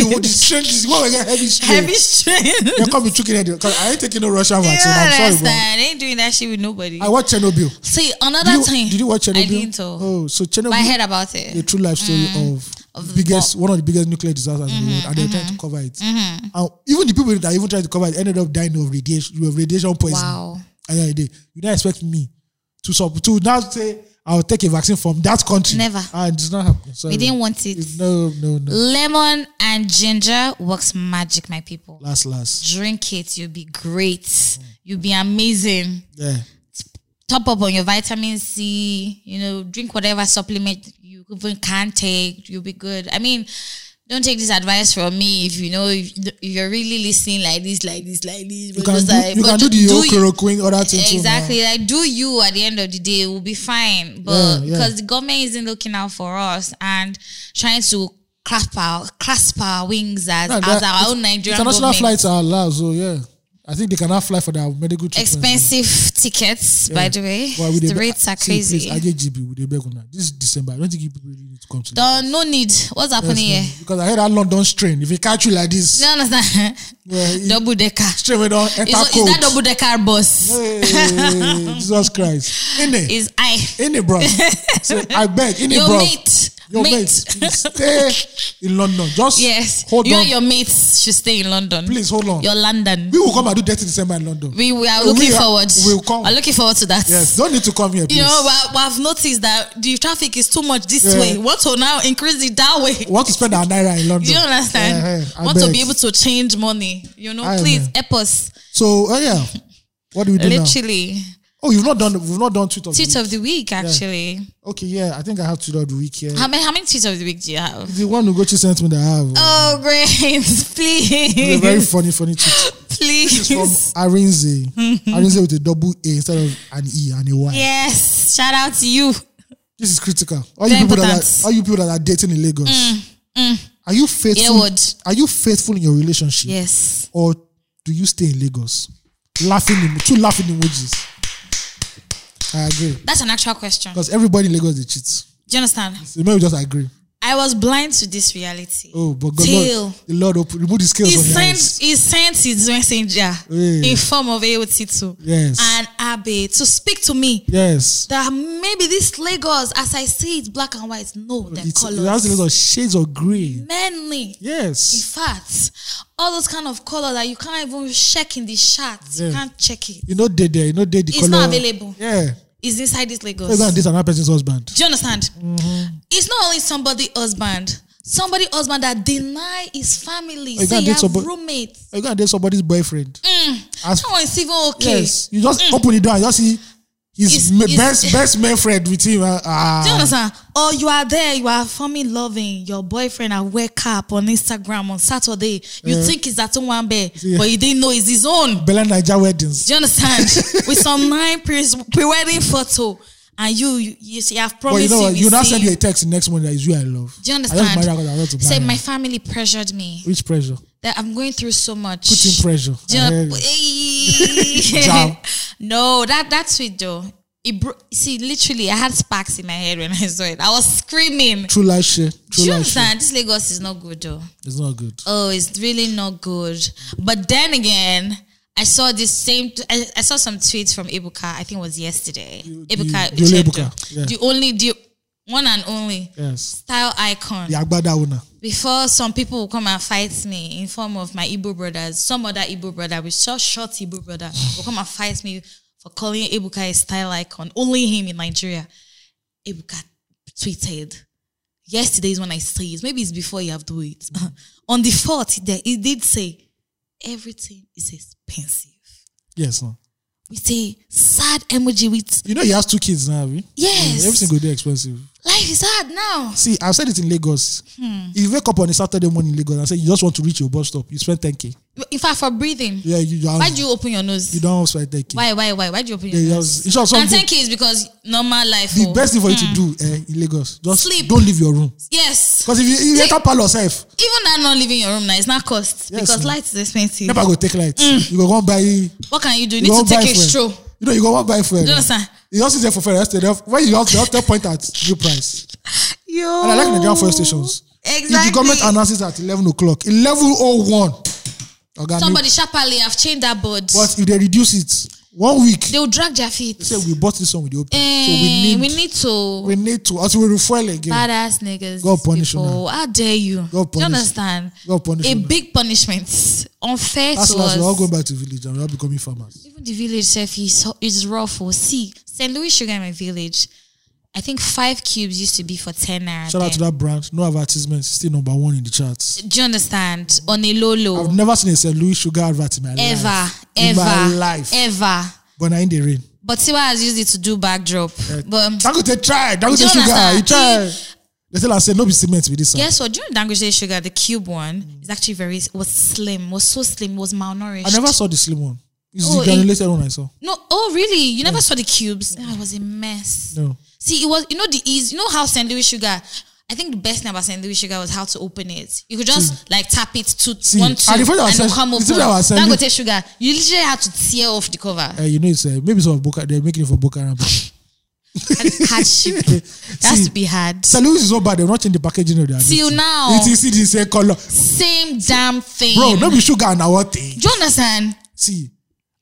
[SPEAKER 1] the, the, the strength is what we get heavy strain.
[SPEAKER 2] Heavy strain.
[SPEAKER 1] They come with chicken head. 'cause I ain't taking no Russian
[SPEAKER 2] You
[SPEAKER 1] vaccine. I'm sorry, bro.
[SPEAKER 2] understand? They ain't doing that shit with nobody.
[SPEAKER 1] I watched Chernobyl.
[SPEAKER 2] See, another
[SPEAKER 1] Did you,
[SPEAKER 2] thing.
[SPEAKER 1] did you watch Chernobyl?
[SPEAKER 2] I didn't. Oh.
[SPEAKER 1] Oh, so Chernobyl.
[SPEAKER 2] But I heard about it.
[SPEAKER 1] a true life story
[SPEAKER 3] Mm.
[SPEAKER 1] of,
[SPEAKER 2] Of
[SPEAKER 1] biggest one of the biggest nuclear disasters in the world, and they're trying
[SPEAKER 3] Mm-hmm.
[SPEAKER 1] to cover it. And even the people that even tried to cover it ended up dying of radiation of radiation poisoning.
[SPEAKER 2] Wow.
[SPEAKER 1] At the end of the day, you don't expect me to sub to now say I'll take a vaccine from that country.
[SPEAKER 3] Never.
[SPEAKER 1] And it's not happening. Sorry.
[SPEAKER 3] we didn't want it.
[SPEAKER 1] It's- No, no, no.
[SPEAKER 3] Lemon and ginger works magic, my people.
[SPEAKER 1] Last, last.
[SPEAKER 3] Drink it, you'll be
[SPEAKER 1] Mm.
[SPEAKER 3] great. You'll be amazing.
[SPEAKER 1] Yeah.
[SPEAKER 3] Top up on your vitamin C, you know, drink whatever supplement you even can take, you'll be good. I mean, don't take this advice from me if you know if if you're really listening like this, like this, like this.
[SPEAKER 1] You
[SPEAKER 3] but
[SPEAKER 1] can
[SPEAKER 3] just
[SPEAKER 1] do,
[SPEAKER 3] like-
[SPEAKER 1] you
[SPEAKER 3] but
[SPEAKER 1] can do
[SPEAKER 3] ju-
[SPEAKER 1] the
[SPEAKER 3] do
[SPEAKER 1] whole
[SPEAKER 3] you-
[SPEAKER 1] chloroquine, other thing too, man.
[SPEAKER 3] Exactly. Like, do you at the end of the day, we'll be fine.
[SPEAKER 1] Yeah,
[SPEAKER 3] But
[SPEAKER 1] yeah.
[SPEAKER 3] because the government isn't looking out for us and trying to clasp our, clasp our wings as,
[SPEAKER 1] No,
[SPEAKER 3] as
[SPEAKER 1] that-
[SPEAKER 3] our own Nigerian
[SPEAKER 1] International
[SPEAKER 3] government.
[SPEAKER 1] flights are allowed, so yeah. I think they cannot fly for their medical treatment.
[SPEAKER 3] Expensive tickets, by the way.
[SPEAKER 1] Why we
[SPEAKER 3] the
[SPEAKER 1] dey beg-
[SPEAKER 3] rates are
[SPEAKER 1] See,
[SPEAKER 3] crazy.
[SPEAKER 1] Please, IJGB, we dey beg una. This December, I don't think you people really need to come to
[SPEAKER 3] Uh, no need. What's
[SPEAKER 1] Yes,
[SPEAKER 3] happening
[SPEAKER 1] ma'am.
[SPEAKER 3] here?
[SPEAKER 1] Because I heard that London strain. If it catch you like this,
[SPEAKER 3] Do you understand? (laughs)
[SPEAKER 1] well, it-
[SPEAKER 3] double decker. Is,
[SPEAKER 1] strain we don enter
[SPEAKER 3] is
[SPEAKER 1] coach.
[SPEAKER 3] that double decker bus?
[SPEAKER 1] Hey, Jesus Christ. In it.
[SPEAKER 3] Is I
[SPEAKER 1] In it, bro. Say, I beg. In it,
[SPEAKER 3] your
[SPEAKER 1] bro.
[SPEAKER 3] mate?
[SPEAKER 1] Your mate. please stay in London. Just
[SPEAKER 3] Yes.
[SPEAKER 1] hold
[SPEAKER 3] you
[SPEAKER 1] on.
[SPEAKER 3] and your mates should stay in London.
[SPEAKER 1] please hold on.
[SPEAKER 3] Your London.
[SPEAKER 1] we will come and do dirty December in London.
[SPEAKER 3] We, we are
[SPEAKER 1] We
[SPEAKER 3] looking
[SPEAKER 1] are-
[SPEAKER 3] forward.
[SPEAKER 1] we'll come.
[SPEAKER 3] We're looking forward to that.
[SPEAKER 1] yes, don't need to come here, please.
[SPEAKER 2] You know, but, but I've noticed that the traffic is too much this
[SPEAKER 1] Yeah.
[SPEAKER 2] way. What to now increase it that
[SPEAKER 1] (laughs)
[SPEAKER 2] way?
[SPEAKER 1] we want to spend our naira in London.
[SPEAKER 2] Do you understand?
[SPEAKER 1] Eh, eh, I
[SPEAKER 2] Want to
[SPEAKER 1] beg.
[SPEAKER 2] be able to change money? You know,
[SPEAKER 1] Aye,
[SPEAKER 2] please
[SPEAKER 1] man.
[SPEAKER 2] help us.
[SPEAKER 1] So, oh yeah. What do we do now?
[SPEAKER 3] Literally.
[SPEAKER 1] Oh, you've not done. We've not done tweet of the
[SPEAKER 3] Tweet
[SPEAKER 1] week.
[SPEAKER 3] of the week, actually.
[SPEAKER 1] Okay, yeah, I think I have tweet of the week here.
[SPEAKER 3] How many how many tweets of the week do you have?
[SPEAKER 1] the one Ugochi sent me that I have. Oh,
[SPEAKER 3] Oh great.
[SPEAKER 2] (laughs)
[SPEAKER 1] it's a very
[SPEAKER 3] please.
[SPEAKER 1] funny, funny tweet. It's from
[SPEAKER 3] Please.
[SPEAKER 1] Arinze. Arinze with a double A instead of an E and a Y.
[SPEAKER 3] Yes. Shout out to you.
[SPEAKER 1] This is critical. All you
[SPEAKER 3] Very
[SPEAKER 1] people that
[SPEAKER 3] important.
[SPEAKER 1] are, all you people that are dating in Lagos. Are you faithful?
[SPEAKER 3] Earwood.
[SPEAKER 1] Are you faithful in your relationship?
[SPEAKER 3] Yes.
[SPEAKER 1] Or do you stay in Lagos? Laughing emo- two laughing emojis. I agree.
[SPEAKER 3] That's an actual question. Do
[SPEAKER 1] Because everybody in Lagos they cheat.
[SPEAKER 3] you understand?
[SPEAKER 1] So maybe we just agree.
[SPEAKER 3] I was blind to this reality.
[SPEAKER 1] Oh, but God, Lord,
[SPEAKER 3] Till-
[SPEAKER 1] the Lord open, remove the scales
[SPEAKER 2] He
[SPEAKER 1] from your
[SPEAKER 2] sent,
[SPEAKER 1] eyes.
[SPEAKER 2] he sent his messenger
[SPEAKER 1] Yeah.
[SPEAKER 2] in form of AOT2
[SPEAKER 1] Yes.
[SPEAKER 2] and Abe to speak to me.
[SPEAKER 1] Yes.
[SPEAKER 2] That maybe this Lagos, as I see it, black and white, no, they're
[SPEAKER 1] It's, it has a
[SPEAKER 2] colors.
[SPEAKER 1] lot of shades of grey.
[SPEAKER 2] Mainly. In
[SPEAKER 1] Yes.
[SPEAKER 2] fact, all those kind of colors that you can't even check in the chart,
[SPEAKER 1] Yeah.
[SPEAKER 2] you can't check it.
[SPEAKER 1] You know, they there. You know, they the
[SPEAKER 2] It's
[SPEAKER 1] color.
[SPEAKER 2] not available.
[SPEAKER 1] Yeah.
[SPEAKER 2] It's inside this
[SPEAKER 1] Let's
[SPEAKER 2] Lagos.
[SPEAKER 1] go and date another person's husband.
[SPEAKER 2] Do you understand?
[SPEAKER 1] Mm-hmm.
[SPEAKER 2] It's not only somebody husband, somebody husband that deny his family,
[SPEAKER 1] you
[SPEAKER 2] say
[SPEAKER 1] can't
[SPEAKER 2] you
[SPEAKER 1] date
[SPEAKER 2] have
[SPEAKER 1] somebody-
[SPEAKER 2] roommates.
[SPEAKER 1] Or you go and date somebody's boyfriend. As-
[SPEAKER 2] That one is even okay.
[SPEAKER 1] Yes. You just open the door and just see his
[SPEAKER 2] Mm. It's-
[SPEAKER 1] ma-
[SPEAKER 2] it's-
[SPEAKER 1] best best man friend with him. Ah,
[SPEAKER 2] Do
[SPEAKER 1] ah.
[SPEAKER 2] you understand? Or you are there, you are forming loving. Your boyfriend at wake up on Instagram on Saturday. You think it's at one bed,
[SPEAKER 1] Yeah.
[SPEAKER 2] but you didn't know it's his own.
[SPEAKER 1] Bella Niger weddings.
[SPEAKER 2] Do you
[SPEAKER 1] (laughs)
[SPEAKER 2] understand? With some nine pre wedding photo, and you you, you have
[SPEAKER 1] But
[SPEAKER 2] promised
[SPEAKER 1] you know what?
[SPEAKER 2] you
[SPEAKER 1] You now
[SPEAKER 2] will
[SPEAKER 1] send
[SPEAKER 2] see.
[SPEAKER 1] you a text the next morning that is you I love.
[SPEAKER 3] Do you
[SPEAKER 1] I just
[SPEAKER 3] understand?
[SPEAKER 1] married her 'cause I want to
[SPEAKER 3] Say
[SPEAKER 1] marry
[SPEAKER 3] my
[SPEAKER 1] her.
[SPEAKER 3] family pressured me
[SPEAKER 1] Which pressure?
[SPEAKER 3] that I'm going through so much.
[SPEAKER 1] Put in pressure.
[SPEAKER 3] Do you
[SPEAKER 1] I
[SPEAKER 3] know-
[SPEAKER 1] hear you. (laughs)
[SPEAKER 3] Hey.
[SPEAKER 1] Jam.
[SPEAKER 3] (laughs) no, that that's sweet though. It bro- see, literally, I had sparks in my head when I saw it. I was screaming.
[SPEAKER 1] True life share.
[SPEAKER 3] Do
[SPEAKER 1] True
[SPEAKER 3] you
[SPEAKER 1] life share.
[SPEAKER 3] understand? This Lagos is not good though.
[SPEAKER 1] It's not good.
[SPEAKER 3] Oh, it's really not good. But then again, I saw this same. I, I saw some tweets from Ibuka. I think it was yesterday.
[SPEAKER 1] the-
[SPEAKER 3] Ibuka,
[SPEAKER 1] the only
[SPEAKER 3] Uchedu.
[SPEAKER 1] Ebuka, yeah.
[SPEAKER 3] the only, the one and only
[SPEAKER 1] Yes.
[SPEAKER 3] style icon
[SPEAKER 1] The Agbada owner.
[SPEAKER 3] before some people will come and fight me in form of my Igbo brothers, some other Igbo brother with short, short Igbo brother will come and fight me
[SPEAKER 2] for calling Ebuka a style icon. Only him in Nigeria. Ebuka tweeted, yesterday is when I say it. Maybe it's before you have to do it. (laughs) On the 4th, there, it did say, everything is expensive.
[SPEAKER 1] Yes, no.
[SPEAKER 2] We say sad emoji with
[SPEAKER 1] You know he has two kids now, have you?
[SPEAKER 2] Yes.
[SPEAKER 1] Yeah, everything go there expensive.
[SPEAKER 2] life is hard now.
[SPEAKER 1] See, I've said it in Lagos.
[SPEAKER 2] Hmm.
[SPEAKER 1] If you wake up on a Saturday morning in Lagos and say you just want to reach your bus stop, you spend 10k.
[SPEAKER 2] In fact, for breathing,
[SPEAKER 1] Yeah, you, you,
[SPEAKER 2] why
[SPEAKER 1] have,
[SPEAKER 2] do you open your nose?
[SPEAKER 1] you don't spend 10k.
[SPEAKER 2] why, why, why? Why do you open your
[SPEAKER 1] Yeah, you
[SPEAKER 2] nose?
[SPEAKER 1] just- it's just
[SPEAKER 2] And
[SPEAKER 1] something.
[SPEAKER 2] 10k is because normal life.
[SPEAKER 1] The
[SPEAKER 2] oh.
[SPEAKER 1] best thing for you to do eh, in Lagos, just
[SPEAKER 2] Sleep. Hmm.
[SPEAKER 1] don't leave your room.
[SPEAKER 2] Yes.
[SPEAKER 1] Because if you, if you enter palo yourself,
[SPEAKER 2] Even that not leaving your room now, it's not cost
[SPEAKER 1] Yes,
[SPEAKER 2] because
[SPEAKER 1] no.
[SPEAKER 2] light is expensive.
[SPEAKER 1] never go take light. You go go and buy. You,
[SPEAKER 2] What can you do? Hmm. You
[SPEAKER 1] go
[SPEAKER 2] need to
[SPEAKER 1] and buy
[SPEAKER 2] take a
[SPEAKER 1] fuel.
[SPEAKER 2] stroll.
[SPEAKER 1] You know, you go and buy fuel.
[SPEAKER 2] Do you understand?
[SPEAKER 1] You just sit there for fuel. Rest there. When you have, they have point at real price.
[SPEAKER 2] Yo.
[SPEAKER 1] And I like Nigerian fuel stations. If
[SPEAKER 2] Exactly.
[SPEAKER 1] the government announces at 11 o'clock, 11.01, organic,
[SPEAKER 2] Somebody sharply, I've changed that board.
[SPEAKER 1] but if they reduce it, one week,
[SPEAKER 2] They will drag their feet.
[SPEAKER 1] they say we bought this one with the open.
[SPEAKER 2] Eh,
[SPEAKER 1] so we need,
[SPEAKER 2] we need to
[SPEAKER 1] we need to, as we refuel again.
[SPEAKER 2] badass niggas.
[SPEAKER 1] God
[SPEAKER 2] these
[SPEAKER 1] punish
[SPEAKER 2] people. How dare you?
[SPEAKER 1] God
[SPEAKER 2] Do
[SPEAKER 1] punish
[SPEAKER 2] you
[SPEAKER 1] una.
[SPEAKER 2] understand?
[SPEAKER 1] God punish
[SPEAKER 2] a
[SPEAKER 1] una.
[SPEAKER 2] big punishment. Unfair
[SPEAKER 1] That's
[SPEAKER 2] to
[SPEAKER 1] last,
[SPEAKER 2] us.
[SPEAKER 1] we're all going back to village and we're all becoming farmers.
[SPEAKER 2] Even the village self is, is rough. Oh, see, St. Louis Sugar in my village, I think five cubes used to be for 10 naira.
[SPEAKER 1] Shout out to
[SPEAKER 2] then.
[SPEAKER 1] that brand. No advertisements, still number one in the charts.
[SPEAKER 2] Do you understand? On a low low.
[SPEAKER 1] I've never seen a St. Louis sugar advert in my
[SPEAKER 2] ever,
[SPEAKER 1] life.
[SPEAKER 2] ever,
[SPEAKER 1] In my life.
[SPEAKER 2] ever.
[SPEAKER 1] But now in the rain.
[SPEAKER 2] But Tiwa has used it to do backdrop. But um,
[SPEAKER 1] Dangote try. Dangote
[SPEAKER 2] Jonathan,
[SPEAKER 1] sugar. He try.
[SPEAKER 2] he-
[SPEAKER 1] They tell us, say, no be cement with this one.
[SPEAKER 2] guess what? During Dangote Sugar, the cube one is actually very was slim, was so slim, was malnourished.
[SPEAKER 1] I never saw the slim one. It's
[SPEAKER 2] Oh,
[SPEAKER 1] the
[SPEAKER 2] it-
[SPEAKER 1] granulated one I saw.
[SPEAKER 2] No, oh really? You never saw the cubes? Ah, it was a mess.
[SPEAKER 1] No.
[SPEAKER 2] See, it was you know the ease. You know how St. Louis Sugar. I think the best thing about St. Louis Sugar was how to open it. You could just like tap it to
[SPEAKER 1] See,
[SPEAKER 2] one two
[SPEAKER 1] and
[SPEAKER 2] and
[SPEAKER 1] the
[SPEAKER 2] it'll
[SPEAKER 1] fact that Saint-
[SPEAKER 2] come
[SPEAKER 1] the
[SPEAKER 2] open.
[SPEAKER 1] thing about Saint Louis-
[SPEAKER 2] Dangote Sugar, you literally had to tear off the cover.
[SPEAKER 1] Uh, you know, it's uh, maybe some of Boca, they're making it for Boca Raton. (laughs)
[SPEAKER 2] That's hardship. That has
[SPEAKER 1] See,
[SPEAKER 2] to be hard.
[SPEAKER 1] St. Louis is so bad, they're not changing the packaging of their
[SPEAKER 2] Till
[SPEAKER 1] advertising.
[SPEAKER 2] now.
[SPEAKER 1] It is it is the same color.
[SPEAKER 2] Same damn thing.
[SPEAKER 1] Bro, no be sugar and our thing.
[SPEAKER 2] Do you understand?
[SPEAKER 1] See.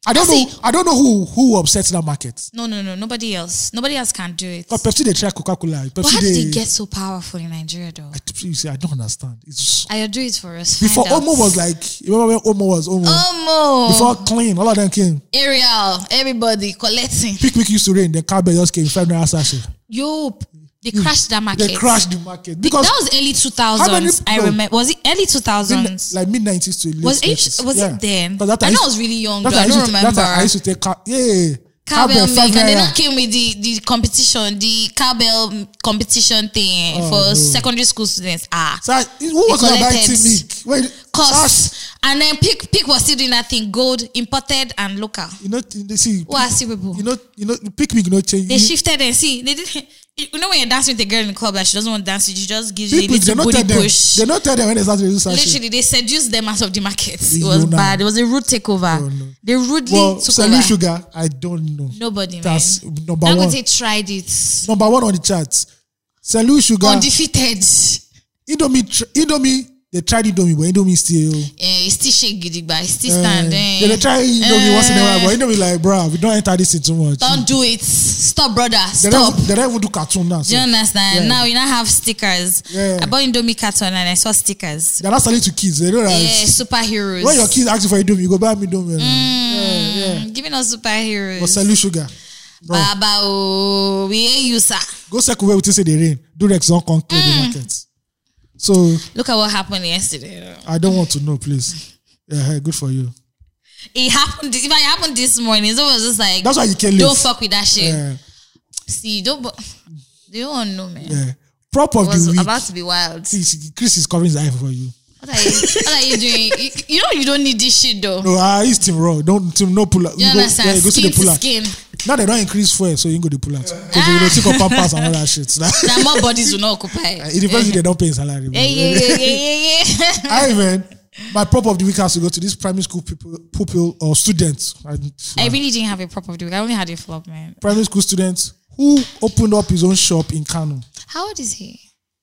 [SPEAKER 1] I don't
[SPEAKER 2] See.
[SPEAKER 1] know I don't know who who upsets that market.
[SPEAKER 2] No, no, no. Nobody else. Nobody else can do it.
[SPEAKER 1] But Pepsi they try Coca-Cola. Pepsi
[SPEAKER 2] But how did
[SPEAKER 1] they,
[SPEAKER 2] they get so powerful in Nigeria, though?
[SPEAKER 1] I, you see, I don't understand. It's
[SPEAKER 2] I do it for us.
[SPEAKER 1] before
[SPEAKER 2] Find out. Oh.
[SPEAKER 1] Omo was like remember when Omo was Omo?
[SPEAKER 2] Omo,
[SPEAKER 1] Before clean, all of them came.
[SPEAKER 2] Ariel, everybody collecting.
[SPEAKER 1] Pick pick used to rain, then Cabell just came, five naira sachet.
[SPEAKER 2] Yo, they crashed that market.
[SPEAKER 1] They crashed the market because
[SPEAKER 2] That was early two
[SPEAKER 1] How many
[SPEAKER 2] thousands. I
[SPEAKER 1] people-
[SPEAKER 2] remember. Was it early two
[SPEAKER 1] mid,
[SPEAKER 2] thousands?
[SPEAKER 1] like mid nineties to late
[SPEAKER 2] Was it
[SPEAKER 1] 20s.
[SPEAKER 2] was
[SPEAKER 1] yeah.
[SPEAKER 2] it then?
[SPEAKER 1] But that
[SPEAKER 2] I
[SPEAKER 1] used
[SPEAKER 2] know I
[SPEAKER 1] to-
[SPEAKER 2] was really young.
[SPEAKER 1] that
[SPEAKER 2] Though. I
[SPEAKER 1] used
[SPEAKER 2] don't
[SPEAKER 1] to,
[SPEAKER 2] remember.
[SPEAKER 1] That I used to take car, yeah,
[SPEAKER 2] Cowbell
[SPEAKER 1] Cabell,
[SPEAKER 2] milk,
[SPEAKER 1] five
[SPEAKER 2] and then
[SPEAKER 1] naira.
[SPEAKER 2] that came with the the competition, the cowbell competition thing
[SPEAKER 1] Oh,
[SPEAKER 2] for
[SPEAKER 1] no.
[SPEAKER 2] secondary school students. Ah,
[SPEAKER 1] So I- who was
[SPEAKER 2] They
[SPEAKER 1] not buying
[SPEAKER 2] collected.
[SPEAKER 1] Timmy? Wait, Sash,
[SPEAKER 2] cost. And then Pick Pick was still doing that thing, gold, imported and local.
[SPEAKER 1] you know, you see,
[SPEAKER 2] Who are still people?
[SPEAKER 1] you know, you know, pick me, you know, change.
[SPEAKER 2] They shifted and see they didn't you know when you're dancing with a girl in the club that she doesn't want to dance with you, she just gives you a
[SPEAKER 1] Pick me, they
[SPEAKER 2] little
[SPEAKER 1] not tell
[SPEAKER 2] booty
[SPEAKER 1] them.
[SPEAKER 2] push.
[SPEAKER 1] They not tell them when they start to do sachet.
[SPEAKER 2] Literally, they seduced them out of the market. It
[SPEAKER 1] You
[SPEAKER 2] was
[SPEAKER 1] know.
[SPEAKER 2] bad. It was a rude takeover.
[SPEAKER 1] Oh, no.
[SPEAKER 2] They rudely
[SPEAKER 1] Well,
[SPEAKER 2] took
[SPEAKER 1] Salute
[SPEAKER 2] over.
[SPEAKER 1] Sugar, I don't know.
[SPEAKER 2] Nobody, man.
[SPEAKER 1] That's number one.
[SPEAKER 2] Dangote tried it.
[SPEAKER 1] Number one on the charts. Salute Sugar.
[SPEAKER 2] Undefeated.
[SPEAKER 1] Indomie, tr- Indomie, they tried Indomie, but Indomie still.
[SPEAKER 2] Eh, it's still shake gidigba. It's still
[SPEAKER 1] eh,
[SPEAKER 2] stand. eh.
[SPEAKER 1] they dey try Indomie once in a while,
[SPEAKER 2] Eh.
[SPEAKER 1] but Indomie like, bruh, we don't enter this thing too much.
[SPEAKER 2] Don't do it. Stop, brother.
[SPEAKER 1] They
[SPEAKER 2] Stop.
[SPEAKER 1] don't, even- they don't even do cartoon now.
[SPEAKER 2] Do
[SPEAKER 1] So.
[SPEAKER 2] you understand?
[SPEAKER 1] Yeah.
[SPEAKER 2] Now you now have stickers.
[SPEAKER 1] Yeah.
[SPEAKER 2] I bought Indomie carton and I saw stickers.
[SPEAKER 1] They're not selling to kids. They don't
[SPEAKER 2] Yeah,
[SPEAKER 1] like.
[SPEAKER 2] superheroes.
[SPEAKER 1] When your kids ask you for Indomie, you go buy me Indomie. eh.
[SPEAKER 2] Mm,
[SPEAKER 1] Yeah, yeah.
[SPEAKER 2] Giving us
[SPEAKER 1] But
[SPEAKER 2] superheroes.
[SPEAKER 1] Salute Sugar. Bro,
[SPEAKER 2] Baba, oh, we hear you, sir.
[SPEAKER 1] go circle where we think say they rain. Do Rex don't come clear
[SPEAKER 2] Mm.
[SPEAKER 1] the market. So
[SPEAKER 2] Look at what happened yesterday.
[SPEAKER 1] I don't want to know, please. Yeah, good for you.
[SPEAKER 2] It happened. If it happened this morning, so it was just like,
[SPEAKER 1] That's why you came late.
[SPEAKER 2] don't fuck with that shit.
[SPEAKER 1] Yeah,
[SPEAKER 2] See, don't. bo- They don't know, man.
[SPEAKER 1] yeah. eh. Prop of
[SPEAKER 2] It was
[SPEAKER 1] the week.
[SPEAKER 2] about to be wild.
[SPEAKER 1] See, see, Chris is covering his eye for you.
[SPEAKER 2] What are you? What are you doing? You, you know you don't need this shit though.
[SPEAKER 1] No, ah, it's team raw. Don't team no pull out.
[SPEAKER 2] you
[SPEAKER 1] You go,
[SPEAKER 2] understand?
[SPEAKER 1] yeah, you go see
[SPEAKER 2] skin
[SPEAKER 1] the pull
[SPEAKER 2] to
[SPEAKER 1] out.
[SPEAKER 2] skin. Ah.
[SPEAKER 1] Now they don't increase fuel, so you go the pull out. You go take up pampas and all that shit.
[SPEAKER 2] (laughs) That more bodies will not occupy.
[SPEAKER 1] it depends if they don't pay in salary. bro.
[SPEAKER 2] Yeah, yeah, yeah, yeah,
[SPEAKER 1] (laughs)
[SPEAKER 2] yeah, yeah.
[SPEAKER 1] I even my prop of the week has to go to this primary school people, pupil or students. And,
[SPEAKER 2] I really didn't have a prop of the week. I only had a flop, man.
[SPEAKER 1] primary school students who opened up his own shop in Kano.
[SPEAKER 2] How old is he?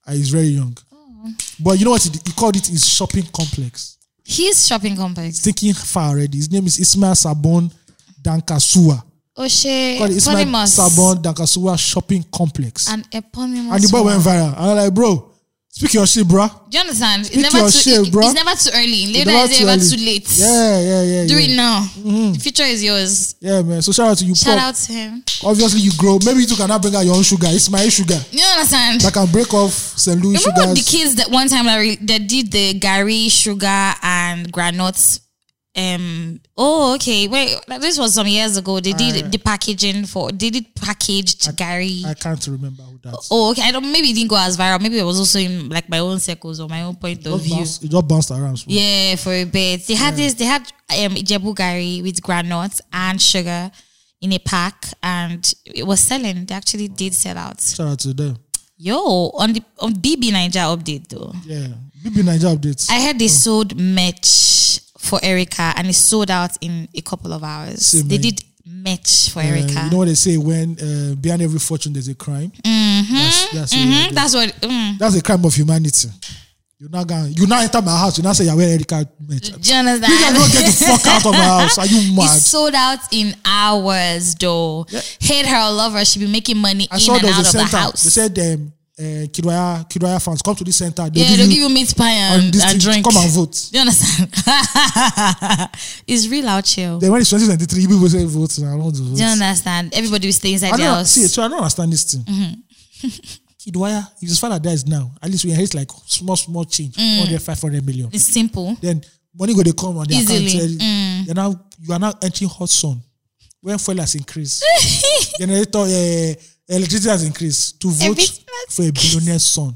[SPEAKER 1] Uh, he's very young. But you know what he, did? he called it his shopping complex.
[SPEAKER 2] He's shopping
[SPEAKER 1] He's
[SPEAKER 2] complex.
[SPEAKER 1] thinking far already. His name is Ismail Sabon Dankasua.
[SPEAKER 2] Oh, Oshe,
[SPEAKER 1] Called it Ismail
[SPEAKER 2] eponymous.
[SPEAKER 1] Sabon Dankasua Shopping Complex.
[SPEAKER 2] An eponymous.
[SPEAKER 1] And the boy
[SPEAKER 2] one.
[SPEAKER 1] went viral. And I'm like, bro, Speak your shit, bruh.
[SPEAKER 2] Do you understand? It's
[SPEAKER 1] Speak
[SPEAKER 2] never,
[SPEAKER 1] your
[SPEAKER 2] too,
[SPEAKER 1] shit,
[SPEAKER 2] it-
[SPEAKER 1] bruh.
[SPEAKER 2] it's never too early. Later
[SPEAKER 1] never
[SPEAKER 2] is
[SPEAKER 1] too
[SPEAKER 2] never
[SPEAKER 1] early.
[SPEAKER 2] too late.
[SPEAKER 1] Yeah, Mm-hmm. yeah, yeah.
[SPEAKER 2] Do
[SPEAKER 1] yeah.
[SPEAKER 2] it now. The future is yours.
[SPEAKER 1] Yeah, man. So shout out to you,
[SPEAKER 2] Shout
[SPEAKER 1] Paul.
[SPEAKER 2] out to him.
[SPEAKER 1] Obviously, you grow. Maybe you two cannot bring out your own sugar. It's my sugar
[SPEAKER 2] You understand?
[SPEAKER 1] that can break off St. Louis sugars.
[SPEAKER 2] Remember the kids that one time that, re- that did the Gary sugar and granuts? Um. Oh, okay. Wait, this was some years ago. They did the packaging for. They did packaged Gary.
[SPEAKER 1] I can't remember who that.
[SPEAKER 2] oh, okay. I don't. Maybe it didn't go as viral. Maybe it was also in like my own circles or my own point of
[SPEAKER 1] Just
[SPEAKER 2] view.
[SPEAKER 1] bounced- it just bounced around. so-
[SPEAKER 2] Yeah, for a bit. They had this. They had um Ijebu Gary with granuts and sugar in a pack, and it was selling. They actually did sell out.
[SPEAKER 1] Shout out to them.
[SPEAKER 2] Yo, on the on BB Niger update though.
[SPEAKER 1] Yeah. BB Niger updates.
[SPEAKER 2] I heard they sold merch for Erica and it sold out in a couple of hours.
[SPEAKER 1] Same
[SPEAKER 2] they
[SPEAKER 1] here.
[SPEAKER 2] did merch for
[SPEAKER 1] Uh,
[SPEAKER 2] Erica.
[SPEAKER 1] you know what they say when uh, behind every fortune there's a crime.
[SPEAKER 2] Mm-hmm.
[SPEAKER 1] That's, that's, a-
[SPEAKER 2] Mhm, that's what. Mm.
[SPEAKER 1] that's a crime of humanity. You now going you now enter my house. You now say you're wearing Erica. merch.
[SPEAKER 2] Do you understand?
[SPEAKER 1] You cannot get the fuck out of my house. Are you
[SPEAKER 2] It
[SPEAKER 1] mad?
[SPEAKER 2] sold out in hours though. Hate her or love her, she be making money
[SPEAKER 1] I
[SPEAKER 2] in
[SPEAKER 1] saw
[SPEAKER 2] and
[SPEAKER 1] there was
[SPEAKER 2] out
[SPEAKER 1] a
[SPEAKER 2] of the
[SPEAKER 1] center.
[SPEAKER 2] house.
[SPEAKER 1] They said um, uh, Kidwaya Kidwaya fans come to this center. They'll
[SPEAKER 2] yeah,
[SPEAKER 1] give
[SPEAKER 2] they'll
[SPEAKER 1] you
[SPEAKER 2] give you meat pie
[SPEAKER 1] on
[SPEAKER 2] and,
[SPEAKER 1] this
[SPEAKER 2] and
[SPEAKER 1] thing.
[SPEAKER 2] drink.
[SPEAKER 1] Come and vote.
[SPEAKER 2] (laughs) Do you understand? it's real out here. Do
[SPEAKER 1] Then when it's 2023, people say vote. and I don't want to vote.
[SPEAKER 2] you understand? Everybody will stay inside
[SPEAKER 1] I
[SPEAKER 2] the
[SPEAKER 1] don't
[SPEAKER 2] house.
[SPEAKER 1] see. So I don't understand this thing. Mm-hmm. (laughs) Kidwaya, if his father dies now, at least we inherit like small small change, 100, 500 million.
[SPEAKER 2] It's simple.
[SPEAKER 1] then money go dey come on their
[SPEAKER 2] Easily,
[SPEAKER 1] account mm. then now you are now entering hot sun when fuel has (laughs) increased generator uh, electricity has increased to vote
[SPEAKER 2] Everything has
[SPEAKER 1] for a billionaire son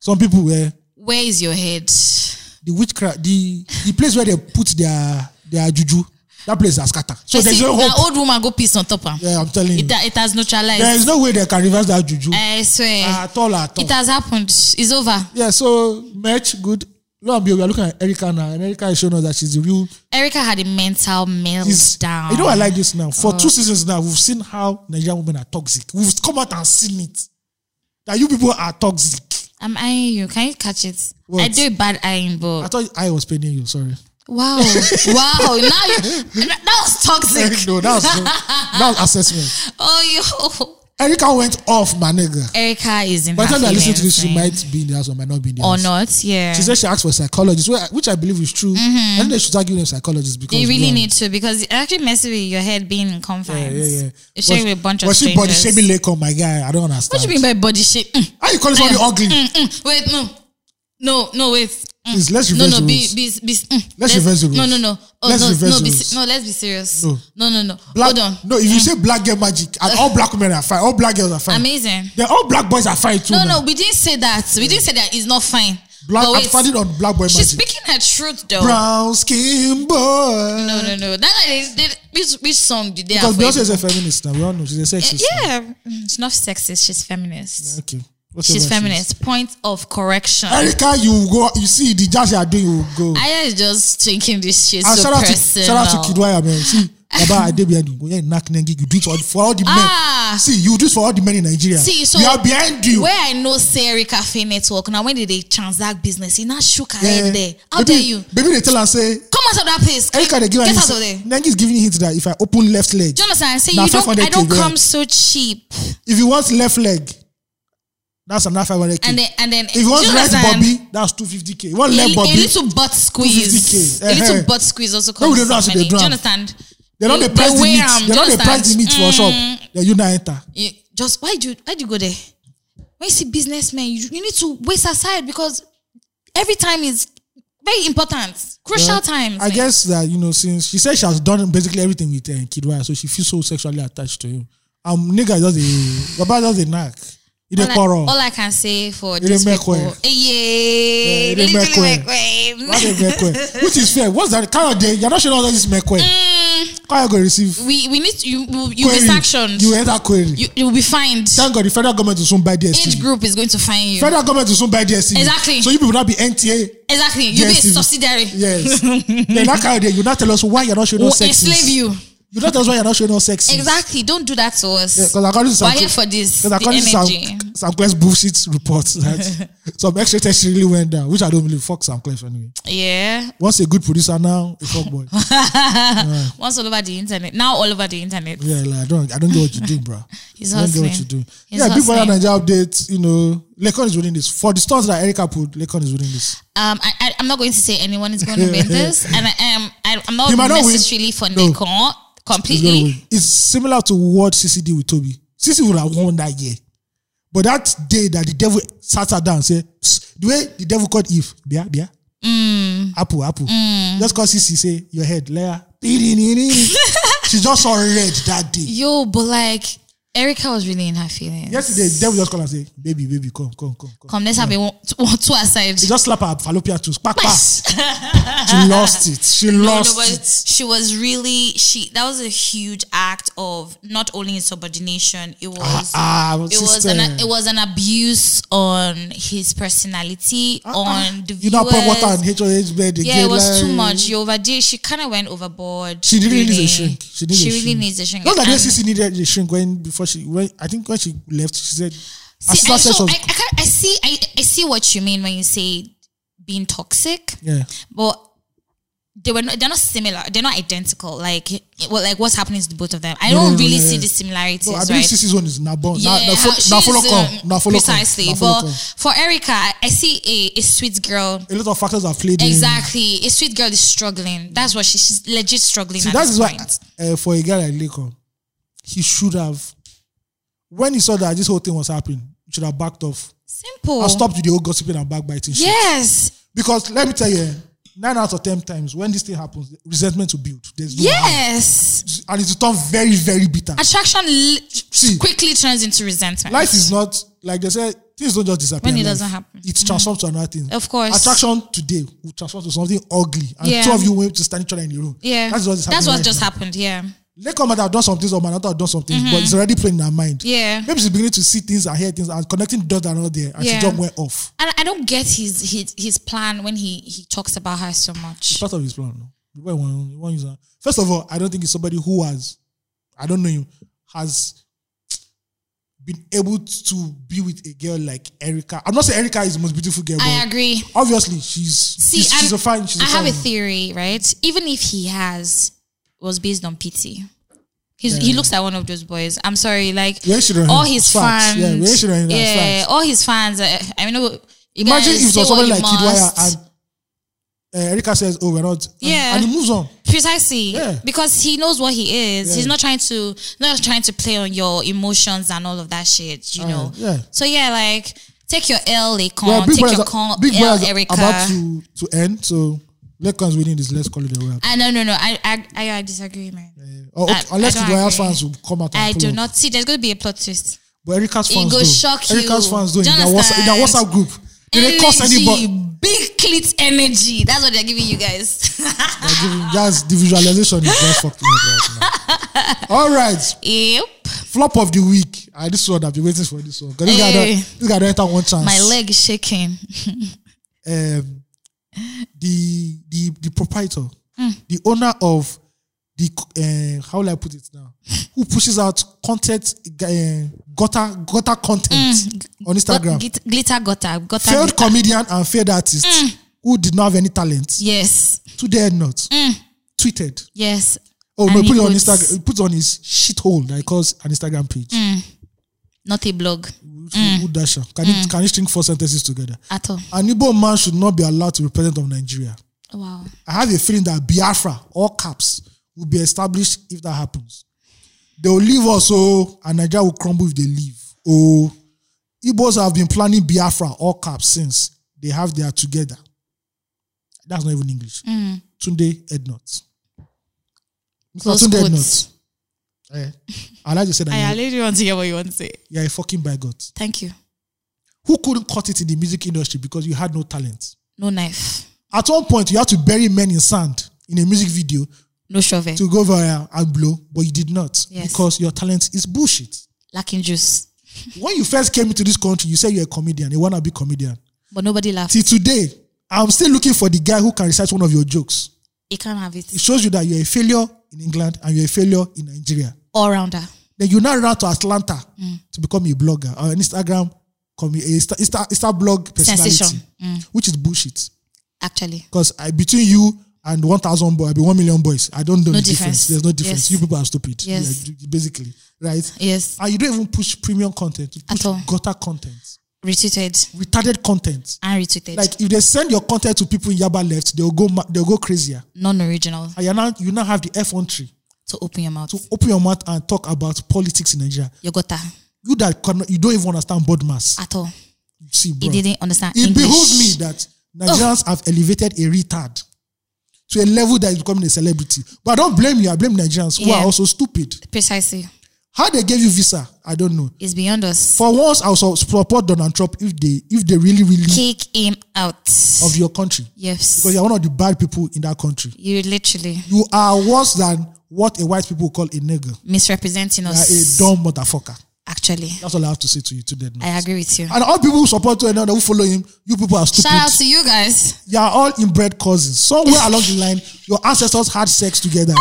[SPEAKER 1] some people were uh,
[SPEAKER 2] Where is your head?
[SPEAKER 1] the witchcraft the the place where they put their their juju that place na scatter so
[SPEAKER 2] I
[SPEAKER 1] there is
[SPEAKER 2] see
[SPEAKER 1] no
[SPEAKER 2] na
[SPEAKER 1] hope
[SPEAKER 2] old woman go piss on top am.
[SPEAKER 1] yeah i'm telling you
[SPEAKER 2] It, it has neutralized.
[SPEAKER 1] there is no way they can reverse that juju
[SPEAKER 2] I swear.
[SPEAKER 1] at all Ah, at all
[SPEAKER 2] it has happened. It's over.
[SPEAKER 1] yeah so merch good lo and behold we are looking at erica now and erica is showing us that she's the real
[SPEAKER 2] Erica had a mental
[SPEAKER 1] is
[SPEAKER 2] meltdown.
[SPEAKER 1] You know, I like this now. For
[SPEAKER 2] Oh.
[SPEAKER 1] two seasons now, we've seen how Nigerian women are toxic. We've come out and seen it. That you people are toxic.
[SPEAKER 2] I'm eyeing you. Can you catch it? I
[SPEAKER 1] What?
[SPEAKER 2] do a bad eyeing,
[SPEAKER 1] I
[SPEAKER 2] but
[SPEAKER 1] thought I was paying you.
[SPEAKER 2] (laughs)
[SPEAKER 1] Sorry. (laughs)
[SPEAKER 2] wow, wow. Now you, that was toxic.
[SPEAKER 1] no, that was (laughs) that was assessment.
[SPEAKER 2] Oh, yo.
[SPEAKER 1] Erica went off, my nigga.
[SPEAKER 2] Erica is in.
[SPEAKER 1] By the
[SPEAKER 2] her
[SPEAKER 1] time I listen to
[SPEAKER 2] feelings,
[SPEAKER 1] this, she
[SPEAKER 2] man.
[SPEAKER 1] might be in the house or might not be in the
[SPEAKER 2] or
[SPEAKER 1] house.
[SPEAKER 2] not. Yeah,
[SPEAKER 1] She said she asked for a psychologist, wh- which I believe is true. I think they should start giving them psychologists because
[SPEAKER 2] you Mm-hmm. really
[SPEAKER 1] well,
[SPEAKER 2] need to because it actually messes with your head being in
[SPEAKER 1] Yeah,
[SPEAKER 2] confines.
[SPEAKER 1] yeah, yeah.
[SPEAKER 2] You're sharing with a bunch of
[SPEAKER 1] was she
[SPEAKER 2] strangers.
[SPEAKER 1] body shaming Leko, my guy? I don't understand.
[SPEAKER 2] What do you mean by body shape? Mm,
[SPEAKER 1] How you call somebody
[SPEAKER 2] mm,
[SPEAKER 1] ugly?
[SPEAKER 2] mm, mm. Wait, no, no, no, wait. Mm.
[SPEAKER 1] Please, let's
[SPEAKER 2] No,
[SPEAKER 1] reverse
[SPEAKER 2] no,
[SPEAKER 1] the
[SPEAKER 2] be,
[SPEAKER 1] rules.
[SPEAKER 2] be, be, mm.
[SPEAKER 1] Let's reverse the
[SPEAKER 2] No, no,
[SPEAKER 1] rules.
[SPEAKER 2] no. Oh,
[SPEAKER 1] Let's
[SPEAKER 2] no,
[SPEAKER 1] reverse
[SPEAKER 2] no,
[SPEAKER 1] the
[SPEAKER 2] be,
[SPEAKER 1] rules.
[SPEAKER 2] se- no, let's be serious.
[SPEAKER 1] No.
[SPEAKER 2] no, no, no.
[SPEAKER 1] Black,
[SPEAKER 2] Hold on.
[SPEAKER 1] No, if you say black girl magic, and all black women are fine, all black girls are fine.
[SPEAKER 2] Amazing.
[SPEAKER 1] Then all black boys are fine too.
[SPEAKER 2] No,
[SPEAKER 1] now.
[SPEAKER 2] no, we didn't say that. We didn't say that it's not fine.
[SPEAKER 1] Black,
[SPEAKER 2] but
[SPEAKER 1] I'm
[SPEAKER 2] wait,
[SPEAKER 1] standing on black boy
[SPEAKER 2] she's
[SPEAKER 1] magic.
[SPEAKER 2] speaking her truth though.
[SPEAKER 1] Brown skin boy.
[SPEAKER 2] No, no, no. That guy, is- did- which, which song did they
[SPEAKER 1] Because
[SPEAKER 2] have?
[SPEAKER 1] Beyonce is a feminist now. We all know she's a sexist.
[SPEAKER 2] yeah, Mm, it's not sexist. She's feminist.
[SPEAKER 1] Okay. Whatever
[SPEAKER 2] She's
[SPEAKER 1] she
[SPEAKER 2] feminist. Point of correction.
[SPEAKER 1] is. Erica, you go. You see the jazz you are doing, you go.
[SPEAKER 2] Aya is just thinking this shit
[SPEAKER 1] and Ah,
[SPEAKER 2] so
[SPEAKER 1] shout out to
[SPEAKER 2] personal.
[SPEAKER 1] shout out to Kidwaya man.
[SPEAKER 2] (laughs)
[SPEAKER 1] See, Baba Adebiani, go yeah, knack nengi. You do it for, for all the men.
[SPEAKER 2] Ah.
[SPEAKER 1] See, you do it for all the men in Nigeria.
[SPEAKER 2] See, so
[SPEAKER 1] we are behind you.
[SPEAKER 2] Where I know say Erica Faye Network now, when did they transact business? He not shook her head there. How
[SPEAKER 1] Maybe-
[SPEAKER 2] dare you?
[SPEAKER 1] Maybe Eh, they tell her say
[SPEAKER 2] Come out of that place.
[SPEAKER 1] Erica they give her
[SPEAKER 2] Get
[SPEAKER 1] hint.
[SPEAKER 2] out of there. Do
[SPEAKER 1] Nengi is giving hint that if I open left leg,
[SPEAKER 2] you understand? I say
[SPEAKER 1] Na
[SPEAKER 2] you don't. I
[SPEAKER 1] 500K
[SPEAKER 2] don't
[SPEAKER 1] go ahead.
[SPEAKER 2] come so cheap.
[SPEAKER 1] if you want left leg, that's another five hundred k.
[SPEAKER 2] And then and then
[SPEAKER 1] If you want
[SPEAKER 2] do
[SPEAKER 1] right
[SPEAKER 2] understand?
[SPEAKER 1] Bobby, that's two fifty k. One
[SPEAKER 2] A,
[SPEAKER 1] left
[SPEAKER 2] li- a
[SPEAKER 1] Bobby,
[SPEAKER 2] little
[SPEAKER 1] 250K.
[SPEAKER 2] butt squeeze. A
[SPEAKER 1] Eh, eh.
[SPEAKER 2] little butt squeeze also
[SPEAKER 1] we
[SPEAKER 2] comes.
[SPEAKER 1] don't know how
[SPEAKER 2] some
[SPEAKER 1] to dey
[SPEAKER 2] money. Do you
[SPEAKER 1] drum.
[SPEAKER 2] understand?
[SPEAKER 1] they don't
[SPEAKER 2] They-
[SPEAKER 1] dey price the
[SPEAKER 2] they
[SPEAKER 1] meat.
[SPEAKER 2] wear am,
[SPEAKER 1] They
[SPEAKER 2] do
[SPEAKER 1] don't
[SPEAKER 2] you
[SPEAKER 1] dey price the meat for
[SPEAKER 2] understand?
[SPEAKER 1] shop. Then you now enter.
[SPEAKER 2] you just why do you why do you go there? When you see businessmen, you, you need to waste aside because every time is very important, crucial times.
[SPEAKER 1] I
[SPEAKER 2] man.
[SPEAKER 1] guess that you know since she said she has done basically everything with uh, Kidwaya, so she feels so sexually attached to him. Um, nigga just a Baba just a knack. He dey
[SPEAKER 2] all, I,
[SPEAKER 1] quarrel.
[SPEAKER 2] all I can say for
[SPEAKER 1] dey
[SPEAKER 2] these
[SPEAKER 1] make
[SPEAKER 2] people,
[SPEAKER 1] way.
[SPEAKER 2] eh, yeah,
[SPEAKER 1] Yeah, e dey
[SPEAKER 2] literally
[SPEAKER 1] make
[SPEAKER 2] make way.
[SPEAKER 1] Why dey mekwe? Which is fair. What's that kind of day? You're not showing all this mekwe. How you go receive?
[SPEAKER 2] we we need to, you Mm. you you be
[SPEAKER 1] query?
[SPEAKER 2] sanctioned.
[SPEAKER 1] You enter query.
[SPEAKER 2] You you will be fined.
[SPEAKER 1] Thank God the federal government will soon buy DSTV.
[SPEAKER 2] Age group is going to fine you.
[SPEAKER 1] Federal government will soon buy DSTV.
[SPEAKER 2] Exactly.
[SPEAKER 1] So you people not be NTA.
[SPEAKER 2] Exactly, you will be a
[SPEAKER 1] DSTV.
[SPEAKER 2] subsidiary. (laughs)
[SPEAKER 1] Yes. then that kind of day, you not tell us why you're not showing
[SPEAKER 2] We'll
[SPEAKER 1] us sex.
[SPEAKER 2] enslave you.
[SPEAKER 1] You know that's why you're not showing us sexy.
[SPEAKER 2] Exactly. Don't do that to us.
[SPEAKER 1] Because according to
[SPEAKER 2] We're
[SPEAKER 1] some,
[SPEAKER 2] here for this.
[SPEAKER 1] because
[SPEAKER 2] The
[SPEAKER 1] according to
[SPEAKER 2] energy.
[SPEAKER 1] some, some Clef's bullshit (laughs) reports that some extra tests really went down, which I don't believe. Fuck Sam Clef anyway.
[SPEAKER 2] Yeah.
[SPEAKER 1] Once a good producer, now a fuck
[SPEAKER 2] (laughs)
[SPEAKER 1] boy.
[SPEAKER 2] Once all over the internet. Now all over the internet.
[SPEAKER 1] Yeah, like, I don't, I don't get what you do, bro.
[SPEAKER 2] He's
[SPEAKER 1] I don't get
[SPEAKER 2] hustling.
[SPEAKER 1] what you do.
[SPEAKER 2] He's
[SPEAKER 1] yeah, Big Brother
[SPEAKER 2] hustling.
[SPEAKER 1] Nigeria update. You know, Lekon is winning this. For the stars that Erica put, Lekon is winning this.
[SPEAKER 2] Um, I, I, I'm not going to say anyone is going to
[SPEAKER 1] (laughs)
[SPEAKER 2] win this, and I am. I, I'm not
[SPEAKER 1] He might not win.
[SPEAKER 2] necessarily for
[SPEAKER 1] No.
[SPEAKER 2] Nikon
[SPEAKER 1] He's gonna
[SPEAKER 2] completely.
[SPEAKER 1] win. It's similar to what CC did with Toby. CC would have won that year, but that day that the devil sat her down, and said "Psst," the way the devil called Eve, Bia, Bia,
[SPEAKER 2] Mm.
[SPEAKER 1] Apple, Apple. Just call CC, say your head, Leia.
[SPEAKER 2] (laughs)
[SPEAKER 1] she just saw red that day.
[SPEAKER 2] Yo, but like Erica was really in her feelings.
[SPEAKER 1] Yesterday, the devil just called and say, "Baby, baby, come, come, come, come."
[SPEAKER 2] Come, let's have a one, one two aside.
[SPEAKER 1] She just slapped her fallopian tooth. Pack, pack. she lost it. She lost
[SPEAKER 2] No, no,
[SPEAKER 1] it.
[SPEAKER 2] but she was really she. That was a huge act of not only insubordination. It was.
[SPEAKER 1] Ah,
[SPEAKER 2] it was
[SPEAKER 1] sister.
[SPEAKER 2] an it was an abuse on his personality on the viewers.
[SPEAKER 1] Ah, You now put water on HOH bed again.
[SPEAKER 2] yeah, it was
[SPEAKER 1] like-
[SPEAKER 2] too much. You overdid. She kind of went overboard.
[SPEAKER 1] She really needs a
[SPEAKER 2] really.
[SPEAKER 1] shrink. She needs a
[SPEAKER 2] really
[SPEAKER 1] shrink.
[SPEAKER 2] needs a shrink.
[SPEAKER 1] Not that
[SPEAKER 2] And-
[SPEAKER 1] the SEC needed a shrink when before she when I think when she left, she said
[SPEAKER 2] See, I,
[SPEAKER 1] "Assistant sex
[SPEAKER 2] so I, I,
[SPEAKER 1] was-
[SPEAKER 2] can't- I see. I, I see what you mean when you say being toxic,
[SPEAKER 1] Yeah.
[SPEAKER 2] but they were not, they're not similar. They're not identical. Like, it- well, like what's happening to both of them? I
[SPEAKER 1] No,
[SPEAKER 2] don't
[SPEAKER 1] no, no,
[SPEAKER 2] really
[SPEAKER 1] no,
[SPEAKER 2] see
[SPEAKER 1] yeah.
[SPEAKER 2] the similarities,
[SPEAKER 1] So I believe
[SPEAKER 2] right?
[SPEAKER 1] CC's one is Nabon.
[SPEAKER 2] yeah, how she's,
[SPEAKER 1] Now follow come.
[SPEAKER 2] um,
[SPEAKER 1] Now follow
[SPEAKER 2] precisely.
[SPEAKER 1] Come.
[SPEAKER 2] But
[SPEAKER 1] But
[SPEAKER 2] for Erica, I, I see a, a sweet girl.
[SPEAKER 1] a lot of factors are played in.
[SPEAKER 2] Exactly, a sweet girl is struggling. That's what she, she's legit struggling.
[SPEAKER 1] See,
[SPEAKER 2] at
[SPEAKER 1] that
[SPEAKER 2] this
[SPEAKER 1] is why
[SPEAKER 2] point.
[SPEAKER 1] uh, for a guy like Lakon, he should have when he saw that this whole thing was happening, he should have backed off.
[SPEAKER 2] simple.
[SPEAKER 1] I stopped with the whole gossiping and backbiting shit.
[SPEAKER 2] Yes,
[SPEAKER 1] Because let me tell you, eh, nine out of ten times when this thing happens, resentment will build. There's no how.
[SPEAKER 2] yes.
[SPEAKER 1] and it will turn very, very bitter.
[SPEAKER 2] Attraction li-
[SPEAKER 1] See.
[SPEAKER 2] quickly turns into resentment.
[SPEAKER 1] Life is not like they say things don't just disappear.
[SPEAKER 2] When it
[SPEAKER 1] in life.
[SPEAKER 2] doesn't happen.
[SPEAKER 1] it transforms to another thing.
[SPEAKER 2] Of course.
[SPEAKER 1] attraction today will transform to something ugly, and
[SPEAKER 2] Yeah.
[SPEAKER 1] two of you went to stand each other in the room.
[SPEAKER 2] Yeah.
[SPEAKER 1] that's what is happening.
[SPEAKER 2] That's what
[SPEAKER 1] right
[SPEAKER 2] just
[SPEAKER 1] now.
[SPEAKER 2] happened. Yeah.
[SPEAKER 1] Lekon might have done some things, or might not have done some things, but it's already playing in her mind.
[SPEAKER 2] Yeah.
[SPEAKER 1] maybe she's beginning to see things and hear things and connecting dots that are not there, and
[SPEAKER 2] Yeah.
[SPEAKER 1] she just went off.
[SPEAKER 2] And I don't get his his, his plan when he, he talks about her so much.
[SPEAKER 1] Part of his plan. no? The boy won't- he won't use her. First of all, I don't think it's somebody who has, I don't know him, has been able to be with a girl like Erica. I'm not saying Erica is the most beautiful girl, but
[SPEAKER 2] I agree.
[SPEAKER 1] obviously she's
[SPEAKER 2] See,
[SPEAKER 1] she's, she's
[SPEAKER 2] I'm-
[SPEAKER 1] a fine. She's
[SPEAKER 2] I
[SPEAKER 1] a
[SPEAKER 2] have a
[SPEAKER 1] fine.
[SPEAKER 2] theory, right? Even if he has was based on pity. He's, He
[SPEAKER 1] Yeah.
[SPEAKER 2] looks like one of those boys. I'm sorry, like
[SPEAKER 1] We ain't shouldn't-
[SPEAKER 2] all his
[SPEAKER 1] facts.
[SPEAKER 2] fans.
[SPEAKER 1] Yeah, we ain't shouldn't- that's
[SPEAKER 2] yeah,
[SPEAKER 1] facts.
[SPEAKER 2] all his fans. Uh, I mean, no, you
[SPEAKER 1] Imagine
[SPEAKER 2] guys
[SPEAKER 1] if it
[SPEAKER 2] say
[SPEAKER 1] was
[SPEAKER 2] what
[SPEAKER 1] somebody
[SPEAKER 2] you
[SPEAKER 1] like
[SPEAKER 2] must.
[SPEAKER 1] Kidwaya and uh, Erica says, "Oh, we're not," and-
[SPEAKER 2] Yeah.
[SPEAKER 1] and, he moves on.
[SPEAKER 2] Precisely,
[SPEAKER 1] Yeah.
[SPEAKER 2] because he knows what he is.
[SPEAKER 1] Yeah.
[SPEAKER 2] He's not trying to not trying to play on your emotions and all of that shit. You
[SPEAKER 1] Uh,
[SPEAKER 2] know.
[SPEAKER 1] yeah.
[SPEAKER 2] So yeah, like take your L, Akon.
[SPEAKER 1] Well, Big
[SPEAKER 2] take
[SPEAKER 1] Brother
[SPEAKER 2] your
[SPEAKER 1] is-
[SPEAKER 2] con,
[SPEAKER 1] Big
[SPEAKER 2] L,
[SPEAKER 1] Brother is
[SPEAKER 2] Erica.
[SPEAKER 1] about to to end, so Lecon's winning this. Let's call it a wrap.
[SPEAKER 2] I Ah, no no no. I I I, I disagree, man.
[SPEAKER 1] Uh, oh, okay,
[SPEAKER 2] I- I
[SPEAKER 1] unless
[SPEAKER 2] don't
[SPEAKER 1] Kidwaya's
[SPEAKER 2] agree.
[SPEAKER 1] fans will come out. And
[SPEAKER 2] I do
[SPEAKER 1] follow.
[SPEAKER 2] not see. There's going to be a plot twist.
[SPEAKER 1] But Erica's
[SPEAKER 2] It
[SPEAKER 1] fans
[SPEAKER 2] go
[SPEAKER 1] do.
[SPEAKER 2] shock
[SPEAKER 1] Erica's
[SPEAKER 2] you.
[SPEAKER 1] fans do in
[SPEAKER 2] Do
[SPEAKER 1] their
[SPEAKER 2] you
[SPEAKER 1] WhatsApp, in their
[SPEAKER 2] understand?
[SPEAKER 1] WhatsApp group. They don't curse anybody.
[SPEAKER 2] big clit energy. That's what they're giving you guys. (laughs)
[SPEAKER 1] They're giving- Just the visualization is just fucking up right
[SPEAKER 2] (laughs)
[SPEAKER 1] now. All right,
[SPEAKER 2] yep.
[SPEAKER 1] flop of the week. Ah, this one I've been waiting for this one. 'Cause This guy
[SPEAKER 2] Hey.
[SPEAKER 1] don't- this guy don't enter one chance.
[SPEAKER 2] Eh. My leg is shaking.
[SPEAKER 1] um, the the the proprietor,
[SPEAKER 2] Hmm.
[SPEAKER 1] the owner of the c- uh, how will I put it now, who pushes out content uh, gutter gutter content on Instagram,
[SPEAKER 2] Glit- glitter gutter. Hmm. Gutter. Hmm.
[SPEAKER 1] failed
[SPEAKER 2] glitter.
[SPEAKER 1] comedian and failed artist who did not have any talent,
[SPEAKER 2] Yes.
[SPEAKER 1] today not tweeted.
[SPEAKER 2] Yes.
[SPEAKER 1] Oh
[SPEAKER 2] Hmm. And
[SPEAKER 1] no,
[SPEAKER 2] he
[SPEAKER 1] put it on
[SPEAKER 2] puts-
[SPEAKER 1] Instagram. He puts on his shithole that he calls an Instagram page.
[SPEAKER 2] Hmm. Not a blog
[SPEAKER 1] Who- Who
[SPEAKER 2] Hmm.
[SPEAKER 1] dash am? Can you can you string four sentences together?
[SPEAKER 2] at all.
[SPEAKER 1] An Igbo man should not be allowed to be president of Nigeria.
[SPEAKER 2] Wow.
[SPEAKER 1] I have a feeling that Biafra, all caps, will be established if that happens. They will leave us, oh, and Nigeria will crumble if they leave. Oh, Igbos have been planning Biafra, all caps, since they have their together. That's not even English.
[SPEAKER 2] Mm.
[SPEAKER 1] Tunde Ednot. Mr.
[SPEAKER 2] Close
[SPEAKER 1] Tunde
[SPEAKER 2] quotes.
[SPEAKER 1] Ednot. Eh, I like to say
[SPEAKER 2] I
[SPEAKER 1] that you're,
[SPEAKER 2] already want to hear what you want to say.
[SPEAKER 1] you're a fucking bigot.
[SPEAKER 2] Thank you.
[SPEAKER 1] Who couldn't cut it in the music industry because you had no talent?
[SPEAKER 2] No knife.
[SPEAKER 1] At one point, you had to bury men in sand in a music video
[SPEAKER 2] No shovel.
[SPEAKER 1] to go viral and blow, but you did not
[SPEAKER 2] Yes.
[SPEAKER 1] because your talent is bullshit.
[SPEAKER 2] Lacking juice.
[SPEAKER 1] When you first came into this country, you said you're a comedian, a wannabe comedian.
[SPEAKER 2] But nobody laughs.
[SPEAKER 1] Till today, I'm still looking for the guy who can recite one of your jokes.
[SPEAKER 2] You can't have it.
[SPEAKER 1] It shows you that you're a failure in England and you're a failure in Nigeria.
[SPEAKER 2] all rounder.
[SPEAKER 1] Then you now route to Atlanta
[SPEAKER 2] Mm.
[SPEAKER 1] to become a blogger or an Instagram, commu- a Insta, Insta, Insta blog personality,
[SPEAKER 2] Sensation. Mm.
[SPEAKER 1] which is bullshit.
[SPEAKER 2] Actually,
[SPEAKER 1] Because I between you and one thousand boys, I be one million boys. I don't know
[SPEAKER 2] No
[SPEAKER 1] the difference.
[SPEAKER 2] difference.
[SPEAKER 1] There's no difference.
[SPEAKER 2] Yes.
[SPEAKER 1] You people are stupid.
[SPEAKER 2] Yes.
[SPEAKER 1] Yeah, basically, right?
[SPEAKER 2] yes,
[SPEAKER 1] And you don't even push premium content. You
[SPEAKER 2] At
[SPEAKER 1] push
[SPEAKER 2] all.
[SPEAKER 1] gutter content,
[SPEAKER 2] retweeted
[SPEAKER 1] retarded content.
[SPEAKER 2] and retweeted.
[SPEAKER 1] Like if they send your content to people in Yaba left, they'll go ma- they'll go crazier.
[SPEAKER 2] non-original
[SPEAKER 1] And you now you now have the F one tree
[SPEAKER 2] to open your mouth.
[SPEAKER 1] to open your mouth and talk about politics in Nigeria.
[SPEAKER 2] your gutter
[SPEAKER 1] You that cannot, you don't even understand board mass.
[SPEAKER 2] at all.
[SPEAKER 1] See, bro.
[SPEAKER 2] He didn't understand
[SPEAKER 1] it
[SPEAKER 2] English. Oh.
[SPEAKER 1] behooves me that Nigerians have elevated a retard to a level that is becoming a celebrity. But I don't blame you. I blame Nigerians who are
[SPEAKER 2] Yeah.
[SPEAKER 1] also stupid.
[SPEAKER 2] Precisely,
[SPEAKER 1] How they gave you visa, I don't know.
[SPEAKER 2] it's beyond us.
[SPEAKER 1] For once, I'll su- support Donald Trump if they if they really really
[SPEAKER 2] Kick him out.
[SPEAKER 1] of your country
[SPEAKER 2] yes,
[SPEAKER 1] because you're one of the bad people in that country.
[SPEAKER 2] you literally
[SPEAKER 1] You are worse than what a white people call a nigger.
[SPEAKER 2] misrepresenting
[SPEAKER 1] You are a
[SPEAKER 2] us.
[SPEAKER 1] dumb motherfucker.
[SPEAKER 2] Actually,
[SPEAKER 1] That's all I have to say to you today. Now.
[SPEAKER 2] I agree with you.
[SPEAKER 1] And all people who support one another who follow him, you people are stupid.
[SPEAKER 2] Shout out to you guys.
[SPEAKER 1] you are all inbred cousins. Somewhere along the line, your ancestors had sex together.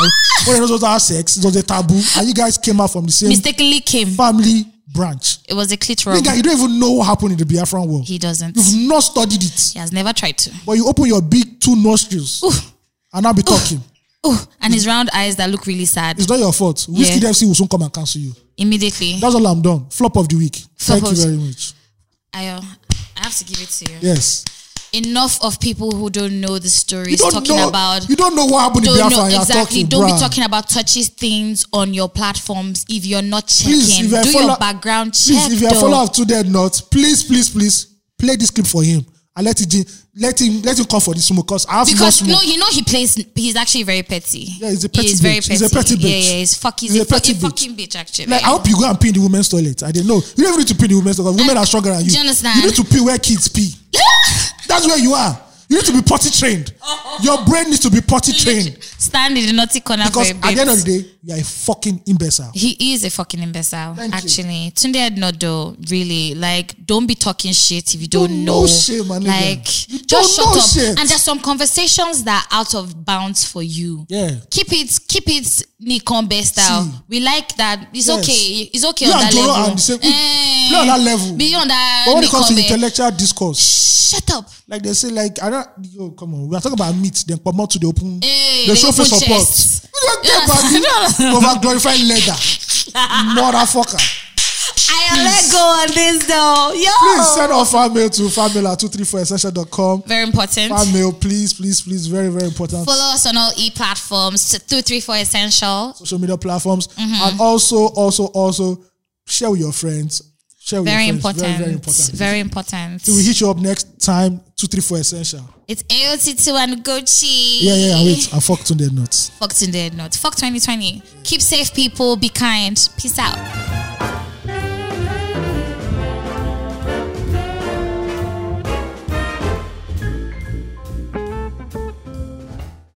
[SPEAKER 1] when your ancestors had sex, it was a taboo, and you guys came out from the same
[SPEAKER 2] Mistakenly came.
[SPEAKER 1] family branch.
[SPEAKER 2] It was a clit rub.
[SPEAKER 1] Nigga, you don't even know what happened in the Biafran war.
[SPEAKER 2] He doesn't.
[SPEAKER 1] You've not studied it,
[SPEAKER 2] He has never tried to.
[SPEAKER 1] but you open your big two nostrils and I'll be talking.
[SPEAKER 2] Oh, and his round eyes that look really sad.
[SPEAKER 1] It's not your fault. Whiskey
[SPEAKER 2] Yeah.
[SPEAKER 1] FC will soon come and cancel you.
[SPEAKER 2] Immediately,
[SPEAKER 1] That's all I'm done. Flop of the week.
[SPEAKER 2] Flop
[SPEAKER 1] Thank
[SPEAKER 2] of
[SPEAKER 1] you
[SPEAKER 2] the-
[SPEAKER 1] very much.
[SPEAKER 2] I, uh, I have to give it to you.
[SPEAKER 1] Yes.
[SPEAKER 2] Enough of people who don't know the
[SPEAKER 1] You
[SPEAKER 2] stories
[SPEAKER 1] don't
[SPEAKER 2] talking
[SPEAKER 1] know.
[SPEAKER 2] about.
[SPEAKER 1] you don't know what happened in
[SPEAKER 2] Don't
[SPEAKER 1] Biafra.
[SPEAKER 2] know
[SPEAKER 1] and you're
[SPEAKER 2] exactly.
[SPEAKER 1] Talking,
[SPEAKER 2] Don't be
[SPEAKER 1] bruh.
[SPEAKER 2] talking about touchy things on your platforms if you're not checking.
[SPEAKER 1] Please, if you're a
[SPEAKER 2] Do
[SPEAKER 1] follow-
[SPEAKER 2] your background check.
[SPEAKER 1] please, if you're a
[SPEAKER 2] though.
[SPEAKER 1] follower of Two Dead Not, please, please, please play this clip for him and let it let him let him come for the sumo because I have more
[SPEAKER 2] Because
[SPEAKER 1] sumo.
[SPEAKER 2] no, you know he plays. He's actually very petty.
[SPEAKER 1] Yeah, he's a petty
[SPEAKER 2] He's very
[SPEAKER 1] bitch.
[SPEAKER 2] petty.
[SPEAKER 1] He's a petty
[SPEAKER 2] Yeah,
[SPEAKER 1] bitch.
[SPEAKER 2] yeah. He's fuck. He's,
[SPEAKER 1] He's
[SPEAKER 2] a,
[SPEAKER 1] a petty
[SPEAKER 2] fu- a
[SPEAKER 1] bitch.
[SPEAKER 2] fucking bitch. Actually,
[SPEAKER 1] like, I
[SPEAKER 2] (laughs)
[SPEAKER 1] hope you go and pee in the women's toilet. I didn't know. You don't even need to pee in the women's toilet. Women
[SPEAKER 2] Uh,
[SPEAKER 1] are stronger than you.
[SPEAKER 2] do you understand?
[SPEAKER 1] You need to pee where kids
[SPEAKER 2] (laughs)
[SPEAKER 1] pee. That's where you are. You need to be potty trained.
[SPEAKER 2] Oh.
[SPEAKER 1] Your brain needs to be potty trained.
[SPEAKER 2] Stand in the naughty corner
[SPEAKER 1] Because
[SPEAKER 2] for a
[SPEAKER 1] at
[SPEAKER 2] bit.
[SPEAKER 1] the end of the day, you are a fucking imbecile.
[SPEAKER 2] He is a fucking imbecile,
[SPEAKER 1] Thank you.
[SPEAKER 2] actually. Tunde Adnodo, really. Like, don't be talking shit if you don't,
[SPEAKER 1] Don't know
[SPEAKER 2] know.
[SPEAKER 1] shit, my nigga.
[SPEAKER 2] Like,
[SPEAKER 1] You
[SPEAKER 2] just
[SPEAKER 1] don't
[SPEAKER 2] shut
[SPEAKER 1] know
[SPEAKER 2] up.
[SPEAKER 1] shit.
[SPEAKER 2] And there's some conversations that are out of bounds for you.
[SPEAKER 1] Yeah.
[SPEAKER 2] Keep it, keep it Nikombe style.
[SPEAKER 1] See.
[SPEAKER 2] We like that. It's
[SPEAKER 1] Yes.
[SPEAKER 2] okay. It's okay
[SPEAKER 1] You
[SPEAKER 2] on
[SPEAKER 1] and
[SPEAKER 2] that
[SPEAKER 1] Toro
[SPEAKER 2] level.
[SPEAKER 1] are the same. We-
[SPEAKER 2] Eh,
[SPEAKER 1] we are on that level.
[SPEAKER 2] Beyond that,
[SPEAKER 1] But when it comes to
[SPEAKER 2] Nikombe,
[SPEAKER 1] intellectual discourse,
[SPEAKER 2] shut up.
[SPEAKER 1] like they say, like I don't. Yo, come on, we are talking about meat. Then come out to the open.
[SPEAKER 2] Eh,
[SPEAKER 1] the
[SPEAKER 2] the
[SPEAKER 1] show for
[SPEAKER 2] open
[SPEAKER 1] support.
[SPEAKER 2] chest.
[SPEAKER 1] You don't
[SPEAKER 2] You
[SPEAKER 1] care about
[SPEAKER 2] (laughs) understand?
[SPEAKER 1] me. Over glorified leather,
[SPEAKER 2] (laughs)
[SPEAKER 1] motherfucker.
[SPEAKER 2] I am let go on this though. Yo.
[SPEAKER 1] Please send our fan mail to fanmail at two three four essential.com.
[SPEAKER 2] Very important.
[SPEAKER 1] Fan mail, please, please, please, very, very important.
[SPEAKER 2] Follow us on all e platforms. Two, three, four, essential.
[SPEAKER 1] Social media platforms,
[SPEAKER 2] Mm-hmm.
[SPEAKER 1] and also, also, also, share with your friends. Share with
[SPEAKER 2] very
[SPEAKER 1] your friends.
[SPEAKER 2] important.
[SPEAKER 1] Very, very important.
[SPEAKER 2] Very important.
[SPEAKER 1] we hit you up next time. Two three four essential.
[SPEAKER 2] It's AOT2 and Gucci.
[SPEAKER 1] Yeah, yeah. Wait, I fucked on their nuts.
[SPEAKER 2] Fuck Tinder, not fuck 2020. Keep safe, people. Be kind. Peace out.